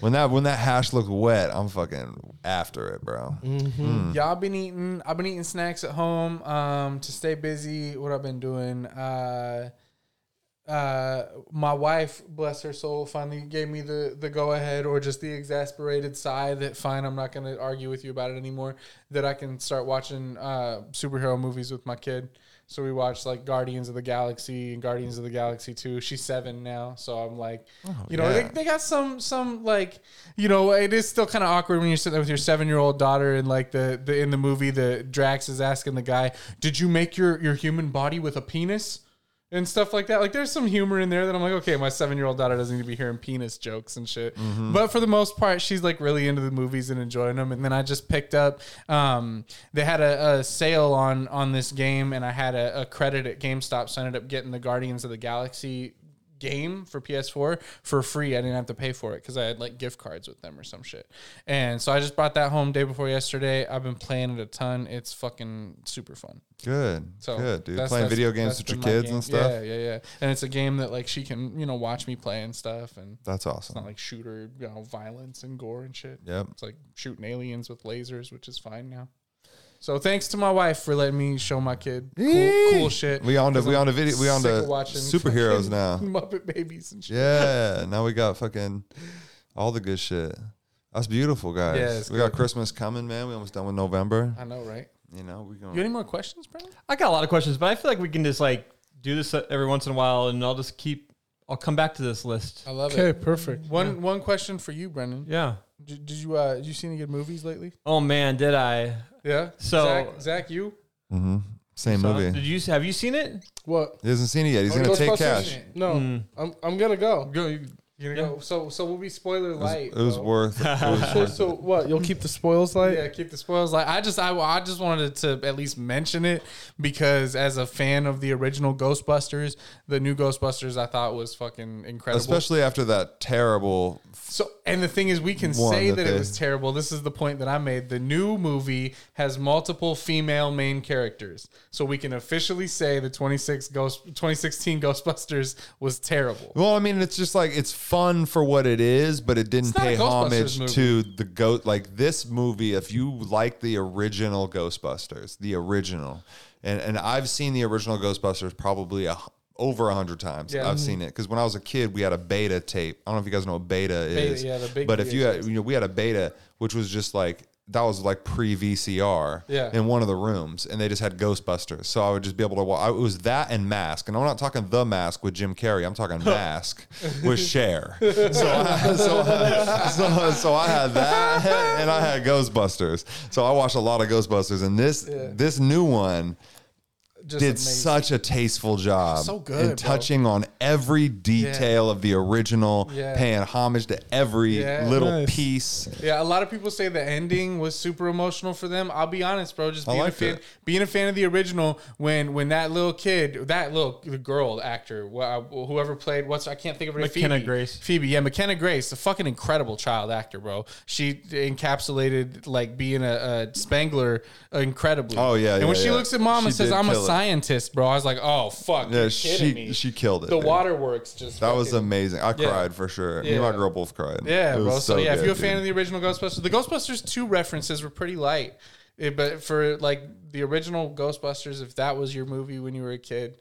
A: When that when that hash looks wet, I'm fucking after it, bro.
C: Mm-hmm. Y'all been eating. I've been eating snacks at home um, to stay busy. What I've been doing. Uh, uh, my wife, bless her soul, finally gave me the the go ahead or just the exasperated sigh that fine, I'm not going to argue with you about it anymore. That I can start watching uh, superhero movies with my kid. So we watched like Guardians of the Galaxy and Guardians of the Galaxy Two. She's seven now, so I'm like, you know,
A: yeah.
C: they, they got some some like, you know, it is still kind of awkward when you're sitting there with your seven year old daughter and like the, the in the movie the Drax is asking the guy, did you make your your human body with a penis? and stuff like that. Like there's some humor in there that I'm like, okay, my seven year old daughter doesn't need to be hearing penis jokes and shit. But for the most part, she's like really into the movies and enjoying them. And then I just picked up, um, they had a, a sale on on this game, and I had a, a credit at GameStop, so I ended up getting the Guardians of the Galaxy game for PS4 for free. I didn't have to pay for it because I had like gift cards with them or some shit. And so I just brought that home day before yesterday. I've been playing it a ton. It's fucking super fun.
A: Good,
C: So
A: good, dude.
C: that's-
A: Playing
C: that's-
A: video games
C: that's
A: with your
C: been my
A: kids
C: game.
A: and stuff.
C: Yeah, yeah, yeah. And it's a game that like she can you know watch me play and stuff, and it's
A: That's awesome.
C: not like shooter you know violence and gore and shit.
A: Yep.
C: It's like shooting aliens with lasers, which is fine now. So thanks to my wife for letting me show my kid cool, cool shit.
A: We on to
C: 'cause
A: we
C: I'm
A: on to video we on
C: sick
A: to
C: of watching
A: superheroes
C: fucking
A: now.
C: Muppet Babies and shit.
A: Yeah, now we got fucking all the good shit. That's beautiful, guys.
C: Yeah, it's
A: we got Christmas coming, man. We almost done with November.
C: I know, right?
A: You know, we
C: You got
A: going.
C: any more questions, Brandon?
F: I got a lot of questions, but I feel like we can just like do this every once in a while, and I'll just keep. I'll come back to this list.
C: I love
E: Okay,
C: it.
E: perfect.
C: One one question for you, Brendan.
F: Yeah.
C: Did, did you uh did you see any good movies lately?
F: Oh man, did I?
C: Yeah.
F: So-
C: Zach, Zach you
A: hmm Same
F: Did
A: movie.
F: you have you seen it?
E: What?
A: He hasn't seen it yet. He's
E: Oh,
A: gonna take
E: Ghostbusters?
A: cash.
E: No, I'm I'm gonna go.
C: go. You, are gonna go. So so we'll be spoiler light.
A: It was
C: bro.
A: worth. It was
E: So,
A: worth.
E: so what? You'll keep the spoils light.
C: Yeah, keep the spoils. Like I just, I, I just wanted to at least mention it because as a fan of the original Ghostbusters, the new Ghostbusters I thought was fucking incredible.
A: Especially after that terrible.
C: so, and the thing is, we can
A: One
C: say
A: that
C: that,
A: they-
C: it was terrible. This is the point that I made. The new movie has multiple female main characters, so we can officially say the 26 Ghost 2016 Ghostbusters was terrible.
A: Well, I mean, it's just like it's fun for what it is, but it didn't
C: It's not a
A: pay homage
C: Ghostbusters movie.
A: to the goat. Like this movie, if you like the original Ghostbusters, the original, and and I've seen the original Ghostbusters probably a, h- over a hundred times.
C: Yeah. Mm-hmm.
A: I've seen it because when I was a kid, we had a beta tape. I don't know if you guys know what beta, is,
C: yeah, the big
A: but if you
C: VHS.
A: had, you know, we had a beta, which was just like that was like pre VCR
C: Yeah.
A: in one of the rooms, and they just had Ghostbusters. So I would just be able to watch. It was that and Mask, and I'm not talking the Mask with Jim Carrey. I'm talking Mask with Cher. So I, so, I, so, so I had that, and I had Ghostbusters. So I watched a lot of Ghostbusters, and this this new one
C: Just
A: did
C: amazing.
A: such a tasteful job
C: So good,
A: in
C: bro.
A: touching on every detail of the original,
C: Yeah.
A: paying homage to every
C: Yeah.
A: little
E: Nice.
A: piece.
C: Yeah, a lot of people say the ending was super emotional for them. I'll be honest, bro. Just
A: I
C: being a
A: liked
C: fan,
A: it.
C: being a fan of the original. When when that little kid, that little the girl actor, wh- uh, whoever played what's I can't think of her name.
F: McKenna
C: Phoebe.
F: Grace.
C: Phoebe, yeah, McKenna Grace, a fucking incredible child actor, bro. She encapsulated like being a, a Spangler incredibly.
A: Oh, yeah,
C: And when
A: yeah,
C: she
A: yeah.
C: looks at mom and
A: She
C: says,
A: did
C: "I'm a
A: kill it.
C: scientist," bro, I was like, "Oh fuck,
A: Yeah,
C: you're
A: she
C: kidding me."
A: she killed it.
C: the
A: dude.
C: waterworks just
A: that was
C: fucking-
A: amazing. I cried for sure. Me and
C: Yeah.
A: my girl both cried.
C: Yeah,
A: It was
C: bro. So, yeah, if
A: good,
C: you're a fan
A: dude.
C: of the original Ghostbusters, the Ghostbusters two references were pretty light, Eh, but for like the original Ghostbusters, if that was your movie when you were a kid,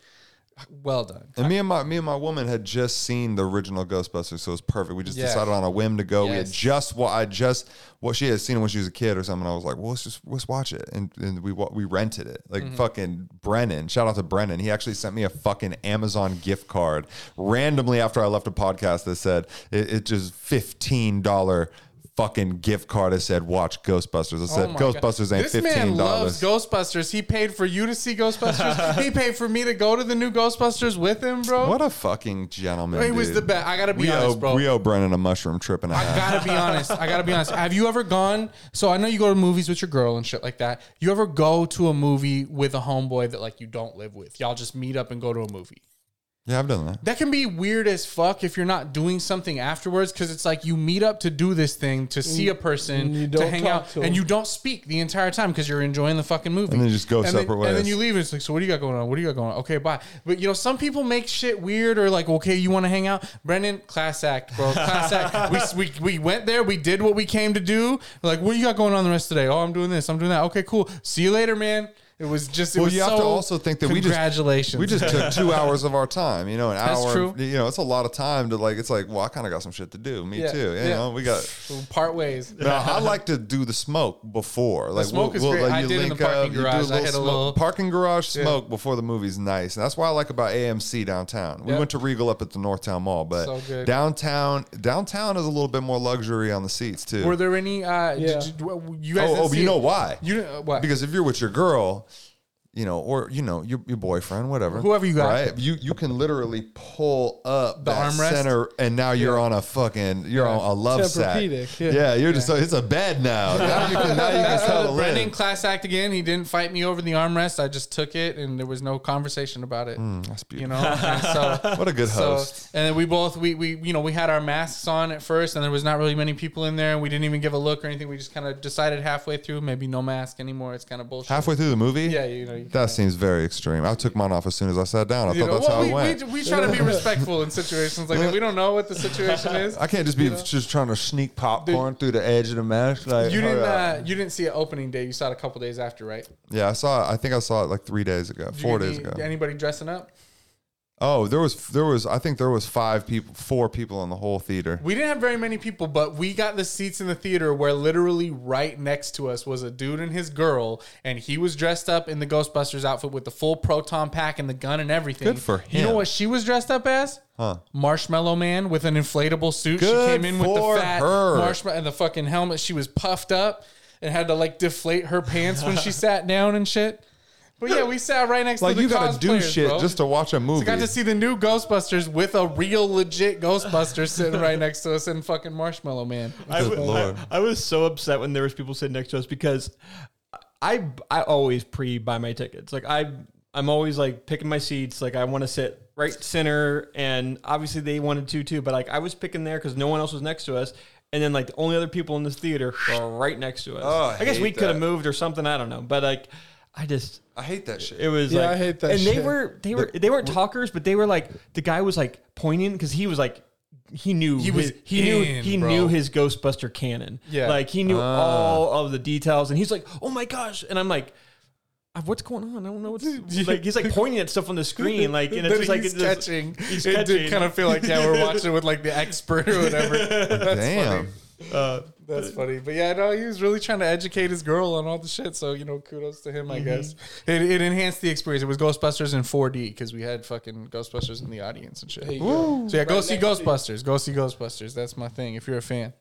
C: well done.
A: And me and my me and my woman had just seen the original Ghostbusters, so it was perfect. We just
C: Yeah.
A: decided on a whim to go. We had
C: Yes.
A: just what I just what she had seen it when she was a kid or something. I was like, well, let's just let's watch it, and and we wa- we rented it. Like
C: Mm-hmm.
A: fucking Brennan, shout out to Brennan. He actually sent me a fucking Amazon gift card randomly after I left a podcast that said it, it just fifteen dollar. Fucking gift card that said watch Ghostbusters. I said
C: Oh my God.
A: Ghostbusters ain't
C: This man
A: fifteen
C: loves
A: dollars.
C: Ghostbusters. He paid for you to see Ghostbusters. he paid for me to go to the new Ghostbusters with him, bro.
A: What a fucking gentleman!
C: It was
A: dude.
C: the best. I gotta be
A: We
C: honest,
A: owe,
C: bro.
A: We owe Brennan a mushroom trip and a
C: I
A: half.
C: gotta be honest. I gotta be honest. Have you ever gone? So I know you go to movies with your girl and shit like that. You ever go to a movie with a homeboy that like you don't live with? Y'all just meet up and go to a movie.
A: Yeah, I've done that.
C: That can be weird as fuck if you're not doing something afterwards because it's like you meet up to do this thing, to see a person,
E: and you
C: to
E: don't
C: hang
E: talk
C: out,
E: to 'em.
C: and you don't speak the entire time because you're enjoying the fucking movie.
A: And then you just go separate
C: And then
A: ways.
C: you leave and it's like, so what do you got going on? What do you got going on? Okay, bye. But you know, some people make shit weird or like, okay, you want to hang out? Brendan, class act, bro. Class act. We, we, we went there, we did what we came to do. Like, what do you got going on the rest of the day? Oh, I'm doing this, I'm doing that. Okay, cool. See you later, man. It was just, it
A: Well,
C: was
A: you have
C: so-
A: to also think that we just
C: congratulations.
A: we just took two hours of our time. You know, an
C: That's
A: hour.
C: true.
A: You know, it's a lot of time to like. It's like, well, I kind of got some shit to do. Me
C: Yeah,
A: too. You
C: yeah.
A: know, we got.
C: part ways.
A: Now, I like to do the smoke before. Like
C: smoke is great. I did in the parking
A: you do
C: garage. I had a
A: smoke-
C: little-
A: parking garage smoke before the movie's nice, and that's why I like about AMC downtown. We
C: Yep.
A: went to Regal up at the Northtown Mall, but
C: So good.
A: downtown downtown is a little bit more luxury on the seats too.
C: Were there any? Uh,
E: Yeah.
C: did you, you
A: oh,
C: guys? didn't
A: oh, but
C: see
A: you know
C: it.
A: why?
C: You didn't- uh, what?
A: because if you're with your girl, you know, or you know, your, your boyfriend, whatever,
C: Whoever you got.
A: right? You you can literally pull up
C: The
A: that
C: armrest?
A: center, and now you're on a fucking you're on a love sack.
E: Temperpedic,
A: Yeah.
E: yeah.
A: you're just it's a bed now. Now you can, now you can settle
C: Uh, Brendan
A: in.
C: class act again. He didn't fight me over the armrest. I just took it, and there was no conversation about it.
A: Mm, That's
C: You
A: beautiful.
C: know, and so
A: What a good
C: so
A: host.
C: and then we both we we you know we had our masks on at first, and there was not really many people in there, and we didn't even give a look or anything. We just kind of decided halfway through, maybe no mask anymore. It's kind of bullshit.
A: Halfway through the movie,
C: Yeah, you know. You
A: that seems very extreme. I took mine off as soon as I sat down. I
C: you
A: thought
C: know,
A: that's
C: well,
A: how
C: we,
A: it went.
C: we, we try to be respectful in situations like that. We don't know what the situation is.
A: I can't just be just trying to sneak popcorn through the edge of the mesh. Like
C: You
A: hurry
C: didn't.
A: up.
C: Uh, you didn't see it opening day. You saw it a couple days after, right?
A: yeah, I saw. it. I think I saw it like three days ago,
C: Did you
A: four
C: get
A: days
C: any-
A: ago.
C: Anybody dressing up?
A: Oh, there was there was I think there was five people, four people in the whole theater.
C: We didn't have very many people, but we got the seats in the theater where literally right next to us was a dude and his girl, and he was dressed up in the Ghostbusters outfit with the full proton pack and the gun and everything.
A: Good for
C: You know
A: him.
C: what she was dressed up as?
A: Huh.
C: Marshmallow Man with an inflatable suit.
A: Good
C: she came in with
A: for
C: the fat
A: her.
C: marshmallow and the fucking helmet. She was puffed up and had to like deflate her pants when she sat down and shit. But yeah, we sat right next
A: Like
C: to the
A: you gotta do
C: cosplayers,
A: shit
C: bro.
A: just to watch a movie.
C: I got to see the new Ghostbusters with a real legit Ghostbuster sitting right next to us and fucking Marshmallow Man.
F: I,
A: Good
F: w-
A: Lord.
F: I- I was so upset when there was people sitting next to us because I I always pre buy my tickets. Like I I'm always like picking my seats. Like I want to sit right center, and obviously they wanted to too. But like I was picking there because no one else was next to us. And then like the only other people in this theater were right next to us.
A: Oh, I
F: guess we
A: hate
F: could have
A: that.
F: moved or something. I don't know. But like I just
A: I hate that shit.
F: it was
E: Yeah,
F: like,
E: I hate that
F: And they
E: shit.
F: were they were they weren't talkers, but they were like the guy was like pointing because he was like he knew
C: He was
F: his- he knew
C: in,
F: he
C: bro.
F: knew his Ghostbuster canon.
C: Yeah. Ah.
F: like he knew all of the details, and he's like, "Oh my gosh!" And I'm like. "Uh, What's going on? I don't know what's like. He's like pointing at stuff on the screen, like and it's
C: Then
F: just like
C: he's
F: it's just-
C: catching.
F: he's
C: it
F: catching.
C: did kind of feel like yeah, we're watching with like the expert or whatever.
A: Damn.
F: Uh,
C: That's funny. But yeah, no, he was really trying to educate his girl on all the shit. So, you know, kudos to him, I
F: Mm-hmm.
C: guess. It, it enhanced the experience. It was Ghostbusters in 4D because we had fucking Ghostbusters in the audience and shit.
E: Ooh.
C: So yeah, go see Ghostbusters. Go see Ghostbusters. That's my thing if you're a fan.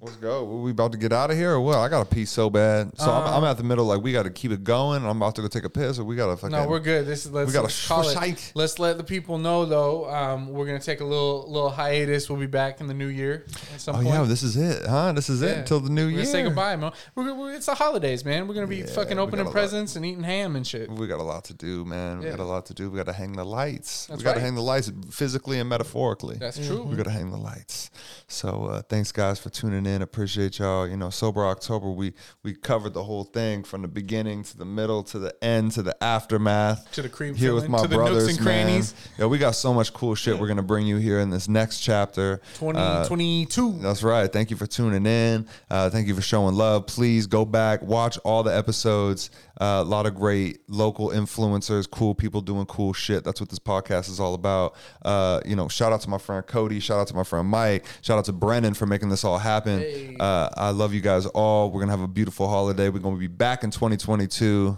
A: Let's go. Were we about to get out of here or what? I got to pee so bad. So I'm, I'm at the middle. Like we got to keep it going. I'm about to go take a piss, or we got to fucking.
C: No, we're good. This is let's,
A: We gotta
C: let's call
A: shite.
C: it. Let's let the people know though. Um, we're gonna take a little little hiatus. We'll be back in the new year at some
A: Oh
C: point.
A: yeah, this is it, huh? This is it
C: Yeah.
A: until the new
C: we're
A: year.
C: Gonna say goodbye, man. We're, we're, it's the holidays, man. We're gonna be
A: Yeah,
C: fucking
A: we Uh,
C: opening
A: got a lot.
C: presents and eating ham and shit.
A: We got a lot to do, man. We
C: Yeah.
A: got a lot to do. We got to hang the lights.
C: That's
A: we got to
C: right.
A: hang the lights physically and metaphorically.
C: That's true.
A: We got to hang the lights. So uh, thanks, guys, for tuning in. Appreciate y'all. You know, sober October. We we covered the whole thing from the beginning to the middle to the end to the aftermath
C: To the cream
A: Here with
C: filling,
A: my
C: to the nooks
A: brothers,
C: and
A: man.
C: crannies.
A: Yeah, we got so much cool shit. We're gonna bring you here in this next chapter.
C: Twenty
A: Uh,
C: twenty two.
A: that's right. Thank you for tuning in. Uh, thank you for showing love. Please go back, watch all the episodes. Uh, a lot of great local influencers, cool people doing cool shit. That's what this podcast is all about. Uh, you know, shout out to my friend Cody. Shout out to my friend Mike. Shout out to Brennan for making this all happen. Uh, I love you guys all. We're gonna have a beautiful holiday. We're gonna be back in 2022.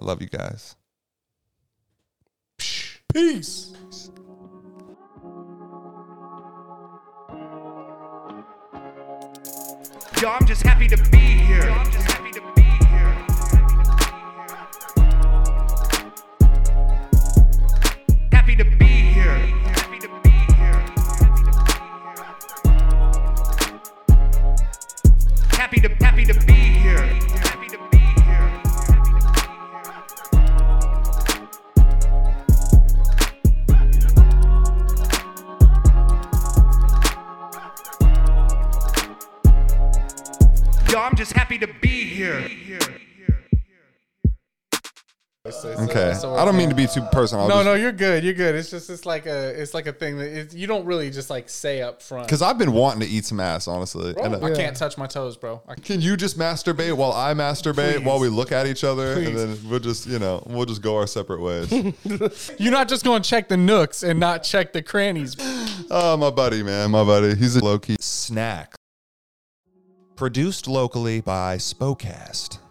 A: I love you guys.
C: Peace.
B: Yo, I'm just happy to be here. Yo, I'm just happy to be here. Happy to be here. Happy to be here. Happy to happy to be here. Happy to be here. Yo, I'm just happy to be here.
A: Okay. I don't mean to be too personal.
C: No, no, you're good. You're good. It's just it's like a it's like a thing that it's, you don't really just like say up front.
A: Because I've been wanting to eat some ass, honestly.
C: Bro,
A: And, uh,
C: Oh, I can't touch my toes, bro. I,
A: Can you just masturbate while I masturbate while we look at each other and
C: Please.
A: then we'll just, you know, we'll just go our separate ways.
C: you're not just gonna check the nooks and not check the crannies.
A: oh, my buddy, man, my buddy. He's a low key snack. Produced locally by Spocast.